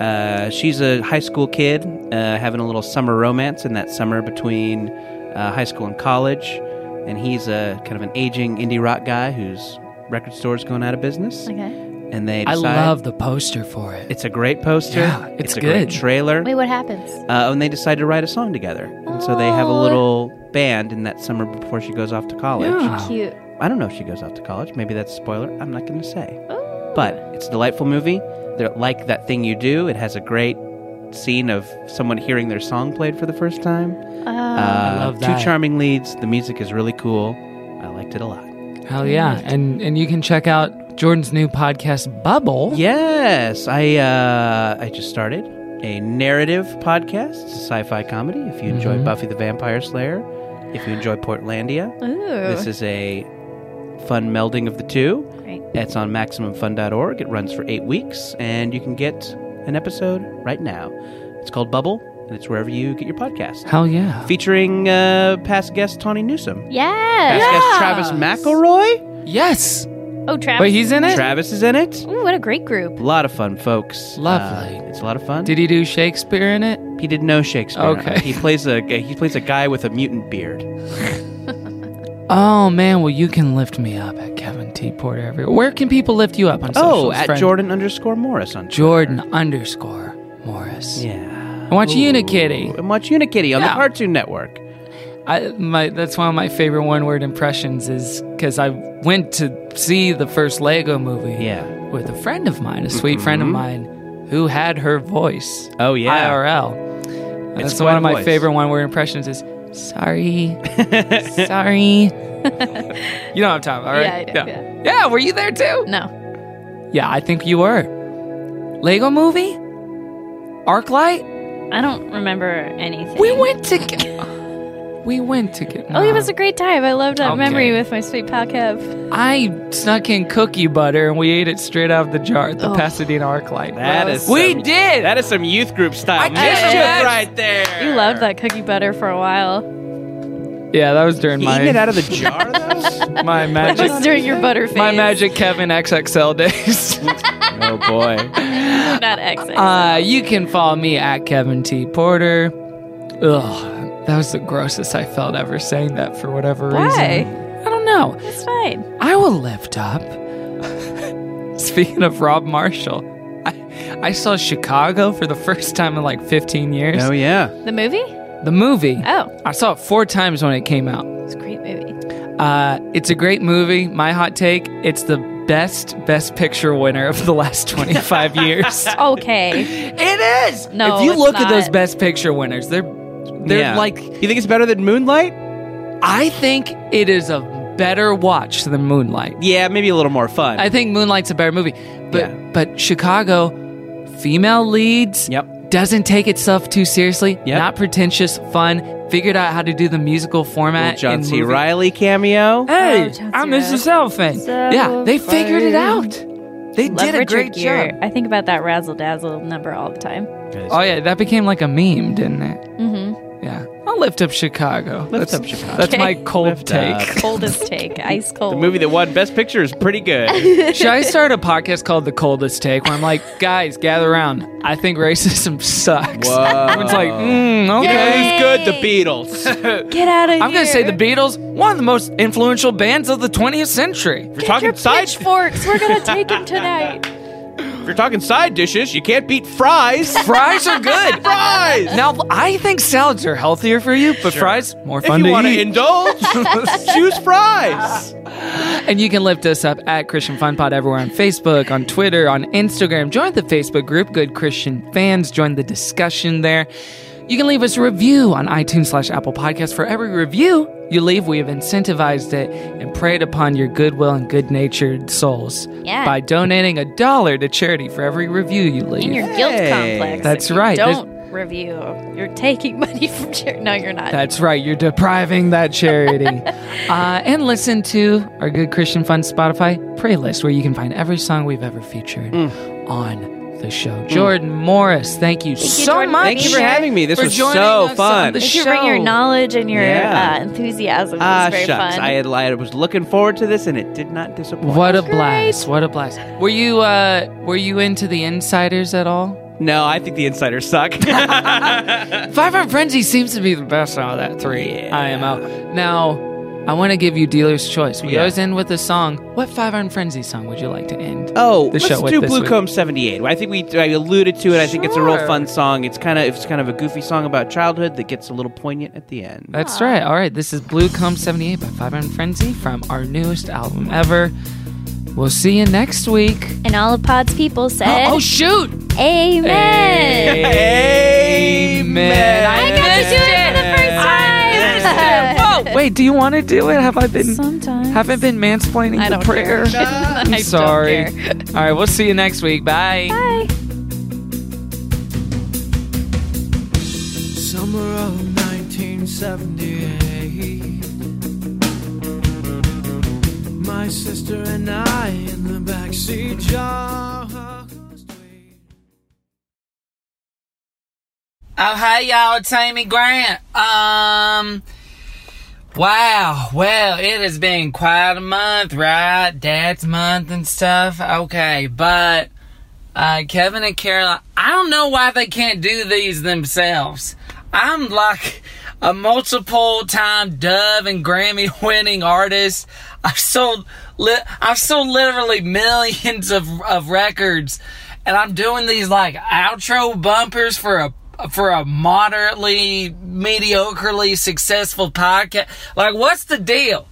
S5: Uh, she's a high school kid uh, having a little summer romance in that summer between uh, high school and college. And he's a kind of an aging indie rock guy whose record store's going out of business.
S2: Okay.
S5: And they
S1: I
S5: decide
S1: love the poster for it.
S5: it's a great poster.
S1: Yeah, it's
S5: a great
S1: good.
S5: trailer
S2: Wait, what happens?
S5: uh, and they decide to write a song together. And so they have a
S2: Aw.
S5: little band in that summer before she goes off to college.
S1: Yeah.
S2: Cute.
S5: I don't know if she goes off to college. Maybe that's a spoiler. I'm not going to say.
S2: Ooh.
S5: But it's a delightful movie. They're like that thing you do. It has a great scene of someone hearing their song played for the first time.
S2: Oh,
S5: Uh,
S1: love that.
S5: Two charming leads. The music is really cool. I liked it a lot.
S1: Hell yeah. And and you can check out Jordan's new podcast, Bubble.
S5: Yes, I uh, I just started a narrative podcast, It's a sci-fi comedy. If you enjoy Buffy the Vampire Slayer, if you enjoy Portlandia,
S2: Ooh.
S5: this is a fun melding of the two.
S2: great.
S5: It's on MaximumFun.org. It runs for eight weeks, and you can get an episode right now. It's called Bubble, and it's wherever you get your podcast.
S1: Hell yeah.
S5: Featuring uh, past guest Tawny Newsom,
S2: Yeah.
S5: past guest Travis McElroy.
S1: Yes.
S2: Oh, Travis.
S1: Wait, he's in it?
S5: Travis is in it.
S2: Ooh, what a great group.
S5: A lot of fun, folks.
S1: Lovely.
S5: Uh, it's a lot of fun.
S1: Did he do Shakespeare in it?
S5: He did no Shakespeare.
S1: Okay.
S5: He plays a he plays a guy with a mutant beard.
S1: Oh man, well you can lift me up at Kevin T Porter everywhere. Where can people lift you up on
S5: Oh,
S1: socials,
S5: at
S1: friend?
S5: Jordan underscore Morris on Twitter.
S1: Jordan underscore Morris.
S5: Yeah.
S1: And watch
S5: Ooh.
S1: Unikitty.
S5: And watch Unikitty on the
S1: Yeah.
S5: Cartoon Network.
S1: I, my, that's one of my favorite one word impressions is because I went to see the first Lego movie
S5: Yeah.
S1: with a friend of mine, a sweet friend of mine, who had her voice.
S5: Oh, yeah.
S1: IRL. And
S5: It's
S1: That's one
S5: quite
S1: of
S5: a
S1: my
S5: voice.
S1: favorite one word impressions is sorry, sorry. you know what I'm talking about,
S2: Yeah,
S1: right?
S2: I do, yeah.
S1: yeah. were you there too?
S2: No.
S1: Yeah, I think you were. Lego movie? Arclight?
S2: I don't remember anything.
S1: We went to get. We went to get.
S2: Oh, it was a great time. I loved that
S1: Okay.
S2: memory with my sweet pal Kev.
S1: I snuck in cookie butter and we ate it straight out of the jar at the
S2: Oh.
S1: Pasadena Arclight.
S5: That is
S1: we
S5: some-
S1: did.
S5: That is some youth group
S1: I
S5: style
S1: kissed
S5: mischief
S1: you.
S5: right there.
S2: You loved that cookie butter for a while.
S1: yeah, that was during
S5: He eating it
S1: my
S5: out of the jar though.
S1: my
S2: That
S1: magic
S2: was during your butter phase.
S1: my magic Kevin XXL days.
S5: oh boy.
S2: Not exit.
S1: Uh, you can follow me at Kevin T Porter. Ugh, that was the grossest I felt ever saying that for whatever
S2: Why?
S1: reason. I don't know.
S2: It's fine.
S1: I will lift up. Speaking of Rob Marshall, I, I saw Chicago for the first time in like 15 years.
S5: Oh yeah.
S2: The movie?
S1: The movie.
S2: Oh,
S1: I saw it four times when it came out.
S2: it's a great movie.
S1: Uh, it's a great movie. My hot take it's the best, best picture winner of the last 25 years.
S2: Okay.
S1: It is.
S2: No,
S1: If you
S2: it's
S1: look at those
S2: not.
S1: Best Picture winners, they're they're
S5: Yeah.
S1: like
S5: You think it's better than Moonlight?
S1: I think it is a better watch than Moonlight.
S5: Yeah, maybe a little more fun.
S1: I think Moonlight's a better movie, but
S5: Yeah.
S1: but Chicago, female leads,
S5: Yep.
S1: doesn't take itself too seriously.
S5: Yep.
S1: Not pretentious, fun. Figured out how to do the musical format.
S5: Little John
S1: in
S5: C.
S1: movie-
S5: Riley cameo.
S1: Hey,
S2: Oh, John C.
S1: I'm Mr. Cellophane.
S2: So
S1: eh? yeah, they figured it
S2: funny.
S1: out. They
S2: Love
S1: did a
S2: Richard
S1: great
S2: Gere.
S1: job.
S2: I think about that razzle dazzle number all the time.
S1: Oh yeah, that became like a meme, didn't it?
S2: Mm-hmm.
S1: Yeah. I'll lift up Chicago.
S5: Lift
S1: That's-
S5: up Chicago.
S1: That's my
S2: Okay.
S1: cold
S5: Lift
S1: take.
S5: up.
S2: Coldest take, ice cold.
S5: The movie that won Best Picture is pretty good.
S1: Should I start a podcast called The Coldest Take where I'm like, guys, gather around. I think racism sucks. Everyone's like, mm, okay.
S5: Who's good? The Beatles.
S2: Get out of here.
S1: I'm going to say The Beatles, one of the most influential bands of the 20th century.
S5: We're talking side.
S2: Pitchforks. We're gonna take him tonight.
S5: If you're talking side dishes, you can't beat fries.
S9: Fries are good.
S5: fries.
S9: Now, I think salads are healthier for you, but fries more
S5: if
S9: fun
S5: you
S9: to
S5: want to
S9: eat.
S5: indulge, choose fries.
S9: and you can lift us up at Christian Fun Pod everywhere on Facebook, on Twitter, on Instagram. Join the Facebook group, Good Christian Fans. Join the discussion there. You can leave us a review on iTunes slash Apple Podcast. For every review you leave, we have incentivized it and preyed upon your goodwill and good natured souls
S2: Yeah.
S9: by donating a dollar to charity for every review you leave.
S2: in your guilt complex.
S9: That's
S2: if you
S9: right. There's-
S2: Don't review. You're taking money from charity. No, you're not.
S9: That's right. You're depriving that charity. uh, and listen to our Good Christian Fun Spotify playlist where you can find every song we've ever featured on the show. Jordan Morris, thank you
S2: you,
S9: so
S2: Jordan.
S9: much.
S2: Thank you for
S5: having me. This
S9: for
S5: was
S9: joining
S5: so
S9: us on
S5: fun.
S9: the
S2: Did you bring your
S9: show.
S2: knowledge and your
S5: Yeah.
S2: uh, enthusiasm? It was
S5: Ah,
S2: very
S5: shucks.
S2: fun.
S5: I had I was looking forward to this, and it did not disappoint.
S9: What a blast! What a blast! Were you uh, were you into the insiders at all?
S5: No, I think the insiders suck.
S9: Five Iron Frenzy seems to be the best out of that three IMO. Now, I want to give you dealer's choice. We
S5: Yeah.
S9: always end with a song. What Five Iron Frenzy song would you like to end?
S5: Oh,
S9: the
S5: let's
S9: show with
S5: do
S9: this
S5: Blue
S9: week.
S5: Comb '78. I think we I alluded to it. I think it's a real fun song. It's kind of it's kind of a goofy song about childhood that gets a little poignant at the end.
S9: That's right. All right. This is Blue Comb 78 by Five Iron Frenzy from our newest album ever. We'll see you next week.
S2: and all of Pod's people said,
S9: Oh, oh, shoot.
S2: "Amen."
S9: Amen.
S2: I got to do it for the first time.
S9: Oh, Wait, do you want to do it? Have I been
S2: Sometimes.
S9: haven't been mansplaining
S2: I
S9: the
S2: don't
S9: prayer?
S2: care. I
S9: I'm
S2: don't
S9: sorry.
S2: care.
S9: All right, we'll see you next week. Bye.
S2: Bye.
S6: Summer of 1978. My sister and I in the backseat just wait.
S1: Oh, hey, y'all, it's Amy Grant. Um, wow. Well, it has been quite a month, right? Dad's month and stuff. Okay, but, uh, Kevin and Caroline, I don't know why they can't do these themselves. I'm like a multiple time Dove and Grammy winning artist. I've sold, li- I've sold literally millions of, of records and I'm doing these like outro bumpers for a for a moderately mediocrely successful podcast. Like what's the deal?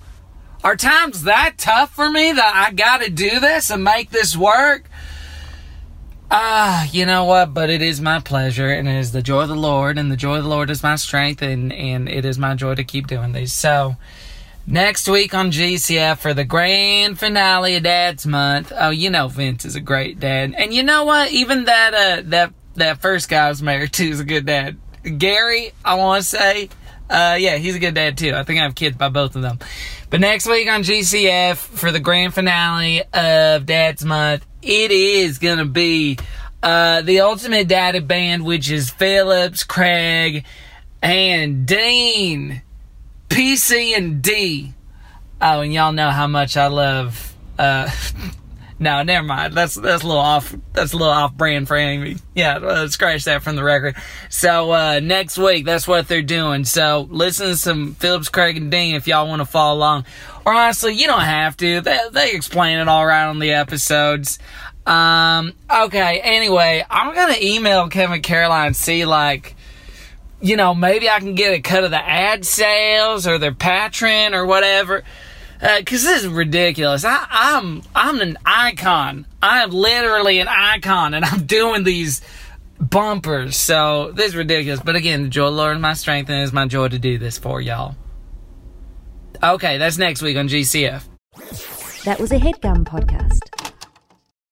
S1: Are times that tough for me that I got to do this and make this work? Ah, you know what? But it is my pleasure, and it is the joy of the Lord, and the joy of the Lord is my strength, and and it is my joy to keep doing these. So, next week on GCF for the grand finale of Dad's Month. Oh, you know Vince is a great dad, and you know what? Even that uh that that first guy I was married to is a good dad. Gary, I want to say, uh, yeah, he's a good dad too. I think I have kids by both of them. But next week on GCF for the grand finale of Dad's Month, it is gonna be uh the ultimate daddy band, which is Phillips, Craig, and Dean. PC and D. Oh, and y'all know how much I love. Uh, no, never mind. That's that's a little off. That's a little off brand for Amy. Yeah, uh, scratch that from the record. So uh, next week, that's what they're doing. So listen to some Phillips, Craig, and Dean if y'all want to follow along. Or honestly, you don't have to. They they explain it all right on the episodes. Um. Okay. Anyway, I'm gonna email Kevin Caroline see like you know, maybe I can get a cut of the ad sales or their patron or whatever. Because this is ridiculous. I, I'm I'm an icon. I am literally an icon, and I'm doing these bumpers. So this is ridiculous. But again, the joy of the Lord is my strength, and it is my joy to do this for y'all. Okay, that's next week on GCF.
S10: That was a headgum podcast.